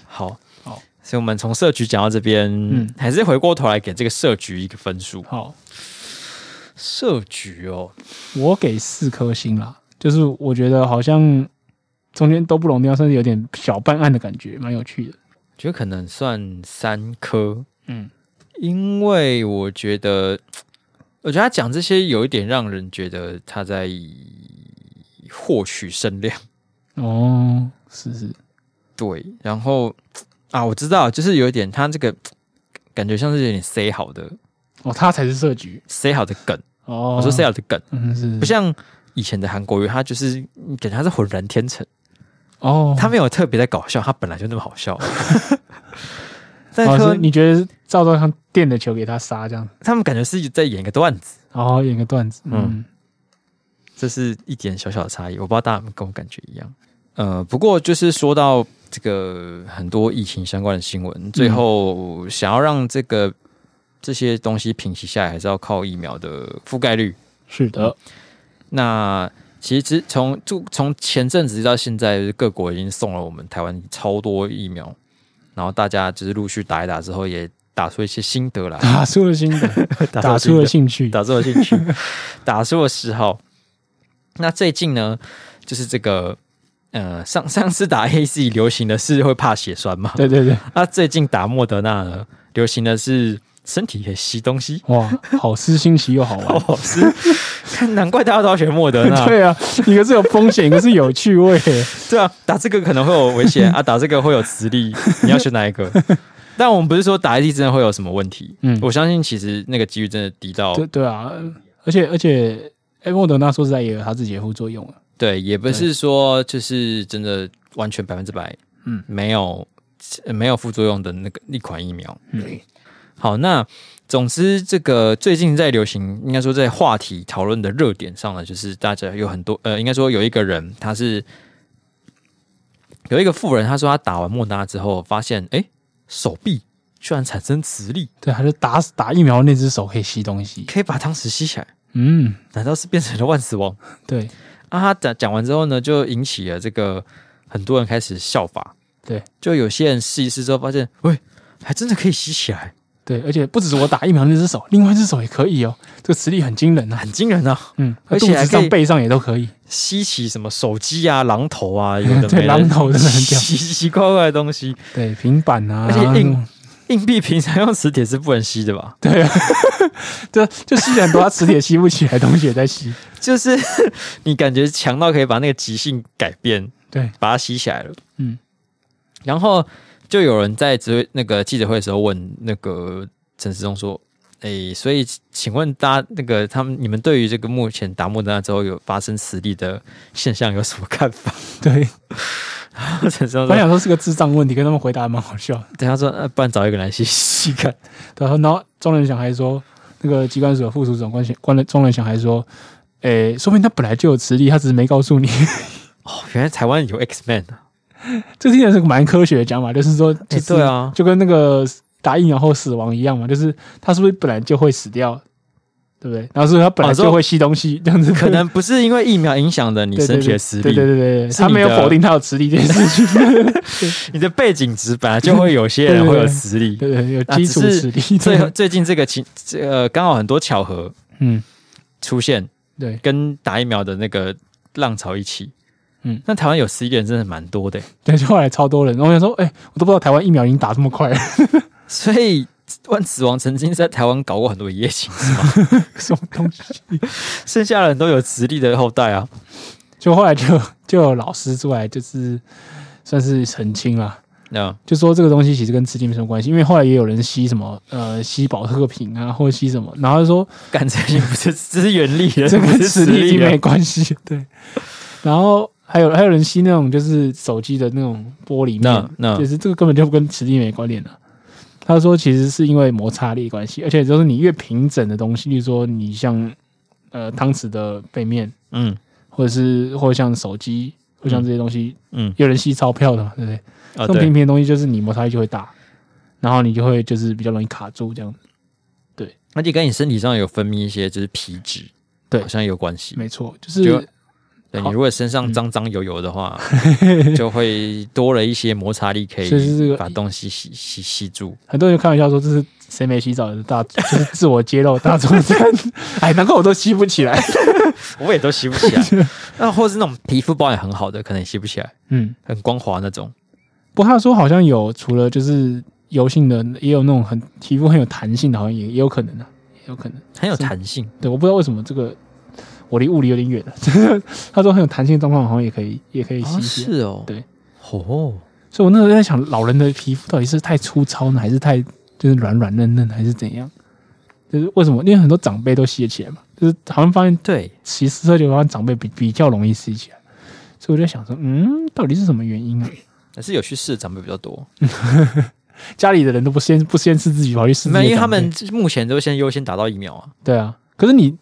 [SPEAKER 1] 好，
[SPEAKER 2] 好
[SPEAKER 1] 所以我们从社局讲到这边，
[SPEAKER 2] 嗯
[SPEAKER 1] 还是回过头来给这个社局一个分数。
[SPEAKER 2] 好，
[SPEAKER 1] 社局哦，
[SPEAKER 2] 我给四颗星啦，就是我觉得好像中间都不拢掉，甚至有点小办案的感觉，蛮有趣的。
[SPEAKER 1] 觉得可能算三颗，
[SPEAKER 2] 嗯，
[SPEAKER 1] 因为我觉得，我觉得他讲这些有一点让人觉得他在获取声量。
[SPEAKER 2] 嗯哦，是是，
[SPEAKER 1] 对，然后啊，我知道，就是有一点他这个感觉像是有点塞好的
[SPEAKER 2] 哦，他才是设局。
[SPEAKER 1] 塞好的梗，
[SPEAKER 2] 哦，
[SPEAKER 1] 我说塞，好的梗，
[SPEAKER 2] 嗯是
[SPEAKER 1] 不，像。以前的韩国语，他就是感觉他是浑然天成，
[SPEAKER 2] 哦，
[SPEAKER 1] 他没有特别在搞笑，他本来就那么好 笑。但
[SPEAKER 2] 哦，
[SPEAKER 1] 是
[SPEAKER 2] 是
[SPEAKER 1] 说
[SPEAKER 2] 你觉得赵照康垫的球给他杀这样，
[SPEAKER 1] 他们感觉是在演一个段子，
[SPEAKER 2] 然后演个段子，嗯，
[SPEAKER 1] 这是一点小小的差异，我不知道大家有没有跟我感觉一样。呃，不过就是说到这个很多疫情相关的新闻，最后想要让这个这些东西平息下来，还是要靠疫苗的覆盖率。
[SPEAKER 2] 是的，
[SPEAKER 1] 那其实从就从前阵子到现在，各国已经送了我们台湾超多疫苗，然后大家就是陆续打一打之后，也打出一些心得啦，
[SPEAKER 2] 打出 了心得， 打
[SPEAKER 1] 心
[SPEAKER 2] 出
[SPEAKER 1] 得
[SPEAKER 2] 了兴趣，
[SPEAKER 1] 打出了兴趣， 打出了嗜好。那最近呢，就是这个呃，上上次打 A C 流行的是会怕血栓嘛？
[SPEAKER 2] 对对对，
[SPEAKER 1] 那最近打莫德纳呢，流行的是身体也吸东西。
[SPEAKER 2] 哇，好吃新奇又好玩，
[SPEAKER 1] 哦，是， 看难怪大家都要学莫德纳。
[SPEAKER 2] 对啊，一个是有风险，一个是有趣味，
[SPEAKER 1] 对啊，打这个可能会有危险啊，打这个会有磁力，你要选哪一个？但我们不是说打 A C 真的会有什么问题，
[SPEAKER 2] 嗯
[SPEAKER 1] 我相信其实那个几率真的低到
[SPEAKER 2] 对对啊，而且而且，哎，莫德纳说实在也有他自己的副作用啊，
[SPEAKER 1] 对，也不是说就是真的完全百分之百，
[SPEAKER 2] 嗯
[SPEAKER 1] 没有呃没有副作用的那个一款疫苗。
[SPEAKER 2] 嗯
[SPEAKER 1] 好，那总之这个最近在流行，应该说在话题讨论的热点上呢，就是大家有很多呃，应该说有一个人他是有一个富人，他说他打完莫德纳之后发现，哎，手臂居然产生磁力，
[SPEAKER 2] 对，还是打打疫苗那只手可以吸东西，
[SPEAKER 1] 可以把汤匙吸起来，
[SPEAKER 2] 嗯，
[SPEAKER 1] 难道是变成了万磁王？
[SPEAKER 2] 对
[SPEAKER 1] 啊，他讲讲完之后呢，就引起了这个很多人开始效法。
[SPEAKER 2] 对，
[SPEAKER 1] 就有些人试一试之后发现，喂，还真的可以吸起来，
[SPEAKER 2] 对，而且不只是我打疫苗那只手，另外一只手也可以哦，这个磁力很惊人啊，
[SPEAKER 1] 很惊人啊！
[SPEAKER 2] 嗯，
[SPEAKER 1] 而且
[SPEAKER 2] 肚
[SPEAKER 1] 还
[SPEAKER 2] 子
[SPEAKER 1] 可以
[SPEAKER 2] 上背上也都可以，
[SPEAKER 1] 吸起什么手机啊、榔头啊，有的
[SPEAKER 2] 对
[SPEAKER 1] 没
[SPEAKER 2] 榔头真的很屌
[SPEAKER 1] 奇奇怪怪的东西。
[SPEAKER 2] 对，平板啊，
[SPEAKER 1] 而且
[SPEAKER 2] 那
[SPEAKER 1] 硬
[SPEAKER 2] 种
[SPEAKER 1] 硬币平常用磁铁是不能吸的吧？
[SPEAKER 2] 对啊，就就吸很多，它磁铁吸不起来，东西也在吸。
[SPEAKER 1] 就是 你感觉强到可以把那个极性改变，
[SPEAKER 2] 对，
[SPEAKER 1] 把它吸起来了。
[SPEAKER 2] 嗯，
[SPEAKER 1] 然后就有人在指挥那个记者会的时候问那个陈时中说：“诶，所以请问大家那个他们你们对于这个目前打莫德纳之后有发生磁力的现象有什么看法
[SPEAKER 2] 对，？”
[SPEAKER 1] 陈时中
[SPEAKER 2] 我
[SPEAKER 1] 说
[SPEAKER 2] 想说是个智障问题，跟他们回答还蛮好笑的。：“
[SPEAKER 1] 等他说，呃，不然找一个人来吸吸看。
[SPEAKER 2] 对啊，然后庄仁祥还说，那个机关署的副署长关关了庄仁祥还说，诶，说不定他本来就有磁力，他只是没告诉你。
[SPEAKER 1] 哦，原来台湾有 X Man
[SPEAKER 2] 这听起来是个蛮科学的讲法，就是说，就
[SPEAKER 1] 诶
[SPEAKER 2] 是
[SPEAKER 1] 对啊
[SPEAKER 2] 就跟那个打疫苗后死亡一样嘛，就是他是不是本来就会死掉，对对不对？然后所以他本来
[SPEAKER 1] 哦
[SPEAKER 2] 就会吸东西，这样子
[SPEAKER 1] 可能不是因为疫苗影响的你
[SPEAKER 2] 对对
[SPEAKER 1] 身
[SPEAKER 2] 对
[SPEAKER 1] 体的实
[SPEAKER 2] 对
[SPEAKER 1] 力，
[SPEAKER 2] 对对对对，
[SPEAKER 1] 是
[SPEAKER 2] 他
[SPEAKER 1] 你
[SPEAKER 2] 没有
[SPEAKER 1] 的
[SPEAKER 2] 否定他有磁力这件 事情，
[SPEAKER 1] 你的背景值本来就会有些人会有实力。
[SPEAKER 2] 对对对，有
[SPEAKER 1] 啊
[SPEAKER 2] 基础
[SPEAKER 1] 只
[SPEAKER 2] 实
[SPEAKER 1] 是
[SPEAKER 2] 力。
[SPEAKER 1] 最
[SPEAKER 2] 对
[SPEAKER 1] 最近这个情，这呃，刚好很多巧合
[SPEAKER 2] 嗯，
[SPEAKER 1] 出现，
[SPEAKER 2] 对，
[SPEAKER 1] 跟打疫苗的那个浪潮一起。
[SPEAKER 2] 嗯
[SPEAKER 1] 嗯，那台湾有十一个人真的蛮多的欸，
[SPEAKER 2] 对，就后来超多人，然后我想说，哎，我都不知道台湾疫苗已经打这么快了，
[SPEAKER 1] 所以万磁王曾经在台湾搞过很多一夜情，
[SPEAKER 2] 什么东西？
[SPEAKER 1] 剩下的人都有实力的后代啊。
[SPEAKER 2] 就后来就就有老师出来，就是算是澄清啦，
[SPEAKER 1] 那
[SPEAKER 2] 就说这个东西其实跟吃鸡没什么关系，因为后来也有人吸什么呃吸保特瓶啊，或者吸什么，然后就 说
[SPEAKER 1] 干这些不是这是原力了，
[SPEAKER 2] 这
[SPEAKER 1] 不
[SPEAKER 2] 跟
[SPEAKER 1] 是
[SPEAKER 2] 吃
[SPEAKER 1] 实
[SPEAKER 2] 力已
[SPEAKER 1] 力
[SPEAKER 2] 经
[SPEAKER 1] 了
[SPEAKER 2] 没。关系，
[SPEAKER 1] 啊
[SPEAKER 2] 对。然后还有还有人吸那种就是手机的那种玻璃面
[SPEAKER 1] 那，那
[SPEAKER 2] 就是这个根本就跟磁力没关联了、他说其实是因为摩擦力关系，而且就是你越平整的东西，例如说你像呃汤匙的背面，
[SPEAKER 1] 嗯
[SPEAKER 2] 或者是或者像手机，或像这些东西，
[SPEAKER 1] 嗯
[SPEAKER 2] 有人吸钞票的嘛，对不对？
[SPEAKER 1] 啊
[SPEAKER 2] 这种
[SPEAKER 1] 对
[SPEAKER 2] 平平的东西就是你摩擦力就会大，然后你就会就是比较容易卡住这样。
[SPEAKER 1] 嗯而且跟你身体上有分泌一些就是皮脂，
[SPEAKER 2] 对
[SPEAKER 1] 好像有关系。
[SPEAKER 2] 没错，就
[SPEAKER 1] 就是对
[SPEAKER 2] 好
[SPEAKER 1] 你如果身上脏脏油油的 话，就会多了一些摩擦力，可
[SPEAKER 2] 所以是这个
[SPEAKER 1] 以把东西吸吸吸住。
[SPEAKER 2] 很多人开玩笑说这是谁没洗澡的大，就是自我揭露大众 战。哎，难怪我都吸不起来。
[SPEAKER 1] 我也都吸不起来。那或是那种皮肤保养很好的，可能也吸不起来，
[SPEAKER 2] 嗯，
[SPEAKER 1] 很光滑那种。
[SPEAKER 2] 不过他说好像有除了就是油性的，也有那种很皮肤很有弹性的，好像也也有可能啊，也有可能。
[SPEAKER 1] 很有弹性，
[SPEAKER 2] 对，我不知道为什么这个我离物理有点远了。 他说很有弹性的状况，好像也可以也可以吸
[SPEAKER 1] 哦
[SPEAKER 2] 一些。
[SPEAKER 1] 是哦，
[SPEAKER 2] 对，
[SPEAKER 1] 哦，
[SPEAKER 2] 所以我那时候在想，老人的皮肤到底是太粗糙呢，还是太就是软软嫩嫩，还是怎样？就是为什么？因为很多长辈都吸得起来嘛，就是好像发现
[SPEAKER 1] 对，
[SPEAKER 2] 骑四车流发现长辈比比较容易吸起来，所以我在想说，嗯，到底是什么原因啊？
[SPEAKER 1] 还是有去试的长辈比较多，
[SPEAKER 2] 家里的人都不先不先试自己，跑去试自己的
[SPEAKER 1] 没有，因为他
[SPEAKER 2] 长辈
[SPEAKER 1] 们目前都先优先打到疫苗啊。
[SPEAKER 2] 对啊，可是你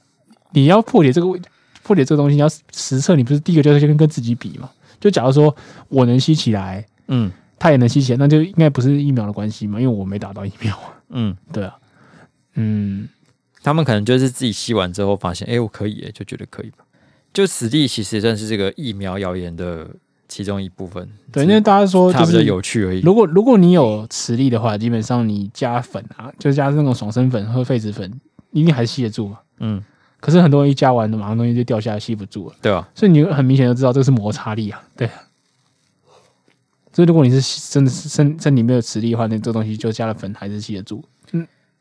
[SPEAKER 2] 你要破解这个问破解这个东西，你要实测，你不是第一个就是先跟自己比嘛？就假如说我能吸起来，
[SPEAKER 1] 嗯
[SPEAKER 2] 他也能吸起来，那就应该不是疫苗的关系嘛，因为我没打到疫苗啊。
[SPEAKER 1] 嗯，
[SPEAKER 2] 对啊，嗯，
[SPEAKER 1] 他们可能就是自己吸完之后发现，哎、我可以、诶就觉得可以吧。就此地其实算是这个疫苗谣言的其中一部分，
[SPEAKER 2] 对，因为大家说
[SPEAKER 1] 它
[SPEAKER 2] 就
[SPEAKER 1] 比较
[SPEAKER 2] 是。
[SPEAKER 1] 有趣而已。
[SPEAKER 2] 如果如果你有磁力的话，基本上你加粉啊，就加那种爽身粉或痱子粉，一定还吸得住嘛。
[SPEAKER 1] 嗯，
[SPEAKER 2] 可是很多人一加完，马上东西就掉下来，吸不住了。
[SPEAKER 1] 对啊，
[SPEAKER 2] 所以你很明显就知道这是摩擦力啊， 对啊。所以如果你是真的是身身体没有磁力的话，那这东西就加了粉还是吸得住。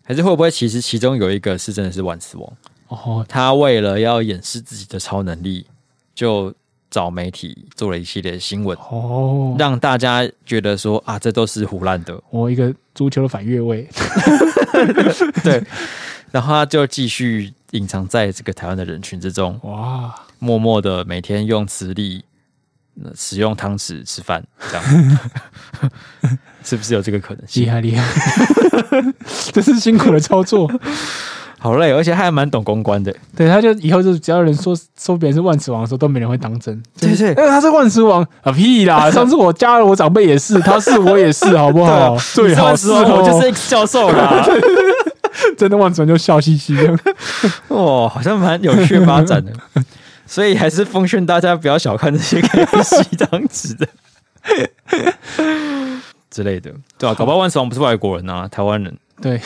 [SPEAKER 1] 还是会不会其实其中有一个是真的是万磁王，
[SPEAKER 2] 哦，
[SPEAKER 1] 他为了要掩饰自己的超能力，就找媒体做了一系列新闻，
[SPEAKER 2] 哦，
[SPEAKER 1] 让大家觉得说啊，这都是胡乱的。
[SPEAKER 2] 我一个足球的反越位，
[SPEAKER 1] 然后他就继续隐藏在这个台湾的人群之中，
[SPEAKER 2] 哇，
[SPEAKER 1] 默默的每天用磁力、呃使用汤匙吃饭，这 样是不是有这个可能
[SPEAKER 2] 厉
[SPEAKER 1] 性？
[SPEAKER 2] 害 厉害，这是辛苦的操作。
[SPEAKER 1] 好累，而且他还蛮懂公关的。
[SPEAKER 2] 对，他就以后就只要有人说说别人是万磁王的时候，都没人会当真。
[SPEAKER 1] 对对
[SPEAKER 2] 哎、他是万磁王啊，屁啦！上次我加了我长辈也是，他是我也是，好不好？最好
[SPEAKER 1] 啊你
[SPEAKER 2] 是
[SPEAKER 1] 知道吗
[SPEAKER 2] 哦
[SPEAKER 1] 我就是 X 教授啦。
[SPEAKER 2] 真的万磁王就笑嘻嘻 这样。
[SPEAKER 1] 哦，好像蛮有趣的发展 的，所以还是奉劝大家不要小看这些可以吸汤匙 的之类的，对啊？搞不好万磁王不是外国人啊，台湾人，
[SPEAKER 2] 对，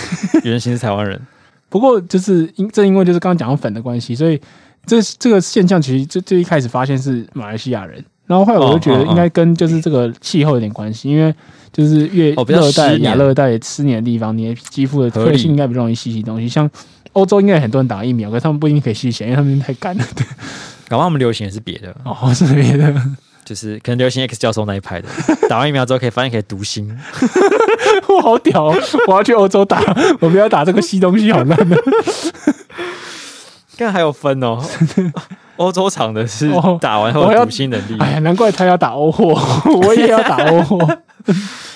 [SPEAKER 1] 原型是台湾人。
[SPEAKER 2] 不过就是因正因为就是刚刚讲到粉的关系，所以这这个现象其实最最一开始发现是马来西亚人，然后后来我就觉得
[SPEAKER 1] 哦哦哦
[SPEAKER 2] 应该跟就是这个气候有点关系，因为就是越
[SPEAKER 1] 哦比较
[SPEAKER 2] 热带、
[SPEAKER 1] 湿黏
[SPEAKER 2] 亚热带湿黏的地方，你的肌肤的特
[SPEAKER 1] 合理
[SPEAKER 2] 性应该比较容易吸起东西。像欧洲应该很多人打疫苗，可是他们不一定可以吸起来，因为他们太干了。 对，
[SPEAKER 1] 搞不好他们流行也是别的，
[SPEAKER 2] 哦，是别的，
[SPEAKER 1] 就是可能流行 X 教授那一派的。打完疫苗之后可以发现可以读心，
[SPEAKER 2] 我好屌、哦，我要去欧洲打，我不要打这个吸东西，好烂 的。
[SPEAKER 1] 看还有分哦。 欧洲场的是
[SPEAKER 2] 哦
[SPEAKER 1] 打完后
[SPEAKER 2] 我要
[SPEAKER 1] 有读心能力，
[SPEAKER 2] 哎呀，难怪他要打欧货， 我也要打欧货。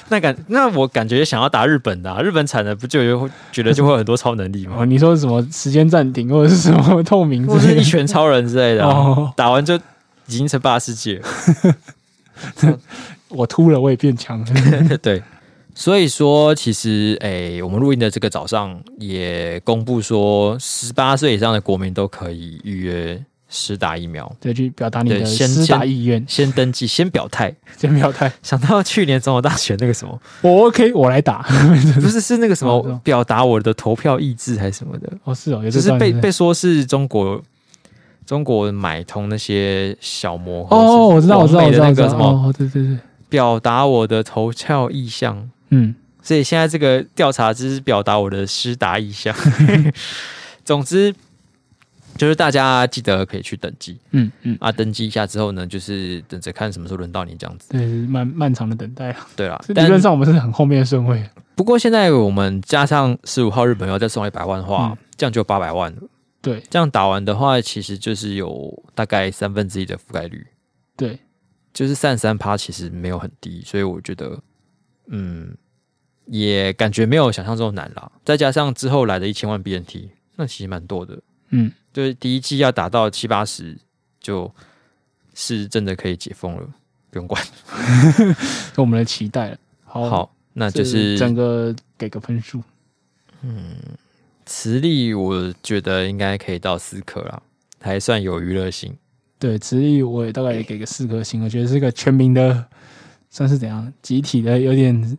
[SPEAKER 1] 那感那我感觉想要打日本的、啊，日本产的不就有觉得就会有很多超能力吗
[SPEAKER 2] 哦，？你说什么时间暂停，或者是什么透 明
[SPEAKER 1] 或
[SPEAKER 2] 之
[SPEAKER 1] 是
[SPEAKER 2] 类
[SPEAKER 1] 一
[SPEAKER 2] 的？
[SPEAKER 1] 拳超人之类的啊、
[SPEAKER 2] 哦
[SPEAKER 1] 打完就已经成霸世界了。
[SPEAKER 2] 我秃了，我也变强了。
[SPEAKER 1] 对，所以说，其实诶、我们录音的这个早上也公布说，十八岁以上的国民都可以预约施打疫苗，
[SPEAKER 2] 对，去表达你的
[SPEAKER 1] 对先
[SPEAKER 2] 施打意愿，
[SPEAKER 1] 先登 记，先表态。
[SPEAKER 2] 先 表态，
[SPEAKER 1] 想到去年总统大选那个什 么，
[SPEAKER 2] 我 OK，我来打。
[SPEAKER 1] 不是是那个什
[SPEAKER 2] 哦是
[SPEAKER 1] 么
[SPEAKER 2] 哦
[SPEAKER 1] 表达我的投票意志还是什么的，
[SPEAKER 2] 哦，是哦，有
[SPEAKER 1] 就
[SPEAKER 2] 这
[SPEAKER 1] 是
[SPEAKER 2] 段
[SPEAKER 1] 被
[SPEAKER 2] 不
[SPEAKER 1] 被说是中国中国买通那些小魔盒
[SPEAKER 2] 哦，
[SPEAKER 1] 是
[SPEAKER 2] 我知道，我知道，
[SPEAKER 1] 王
[SPEAKER 2] 我
[SPEAKER 1] 美
[SPEAKER 2] 知
[SPEAKER 1] 的那
[SPEAKER 2] 道，我知
[SPEAKER 1] 个
[SPEAKER 2] 道。
[SPEAKER 1] 什么
[SPEAKER 2] 哦，对对对，
[SPEAKER 1] 表达我的投票意向，
[SPEAKER 2] 嗯，
[SPEAKER 1] 所以现在这个调查只是表达我的施达意向。 总之，就是大家记得可以去登记
[SPEAKER 2] 嗯嗯，
[SPEAKER 1] 啊，登记一下之后呢，就是等着看什么时候轮到你这样子。
[SPEAKER 2] 对，是漫漫长的等待啊。
[SPEAKER 1] 对啦
[SPEAKER 2] 这，理
[SPEAKER 1] 但
[SPEAKER 2] 论上我们是很后面的顺位，
[SPEAKER 1] 不过现在我们加上十五号日本要再送一百万的话，
[SPEAKER 2] 嗯
[SPEAKER 1] 这样就八百万了。
[SPEAKER 2] 对
[SPEAKER 1] 这样打完的话，其实就是有大概三分之一的覆盖率，
[SPEAKER 2] 对，
[SPEAKER 1] 就是三三趴，其实没有很低，所以我觉得，嗯，也感觉没有想象中难啦。再加上之后来的一千万 BNT，那其实蛮多的，
[SPEAKER 2] 嗯，
[SPEAKER 1] 就是第一季要打到七八十，就是真的可以解封了，不用管。
[SPEAKER 2] 是我们的期待了。好，，
[SPEAKER 1] 好，那哦就是
[SPEAKER 2] 整个给个分数，
[SPEAKER 1] 磁力，我觉得应该可以到四颗啦，还算有娱乐性。
[SPEAKER 2] 对，直立我也大概也给个四颗星，我觉得是个全民的，算是怎样集体的有点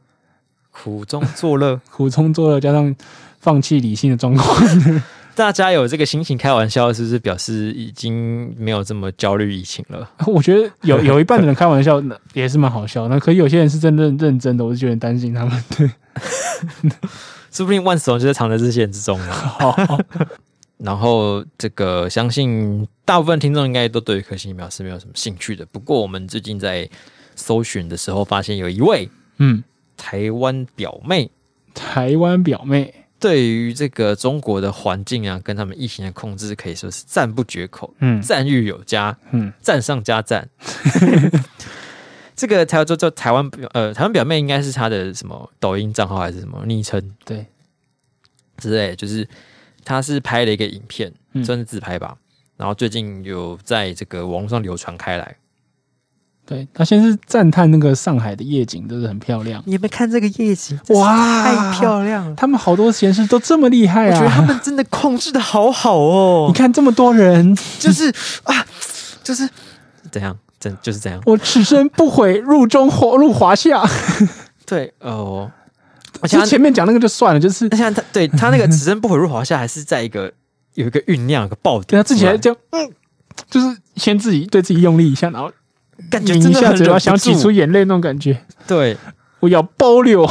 [SPEAKER 1] 苦中作乐，
[SPEAKER 2] 苦中作乐，加上放弃理性的状况。
[SPEAKER 1] 大家有这个心情开玩笑，是不是表示已经没有这么焦虑疫情了？
[SPEAKER 2] 我觉得有 有一半的人开玩笑那也是蛮好笑，那可有些人是真的认真的，我就有点担心他们。对，
[SPEAKER 1] 说不定万总就在藏在这些人之中啊了。
[SPEAKER 2] 好，
[SPEAKER 1] 然后这个相信大部分听众应该都对于科兴疫苗是没有什么兴趣的。不过我们最近在搜寻的时候，发现有一位
[SPEAKER 2] 嗯，
[SPEAKER 1] 台湾表妹
[SPEAKER 2] 台湾表妹，
[SPEAKER 1] 对于这个中国的环境啊，跟他们疫情的控制可以说是赞不绝口，
[SPEAKER 2] 嗯
[SPEAKER 1] 赞誉有加。
[SPEAKER 2] 嗯，
[SPEAKER 1] 赞上加赞。这个台叫叫台湾表呃台湾表妹应该是她的什么抖音账号还是什么昵称
[SPEAKER 2] 对，
[SPEAKER 1] 之类，就是她是拍了一个影片，
[SPEAKER 2] 嗯
[SPEAKER 1] 算是自拍吧。然后最近有在这个网络上流传开来，
[SPEAKER 2] 对他先是赞叹那个上海的夜景，真的很漂亮，
[SPEAKER 1] 你们看这个夜景，
[SPEAKER 2] 哇，
[SPEAKER 1] 太漂亮了！
[SPEAKER 2] 他们好多闲事都这么厉害
[SPEAKER 1] 我觉得他
[SPEAKER 2] 啊！
[SPEAKER 1] 们真的控制的好好
[SPEAKER 2] 你
[SPEAKER 1] 哦，
[SPEAKER 2] 看这么多人，
[SPEAKER 1] 就是啊，就是怎样，真就是这样。
[SPEAKER 2] 我此生不悔入中华入华夏。
[SPEAKER 1] 对哦，而且
[SPEAKER 2] 其实
[SPEAKER 1] 他
[SPEAKER 2] 前面讲那个就算了，就是
[SPEAKER 1] 那像他对他 那个此生不悔入华夏，还是在一个有一个酝酿、有个爆点出来，
[SPEAKER 2] 对他自己还这样，嗯，就是先自己对自己用力一下，然后
[SPEAKER 1] 感觉
[SPEAKER 2] 抿
[SPEAKER 1] 真
[SPEAKER 2] 一
[SPEAKER 1] 的
[SPEAKER 2] 下
[SPEAKER 1] 很
[SPEAKER 2] 嘴
[SPEAKER 1] 忍
[SPEAKER 2] 巴，
[SPEAKER 1] 不
[SPEAKER 2] 想挤
[SPEAKER 1] 住
[SPEAKER 2] 出眼泪那种感觉。
[SPEAKER 1] 对，
[SPEAKER 2] 我要包留，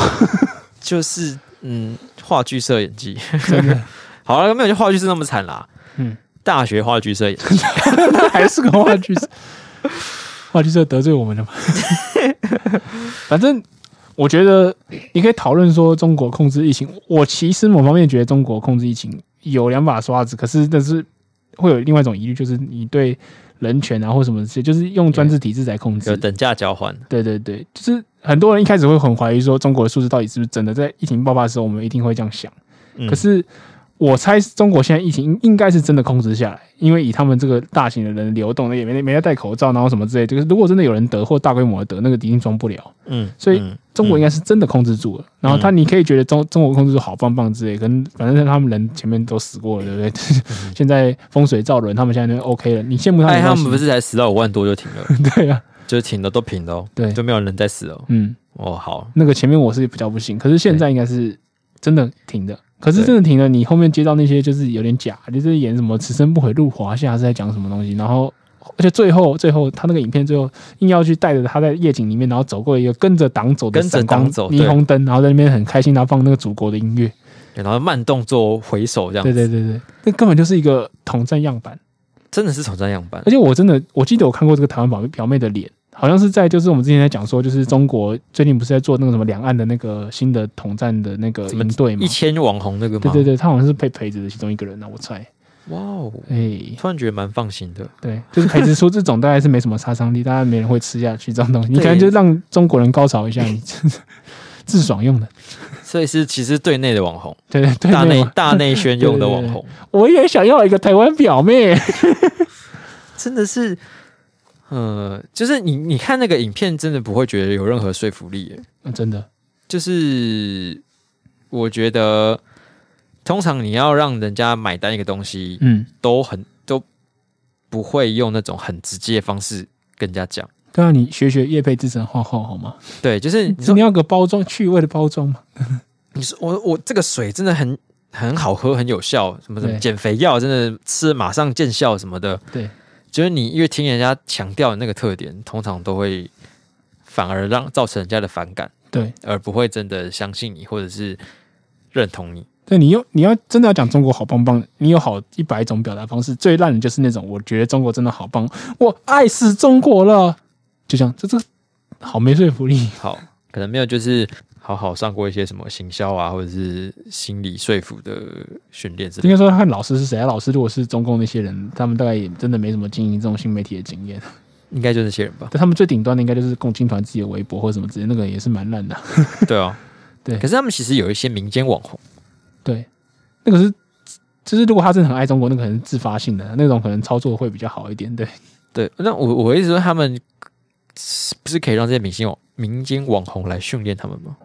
[SPEAKER 1] 就是嗯，话剧社演技。
[SPEAKER 2] 真的
[SPEAKER 1] 好了，没有就话剧社那么惨啦。
[SPEAKER 2] 嗯，
[SPEAKER 1] 大学话剧社演 技，
[SPEAKER 2] 还是个话剧社，话剧社得罪我们了吗？ 反正我觉得你可以讨论说中国控制疫情，我其实某方面觉得中国控制疫情有两把刷子，可是但是会有另外一种疑虑，就是你对人权啊或什么这些，就是用专制体制来控制
[SPEAKER 1] 有。等价交换。
[SPEAKER 2] 对对对，就是很多人一开始会很怀疑说中国的数字到底是不是真的，在疫情爆发的时候，我们一定会这样想。
[SPEAKER 1] 嗯
[SPEAKER 2] 可是我猜中国现在疫情应应该是真的控制下来，因为以他们这个大型的人流动的，也没没在戴口罩，然后什么之类，就是如果真的有人得或大规模的得，那个一定装不了。
[SPEAKER 1] 嗯，
[SPEAKER 2] 所以
[SPEAKER 1] 嗯
[SPEAKER 2] 中国应
[SPEAKER 1] 嗯
[SPEAKER 2] 该是真的控制住了，然后他你可以觉得中中国控制住好棒棒之类，可能反正他们人前面都死过了，对不对？ 现在风水造轮，他们现在就 OK 了，你羡慕他
[SPEAKER 1] 嗯哎，
[SPEAKER 2] 们
[SPEAKER 1] 他们不是才死到五万多就停了，
[SPEAKER 2] 对啊，
[SPEAKER 1] 就是停了都平了哦，
[SPEAKER 2] 对
[SPEAKER 1] 就没有人再死了。
[SPEAKER 2] 嗯，
[SPEAKER 1] 哦，好，
[SPEAKER 2] 那个前面我是比较不信，可是现在应该是真的停的。可是真的停了，你后面接到那些就是有点假，就是演什么“此生不悔入华夏”是在讲什么东西，然后而且最后最后他那个影片最后硬要去带着他在夜景里面，然后走过一个跟着党走的
[SPEAKER 1] 跟着
[SPEAKER 2] 闪光
[SPEAKER 1] 党走对
[SPEAKER 2] 霓虹灯，然后在那边很开心，然后放那个祖国的音乐，
[SPEAKER 1] 然后慢动作回首这样
[SPEAKER 2] 对
[SPEAKER 1] 子，
[SPEAKER 2] 对对对，那根本就是一个统战样板。
[SPEAKER 1] 真的是统战样板
[SPEAKER 2] 而。且我真的，我记得我看过这个台湾表表妹的脸，好像是在就是我们之前在讲说，就是中国最近不是在做那个什么两岸的那个新的统战的那个
[SPEAKER 1] 怎么
[SPEAKER 2] 应对嘛
[SPEAKER 1] 一？千网红那个吗？
[SPEAKER 2] 对对对，他好像是陪陪子的其中一个人啊呢、我猜。
[SPEAKER 1] 哇哦，
[SPEAKER 2] 哎、
[SPEAKER 1] 突然觉得蛮放心的。
[SPEAKER 2] 对， 就是培植出这种大概是没什么杀伤力，大家没人会吃下去这种东西。你可能就
[SPEAKER 1] 对
[SPEAKER 2] 让中国人高潮一下，你 自爽用的。
[SPEAKER 1] 所以是其实对内的网红，
[SPEAKER 2] 对 对对，
[SPEAKER 1] 大
[SPEAKER 2] 没
[SPEAKER 1] 内
[SPEAKER 2] 有
[SPEAKER 1] 大内宣用的网 红，
[SPEAKER 2] 我也想要一个台湾表妹。
[SPEAKER 1] 真的是， 呃，就是你你看那个影片，真的不会觉得有任何说服力耶。
[SPEAKER 2] 嗯真的，
[SPEAKER 1] 就是我觉得，通常你要让人家买单一个东西，
[SPEAKER 2] 嗯，
[SPEAKER 1] 都很都不会用那种很直接的方式跟人家讲。
[SPEAKER 2] 对啊，你学学叶佩之神画画好吗？
[SPEAKER 1] 对，就是你
[SPEAKER 2] 是
[SPEAKER 1] 说
[SPEAKER 2] 你要个包装趣味的包装嘛？
[SPEAKER 1] 你说我我这个水真的很很好喝，很有效，什么什么
[SPEAKER 2] 对
[SPEAKER 1] 减肥药，真的吃了马上见效什么的。
[SPEAKER 2] 对，
[SPEAKER 1] 就是你越听人家强调那个特点，通常都会反而让造成人家的反感，
[SPEAKER 2] 对，
[SPEAKER 1] 而不会真的相信你或者是认同你。
[SPEAKER 2] 对，你要你要真的要讲中国好棒棒，你有好一百种表达方式，最烂的就是那种我觉得中国真的好棒，我爱死中国了，就这样，这这好没说服力。
[SPEAKER 1] 好，可能没有就是好好上过一些什么行销啊，或者是心理说服的训练之类
[SPEAKER 2] 应
[SPEAKER 1] 的。
[SPEAKER 2] 该说看老师是谁啊？老师如果是中共那些人，他们大概也真的没什么经营这种新媒体的经验，
[SPEAKER 1] 应该就那些人吧。
[SPEAKER 2] 但他们最顶端的应该就是共青团自己的微博或什么之类，那个也是蛮烂的。
[SPEAKER 1] 对啊，
[SPEAKER 2] 对
[SPEAKER 1] 可是他们其实有一些民间网红，
[SPEAKER 2] 对，那个是就是如果他真的很爱中国，那个可能是自发性的，那种可能操作会比较好一点。对，
[SPEAKER 1] 对，那我我一直说他们是不是可以让这些明星网民间网红来训练他们 吗？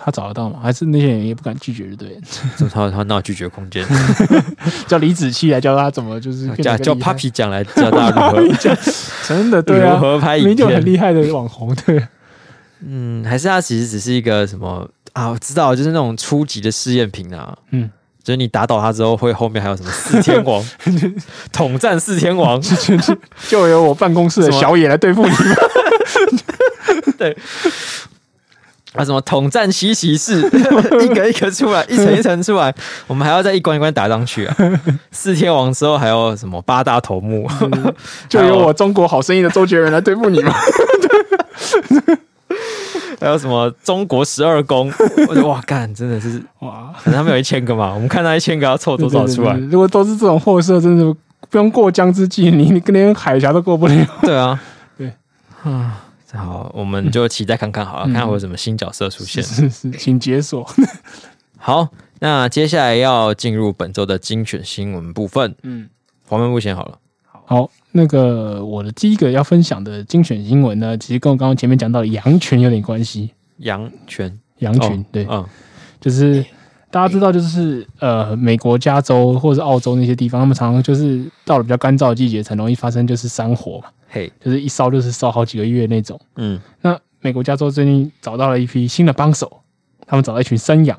[SPEAKER 2] 他找得到吗？还是那些人也不敢拒绝，对了，
[SPEAKER 1] 怎么他他闹拒绝 空间？
[SPEAKER 2] 叫李子柒来教他怎么就是变
[SPEAKER 1] 啊叫
[SPEAKER 2] 得
[SPEAKER 1] 叫
[SPEAKER 2] 更厉害
[SPEAKER 1] Papi 讲来教大家如何
[SPEAKER 2] 真的 对
[SPEAKER 1] 如
[SPEAKER 2] 啊，
[SPEAKER 1] 何拍
[SPEAKER 2] 明
[SPEAKER 1] 影
[SPEAKER 2] 明就很
[SPEAKER 1] 片。
[SPEAKER 2] 厉害的网红，对，
[SPEAKER 1] 嗯，还是他其实只是一个什么啊？我知道，就是那种初级的试验品啊。
[SPEAKER 2] 嗯，
[SPEAKER 1] 就是你打倒他之后，会后面还有什么四天 王统战四天王？
[SPEAKER 2] 就由我办公室的
[SPEAKER 1] 什么
[SPEAKER 2] 小野来对付你吧。
[SPEAKER 1] 啊，什么统战西骑 士，一个一个出来，一层一层出来，我们还要再一关一关打上 去啊！四天王之后还有什么八大头目？
[SPEAKER 2] 就由我中国好声音的周杰伦来对付你 吧。
[SPEAKER 1] 还有什么中国十二宫？我觉得哇，干，真的是，
[SPEAKER 2] 哇，
[SPEAKER 1] 可能他们有一千个嘛，我们看那一千个要凑多少出来
[SPEAKER 2] 对对对？对如果都是这种货色，真的不用过江之鲫，你你连海峡都过不了。
[SPEAKER 1] 对啊，
[SPEAKER 2] 对，
[SPEAKER 1] 啊，好，我们就期待看看好了，
[SPEAKER 2] 嗯
[SPEAKER 1] 看看会有什么新角色出现。
[SPEAKER 2] 是是，请解锁。
[SPEAKER 1] 好，那接下来要进入本周的精选新闻部分，
[SPEAKER 2] 嗯，
[SPEAKER 1] 黄文目前好了，
[SPEAKER 2] 好，那个我的第一个要分享的精选新闻呢，其实跟我刚刚前面讲到的羊群有点关系。
[SPEAKER 1] 杨泉，
[SPEAKER 2] 羊群、对，
[SPEAKER 1] 嗯，
[SPEAKER 2] 就是大家知道，就是呃，美国加州或者澳洲那些地方，他们常常就是到了比较干燥的季节，才容易发生就是山火嘛，
[SPEAKER 1] 嘿，
[SPEAKER 2] 就是一烧就是烧好几个月那种。
[SPEAKER 1] 嗯，
[SPEAKER 2] 那美国加州最近找到了一批新的帮手，他们找到一群山羊。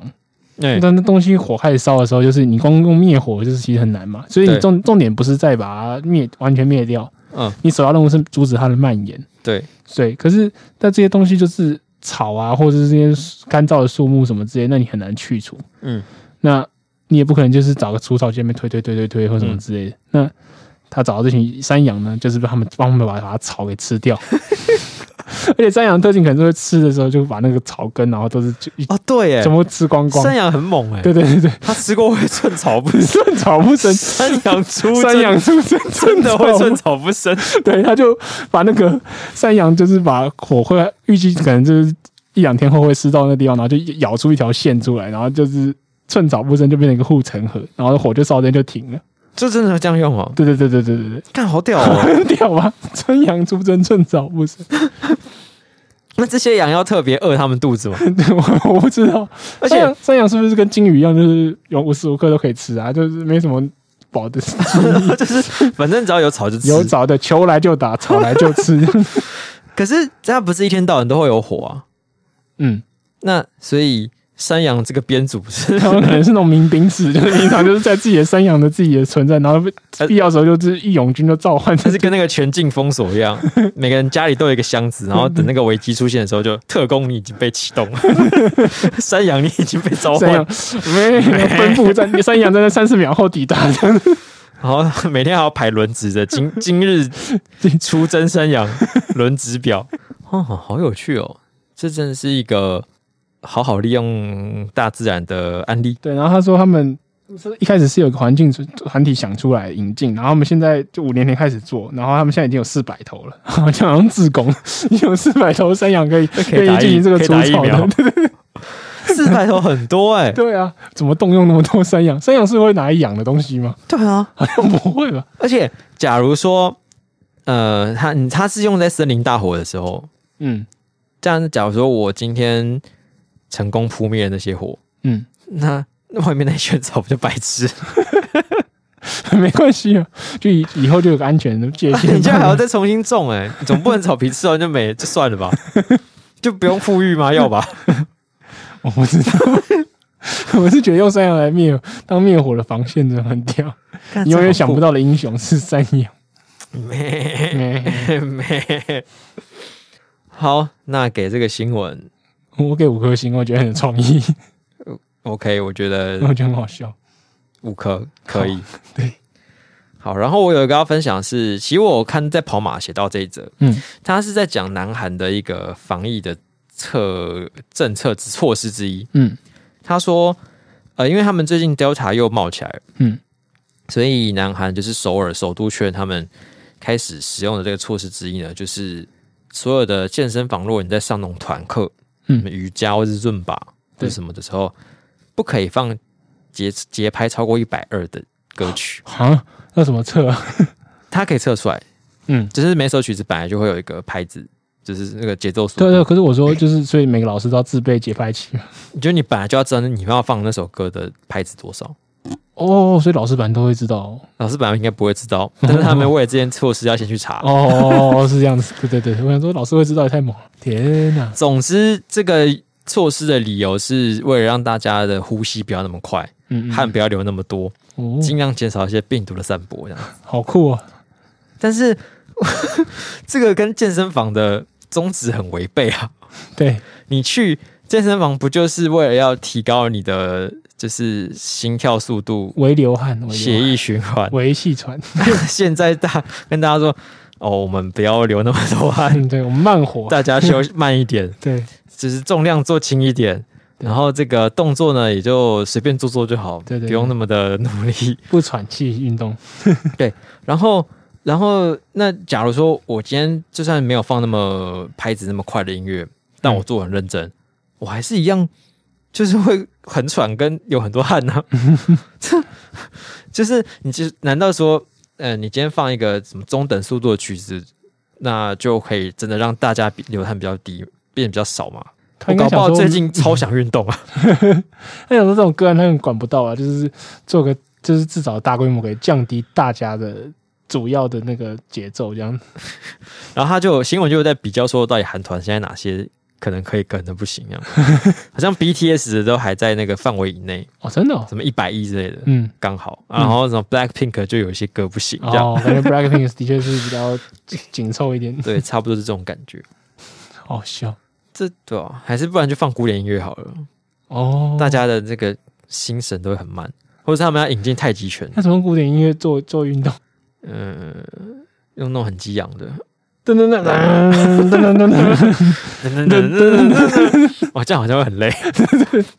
[SPEAKER 1] 哎，
[SPEAKER 2] 但那东西火开始烧的时候，就是你光用灭火，就是其实很难嘛。所以你
[SPEAKER 1] 对
[SPEAKER 2] 重重点不是在把它灭完全灭掉，
[SPEAKER 1] 嗯，
[SPEAKER 2] 你首要任务是阻止它的蔓延。
[SPEAKER 1] 对，
[SPEAKER 2] 对，可是但这些东西就是草啊，或者是这些干燥的树木什么之类，那你很难去除。
[SPEAKER 1] 嗯，
[SPEAKER 2] 那你也不可能就是找个除草界面推推推推推或什么之类的。那他找到这群山羊呢，就是帮他们帮他们把把草给吃掉。 而且山羊特性可能是会吃的时候就把那个草根，然后都是就一
[SPEAKER 1] 哦，对，耶
[SPEAKER 2] 全，部吃光光。
[SPEAKER 1] 山羊很猛哎，
[SPEAKER 2] 对对对对，
[SPEAKER 1] 他吃过会寸草 不生，
[SPEAKER 2] 寸草不生，
[SPEAKER 1] 山羊出
[SPEAKER 2] 山羊出生
[SPEAKER 1] 真的会寸
[SPEAKER 2] 寸草
[SPEAKER 1] 草不生，
[SPEAKER 2] 不生。对，他就把那个山羊，就是把火会预计可能就是一两天后会吃到那地方，然后就咬出一条线出来，然后就是寸草不生，就变成一个护城河，然后火就烧掉就停了。
[SPEAKER 1] 就真的这样用哦，
[SPEAKER 2] 对对对对对对
[SPEAKER 1] 干好屌哦！
[SPEAKER 2] 对，屌吧？ 春羊出征，寸草不生。
[SPEAKER 1] 那这些羊要特别饿他们肚子吗？
[SPEAKER 2] 对我我不知道，
[SPEAKER 1] 而
[SPEAKER 2] 山
[SPEAKER 1] 且
[SPEAKER 2] 羊山羊是不是跟金鱼一样，就是有无时无刻都可以吃啊？就是没什么饱的，
[SPEAKER 1] 就是反正只要有草就吃，
[SPEAKER 2] 有找的球来就打，草来就吃。
[SPEAKER 1] 可是它不是一天到晚都会有火啊。
[SPEAKER 2] 嗯。
[SPEAKER 1] 那所以山羊这个编组是
[SPEAKER 2] 他们可能是那种民兵式，就是平常就是在自己的山羊的自己的存在，然后
[SPEAKER 1] 呃
[SPEAKER 2] 必要的时候就是义勇军就召唤，
[SPEAKER 1] 就是跟那个全境封锁一样，每个人家里都有一个箱子，然后等那个危机出现的时候，就特工你已经被启动了，山羊你已经被召
[SPEAKER 2] 山
[SPEAKER 1] 唤
[SPEAKER 2] 羊，没分布在山羊在那三十秒后抵达，这样子
[SPEAKER 1] 然后每天还要排轮值的， 今今日出征山羊轮值表， 哦，好有趣哦！这真的是一个好好利用大自然的案例。
[SPEAKER 2] 对。然后他说他们是一开始是有个环境团体想出来引进，然后他们现在就五年前开始做，然后他们现在已经有四百头了， 好像好像自贡已经有四百头山羊可以
[SPEAKER 1] 可以
[SPEAKER 2] 以
[SPEAKER 1] 打
[SPEAKER 2] 进
[SPEAKER 1] 疫
[SPEAKER 2] 行这个
[SPEAKER 1] 可以
[SPEAKER 2] 除
[SPEAKER 1] 打疫
[SPEAKER 2] 草
[SPEAKER 1] 苗
[SPEAKER 2] 的。对
[SPEAKER 1] 四百头很多哎、
[SPEAKER 2] 对啊，怎么动用那么多山羊？山羊是会拿来养的东西吗？
[SPEAKER 1] 对啊，
[SPEAKER 2] 好像不会吧？
[SPEAKER 1] 而且假如说，呃，它你它是用在森林大火的时候，
[SPEAKER 2] 嗯
[SPEAKER 1] 这样假如说我今天成功扑灭了那些火，
[SPEAKER 2] 嗯，
[SPEAKER 1] 那那外面那些草不就白痴？
[SPEAKER 2] 没关系啊，就以以后就有个安全的界 限。
[SPEAKER 1] 你这样还要再重新种哎、你总不能草皮吃完就没 就算了吧？就不用富裕吗？要吧？
[SPEAKER 2] 我不知道， 我是觉得用山羊来灭当灭火的防线真的很屌，你永远想不到的英雄是山 羊。
[SPEAKER 1] 没
[SPEAKER 2] 哎
[SPEAKER 1] 没。好，那给这个新闻
[SPEAKER 2] 我给五颗星，我觉得很有创 意，
[SPEAKER 1] OK，我觉得
[SPEAKER 2] 我觉得很好笑。
[SPEAKER 1] 五颗可以。
[SPEAKER 2] 对，
[SPEAKER 1] 好，然后我有一个要分享的是，其实我有看在跑马写到这一则，
[SPEAKER 2] 嗯
[SPEAKER 1] 他是在讲南韩的一个防疫的策政策之措施之一。
[SPEAKER 2] 嗯
[SPEAKER 1] 他说，呃，因为他们最近 Delta 又冒起来了，
[SPEAKER 2] 嗯
[SPEAKER 1] 所以南韩就是首尔首都圈他们开始使用的这个措施之一呢，就是所有的健身房，如果你在上那种团课，什么
[SPEAKER 2] 嗯，
[SPEAKER 1] 瑜伽或是润吧或
[SPEAKER 2] 对
[SPEAKER 1] 者什么的时候，不可以放节节拍超过一百二的歌曲，
[SPEAKER 2] 啊，那什么测？
[SPEAKER 1] 它可以测出来。
[SPEAKER 2] 嗯，
[SPEAKER 1] 就是每首曲子本来就会有一个拍子，就是那个节奏速
[SPEAKER 2] 对对，
[SPEAKER 1] 度。
[SPEAKER 2] 可是我说就是，所以每个老师都要自备节拍器嘛。
[SPEAKER 1] 你觉得你本来就要知道你要放那首歌的拍子多少？
[SPEAKER 2] 哦，所以老师版都会知道哦。
[SPEAKER 1] 老师本来应该不会知 道，但是他们为了这件措施要先去查。
[SPEAKER 2] 哦，是这样子，对对对，我想说老师会知道也太猛了，天哪！
[SPEAKER 1] 总之，这个措施的理由是为了让大家的呼吸不要那么快，
[SPEAKER 2] 嗯，
[SPEAKER 1] 汗不要流那么多，
[SPEAKER 2] 哦，
[SPEAKER 1] 尽量减少一些病毒的散播。这样，
[SPEAKER 2] 好酷哦，
[SPEAKER 1] 但是 这个跟健身房的宗旨很违背啊！
[SPEAKER 2] 对，
[SPEAKER 1] 你去健身房不就是为了要提高你的就是心跳速度、
[SPEAKER 2] 微流汗，微流汗
[SPEAKER 1] 血液循环？
[SPEAKER 2] 微气喘，
[SPEAKER 1] 现在大跟大家说，哦，我们不要流那么多汗，
[SPEAKER 2] 嗯， 对，我们慢火，
[SPEAKER 1] 大家休息慢一点，
[SPEAKER 2] 对，
[SPEAKER 1] 就是重量做轻一点，
[SPEAKER 2] 对
[SPEAKER 1] 然后这个动作呢也就随便做做就好，
[SPEAKER 2] 对对对
[SPEAKER 1] 不用那么的努力。
[SPEAKER 2] 不喘气运动，
[SPEAKER 1] 然后，然后那假如说我今天就算没有放那么拍子那么快的音乐，
[SPEAKER 2] 嗯
[SPEAKER 1] 但我做得很认真，我还是一样，就是会很喘跟有很多汗呢、啊。 这就是你就难道说，呃，你今天放一个什么中等速度的曲子，那就可以真的让大家比流汗比较低，变得比较少吗？
[SPEAKER 2] 他
[SPEAKER 1] 我
[SPEAKER 2] 应该
[SPEAKER 1] 搞不
[SPEAKER 2] 想
[SPEAKER 1] 好
[SPEAKER 2] 说
[SPEAKER 1] 最，近超想运动啊！
[SPEAKER 2] 他想说这种个案他们管不到啊，就是做个，就是至少大规模可以降低大家的主要的那个节奏，这样，
[SPEAKER 1] 然后他就有新闻就有在比较说，到底韩团现在哪些可能可以，可能不行 啊？好像 BTS 的都还在那个范围以内，
[SPEAKER 2] 哦，真的、哦，
[SPEAKER 1] 什么一百亿之类的，
[SPEAKER 2] 嗯，
[SPEAKER 1] 刚好。
[SPEAKER 2] 嗯
[SPEAKER 1] 然后什么 Blackpink 就有一些歌不行，这样、
[SPEAKER 2] 哦，感觉 Blackpink 的确是比较紧 凑一点，
[SPEAKER 1] 对，差不多是这种感觉。
[SPEAKER 2] 好笑
[SPEAKER 1] 这对啊，还是不然就放古典音乐好了，
[SPEAKER 2] 哦，
[SPEAKER 1] 大家的这个心神都会很慢，或者是他们要引进太极拳，
[SPEAKER 2] 那什么古典音乐做做运动，
[SPEAKER 1] 嗯、用那种很激昂的，
[SPEAKER 2] 噔噔噔
[SPEAKER 1] 啊
[SPEAKER 2] 噔噔 噔噔，
[SPEAKER 1] 哇，哦这样好像会很 累，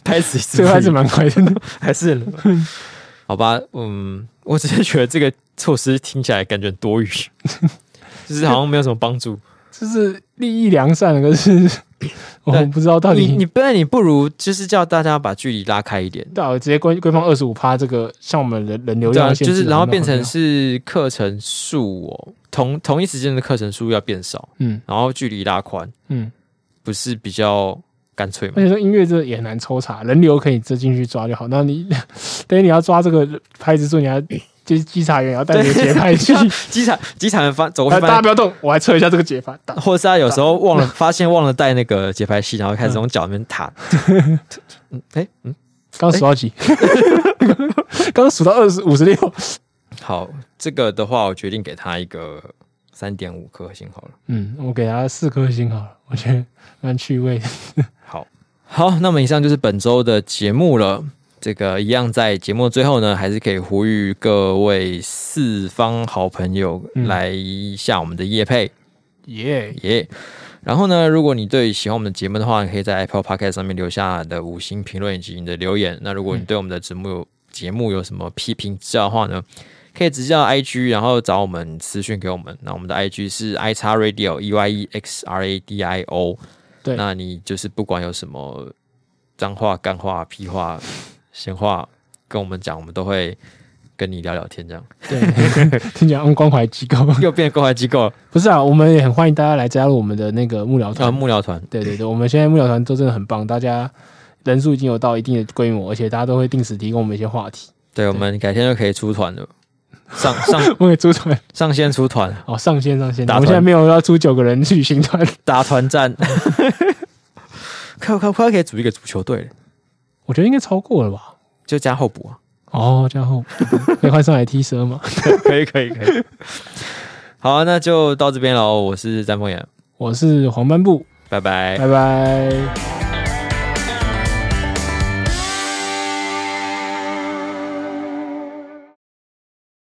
[SPEAKER 1] 拍死一次
[SPEAKER 2] 最后还是蛮快的，
[SPEAKER 1] 还是很冷好吧，嗯，我只是觉得这个措施听起来感觉很 多余，就是好像没有什么帮助。
[SPEAKER 2] 就是利益良善，可是我们不知道到
[SPEAKER 1] 你
[SPEAKER 2] 底
[SPEAKER 1] 你不然你不如就是叫大家把距离拉开一点，
[SPEAKER 2] 对啊，我直接规规范二十五趴这个，像我们人人流
[SPEAKER 1] 对啊，
[SPEAKER 2] 量的限制
[SPEAKER 1] 就是然后变
[SPEAKER 2] 那
[SPEAKER 1] 成
[SPEAKER 2] 好像
[SPEAKER 1] 是课程数哦，同同一时间的课程数要变少，
[SPEAKER 2] 嗯
[SPEAKER 1] 然后距离拉宽，
[SPEAKER 2] 嗯，
[SPEAKER 1] 不是比较干脆吗
[SPEAKER 2] 而？且说音乐这也很难抽查，人流可以这进去抓就好。那你 等于你要抓这个拍子数，你还就是稽查员也要带着节拍器，
[SPEAKER 1] 机场机场人翻走过
[SPEAKER 2] 哎
[SPEAKER 1] 去
[SPEAKER 2] 大家
[SPEAKER 1] 翻
[SPEAKER 2] 不，要动，我来测一下这个节拍。打
[SPEAKER 1] 或者是他有时候 忘了发现忘了带那个节拍器，然后开始从脚那边踏，嗯，哎、嗯，
[SPEAKER 2] 刚数到几？刚数到二十五十六。
[SPEAKER 1] 好，这个的话，我决定给他一个三点五颗星好了。
[SPEAKER 2] 嗯，我给他四颗星好了，我觉得蛮趣味的。
[SPEAKER 1] 好，好，那么以上就是本周的节目了。这个一样，在节目最后呢，还是可以呼吁各位四方好朋友
[SPEAKER 2] 嗯
[SPEAKER 1] 来一下我们的夜配
[SPEAKER 2] 耶、
[SPEAKER 1] 耶。然后呢，如果你对喜欢我们的节目的话，你可以在 Apple Podcast 上面留下你的五星评论以及你的留言。那如果你对我们的节目有节目有什么批评指教的话呢，可以直接到 IG，然后找我们私讯给我们。那我们的 IG 是 i x radio e y e x r a d i o。
[SPEAKER 2] 对
[SPEAKER 1] 那你就是不管有什么脏话、干话、屁话、闲话跟我们讲，我们都会跟你聊聊天，这样
[SPEAKER 2] 对，听起来嗯，关怀机构
[SPEAKER 1] 又变关怀机构了
[SPEAKER 2] 不是啊，我们也很欢迎大家来加入我们的那个幕僚团
[SPEAKER 1] 啊，。幕僚团
[SPEAKER 2] 对对对，我们现在幕僚团都真的很棒，大家人数已经有到一定的规模，而且大家都会定时提供我们一些话题。
[SPEAKER 1] 对，我们改天就可以出团了，上上
[SPEAKER 2] 我给出团
[SPEAKER 1] 上线出团，
[SPEAKER 2] 哦，上线上线，
[SPEAKER 1] 打
[SPEAKER 2] 我们
[SPEAKER 1] 团
[SPEAKER 2] 现在没有要出九个人去旅行团，
[SPEAKER 1] 打团 战，快快快可以组一个足球队了，
[SPEAKER 2] 我觉得应该超过了吧？
[SPEAKER 1] 就加候补啊，
[SPEAKER 2] 哦，这样 后可以换上来 T 蛇吗？
[SPEAKER 1] 可以可以可以。 好啊，那就到这边喽，我是詹凤岩，
[SPEAKER 2] 我是黄斑布，
[SPEAKER 1] 拜拜。
[SPEAKER 2] 拜拜。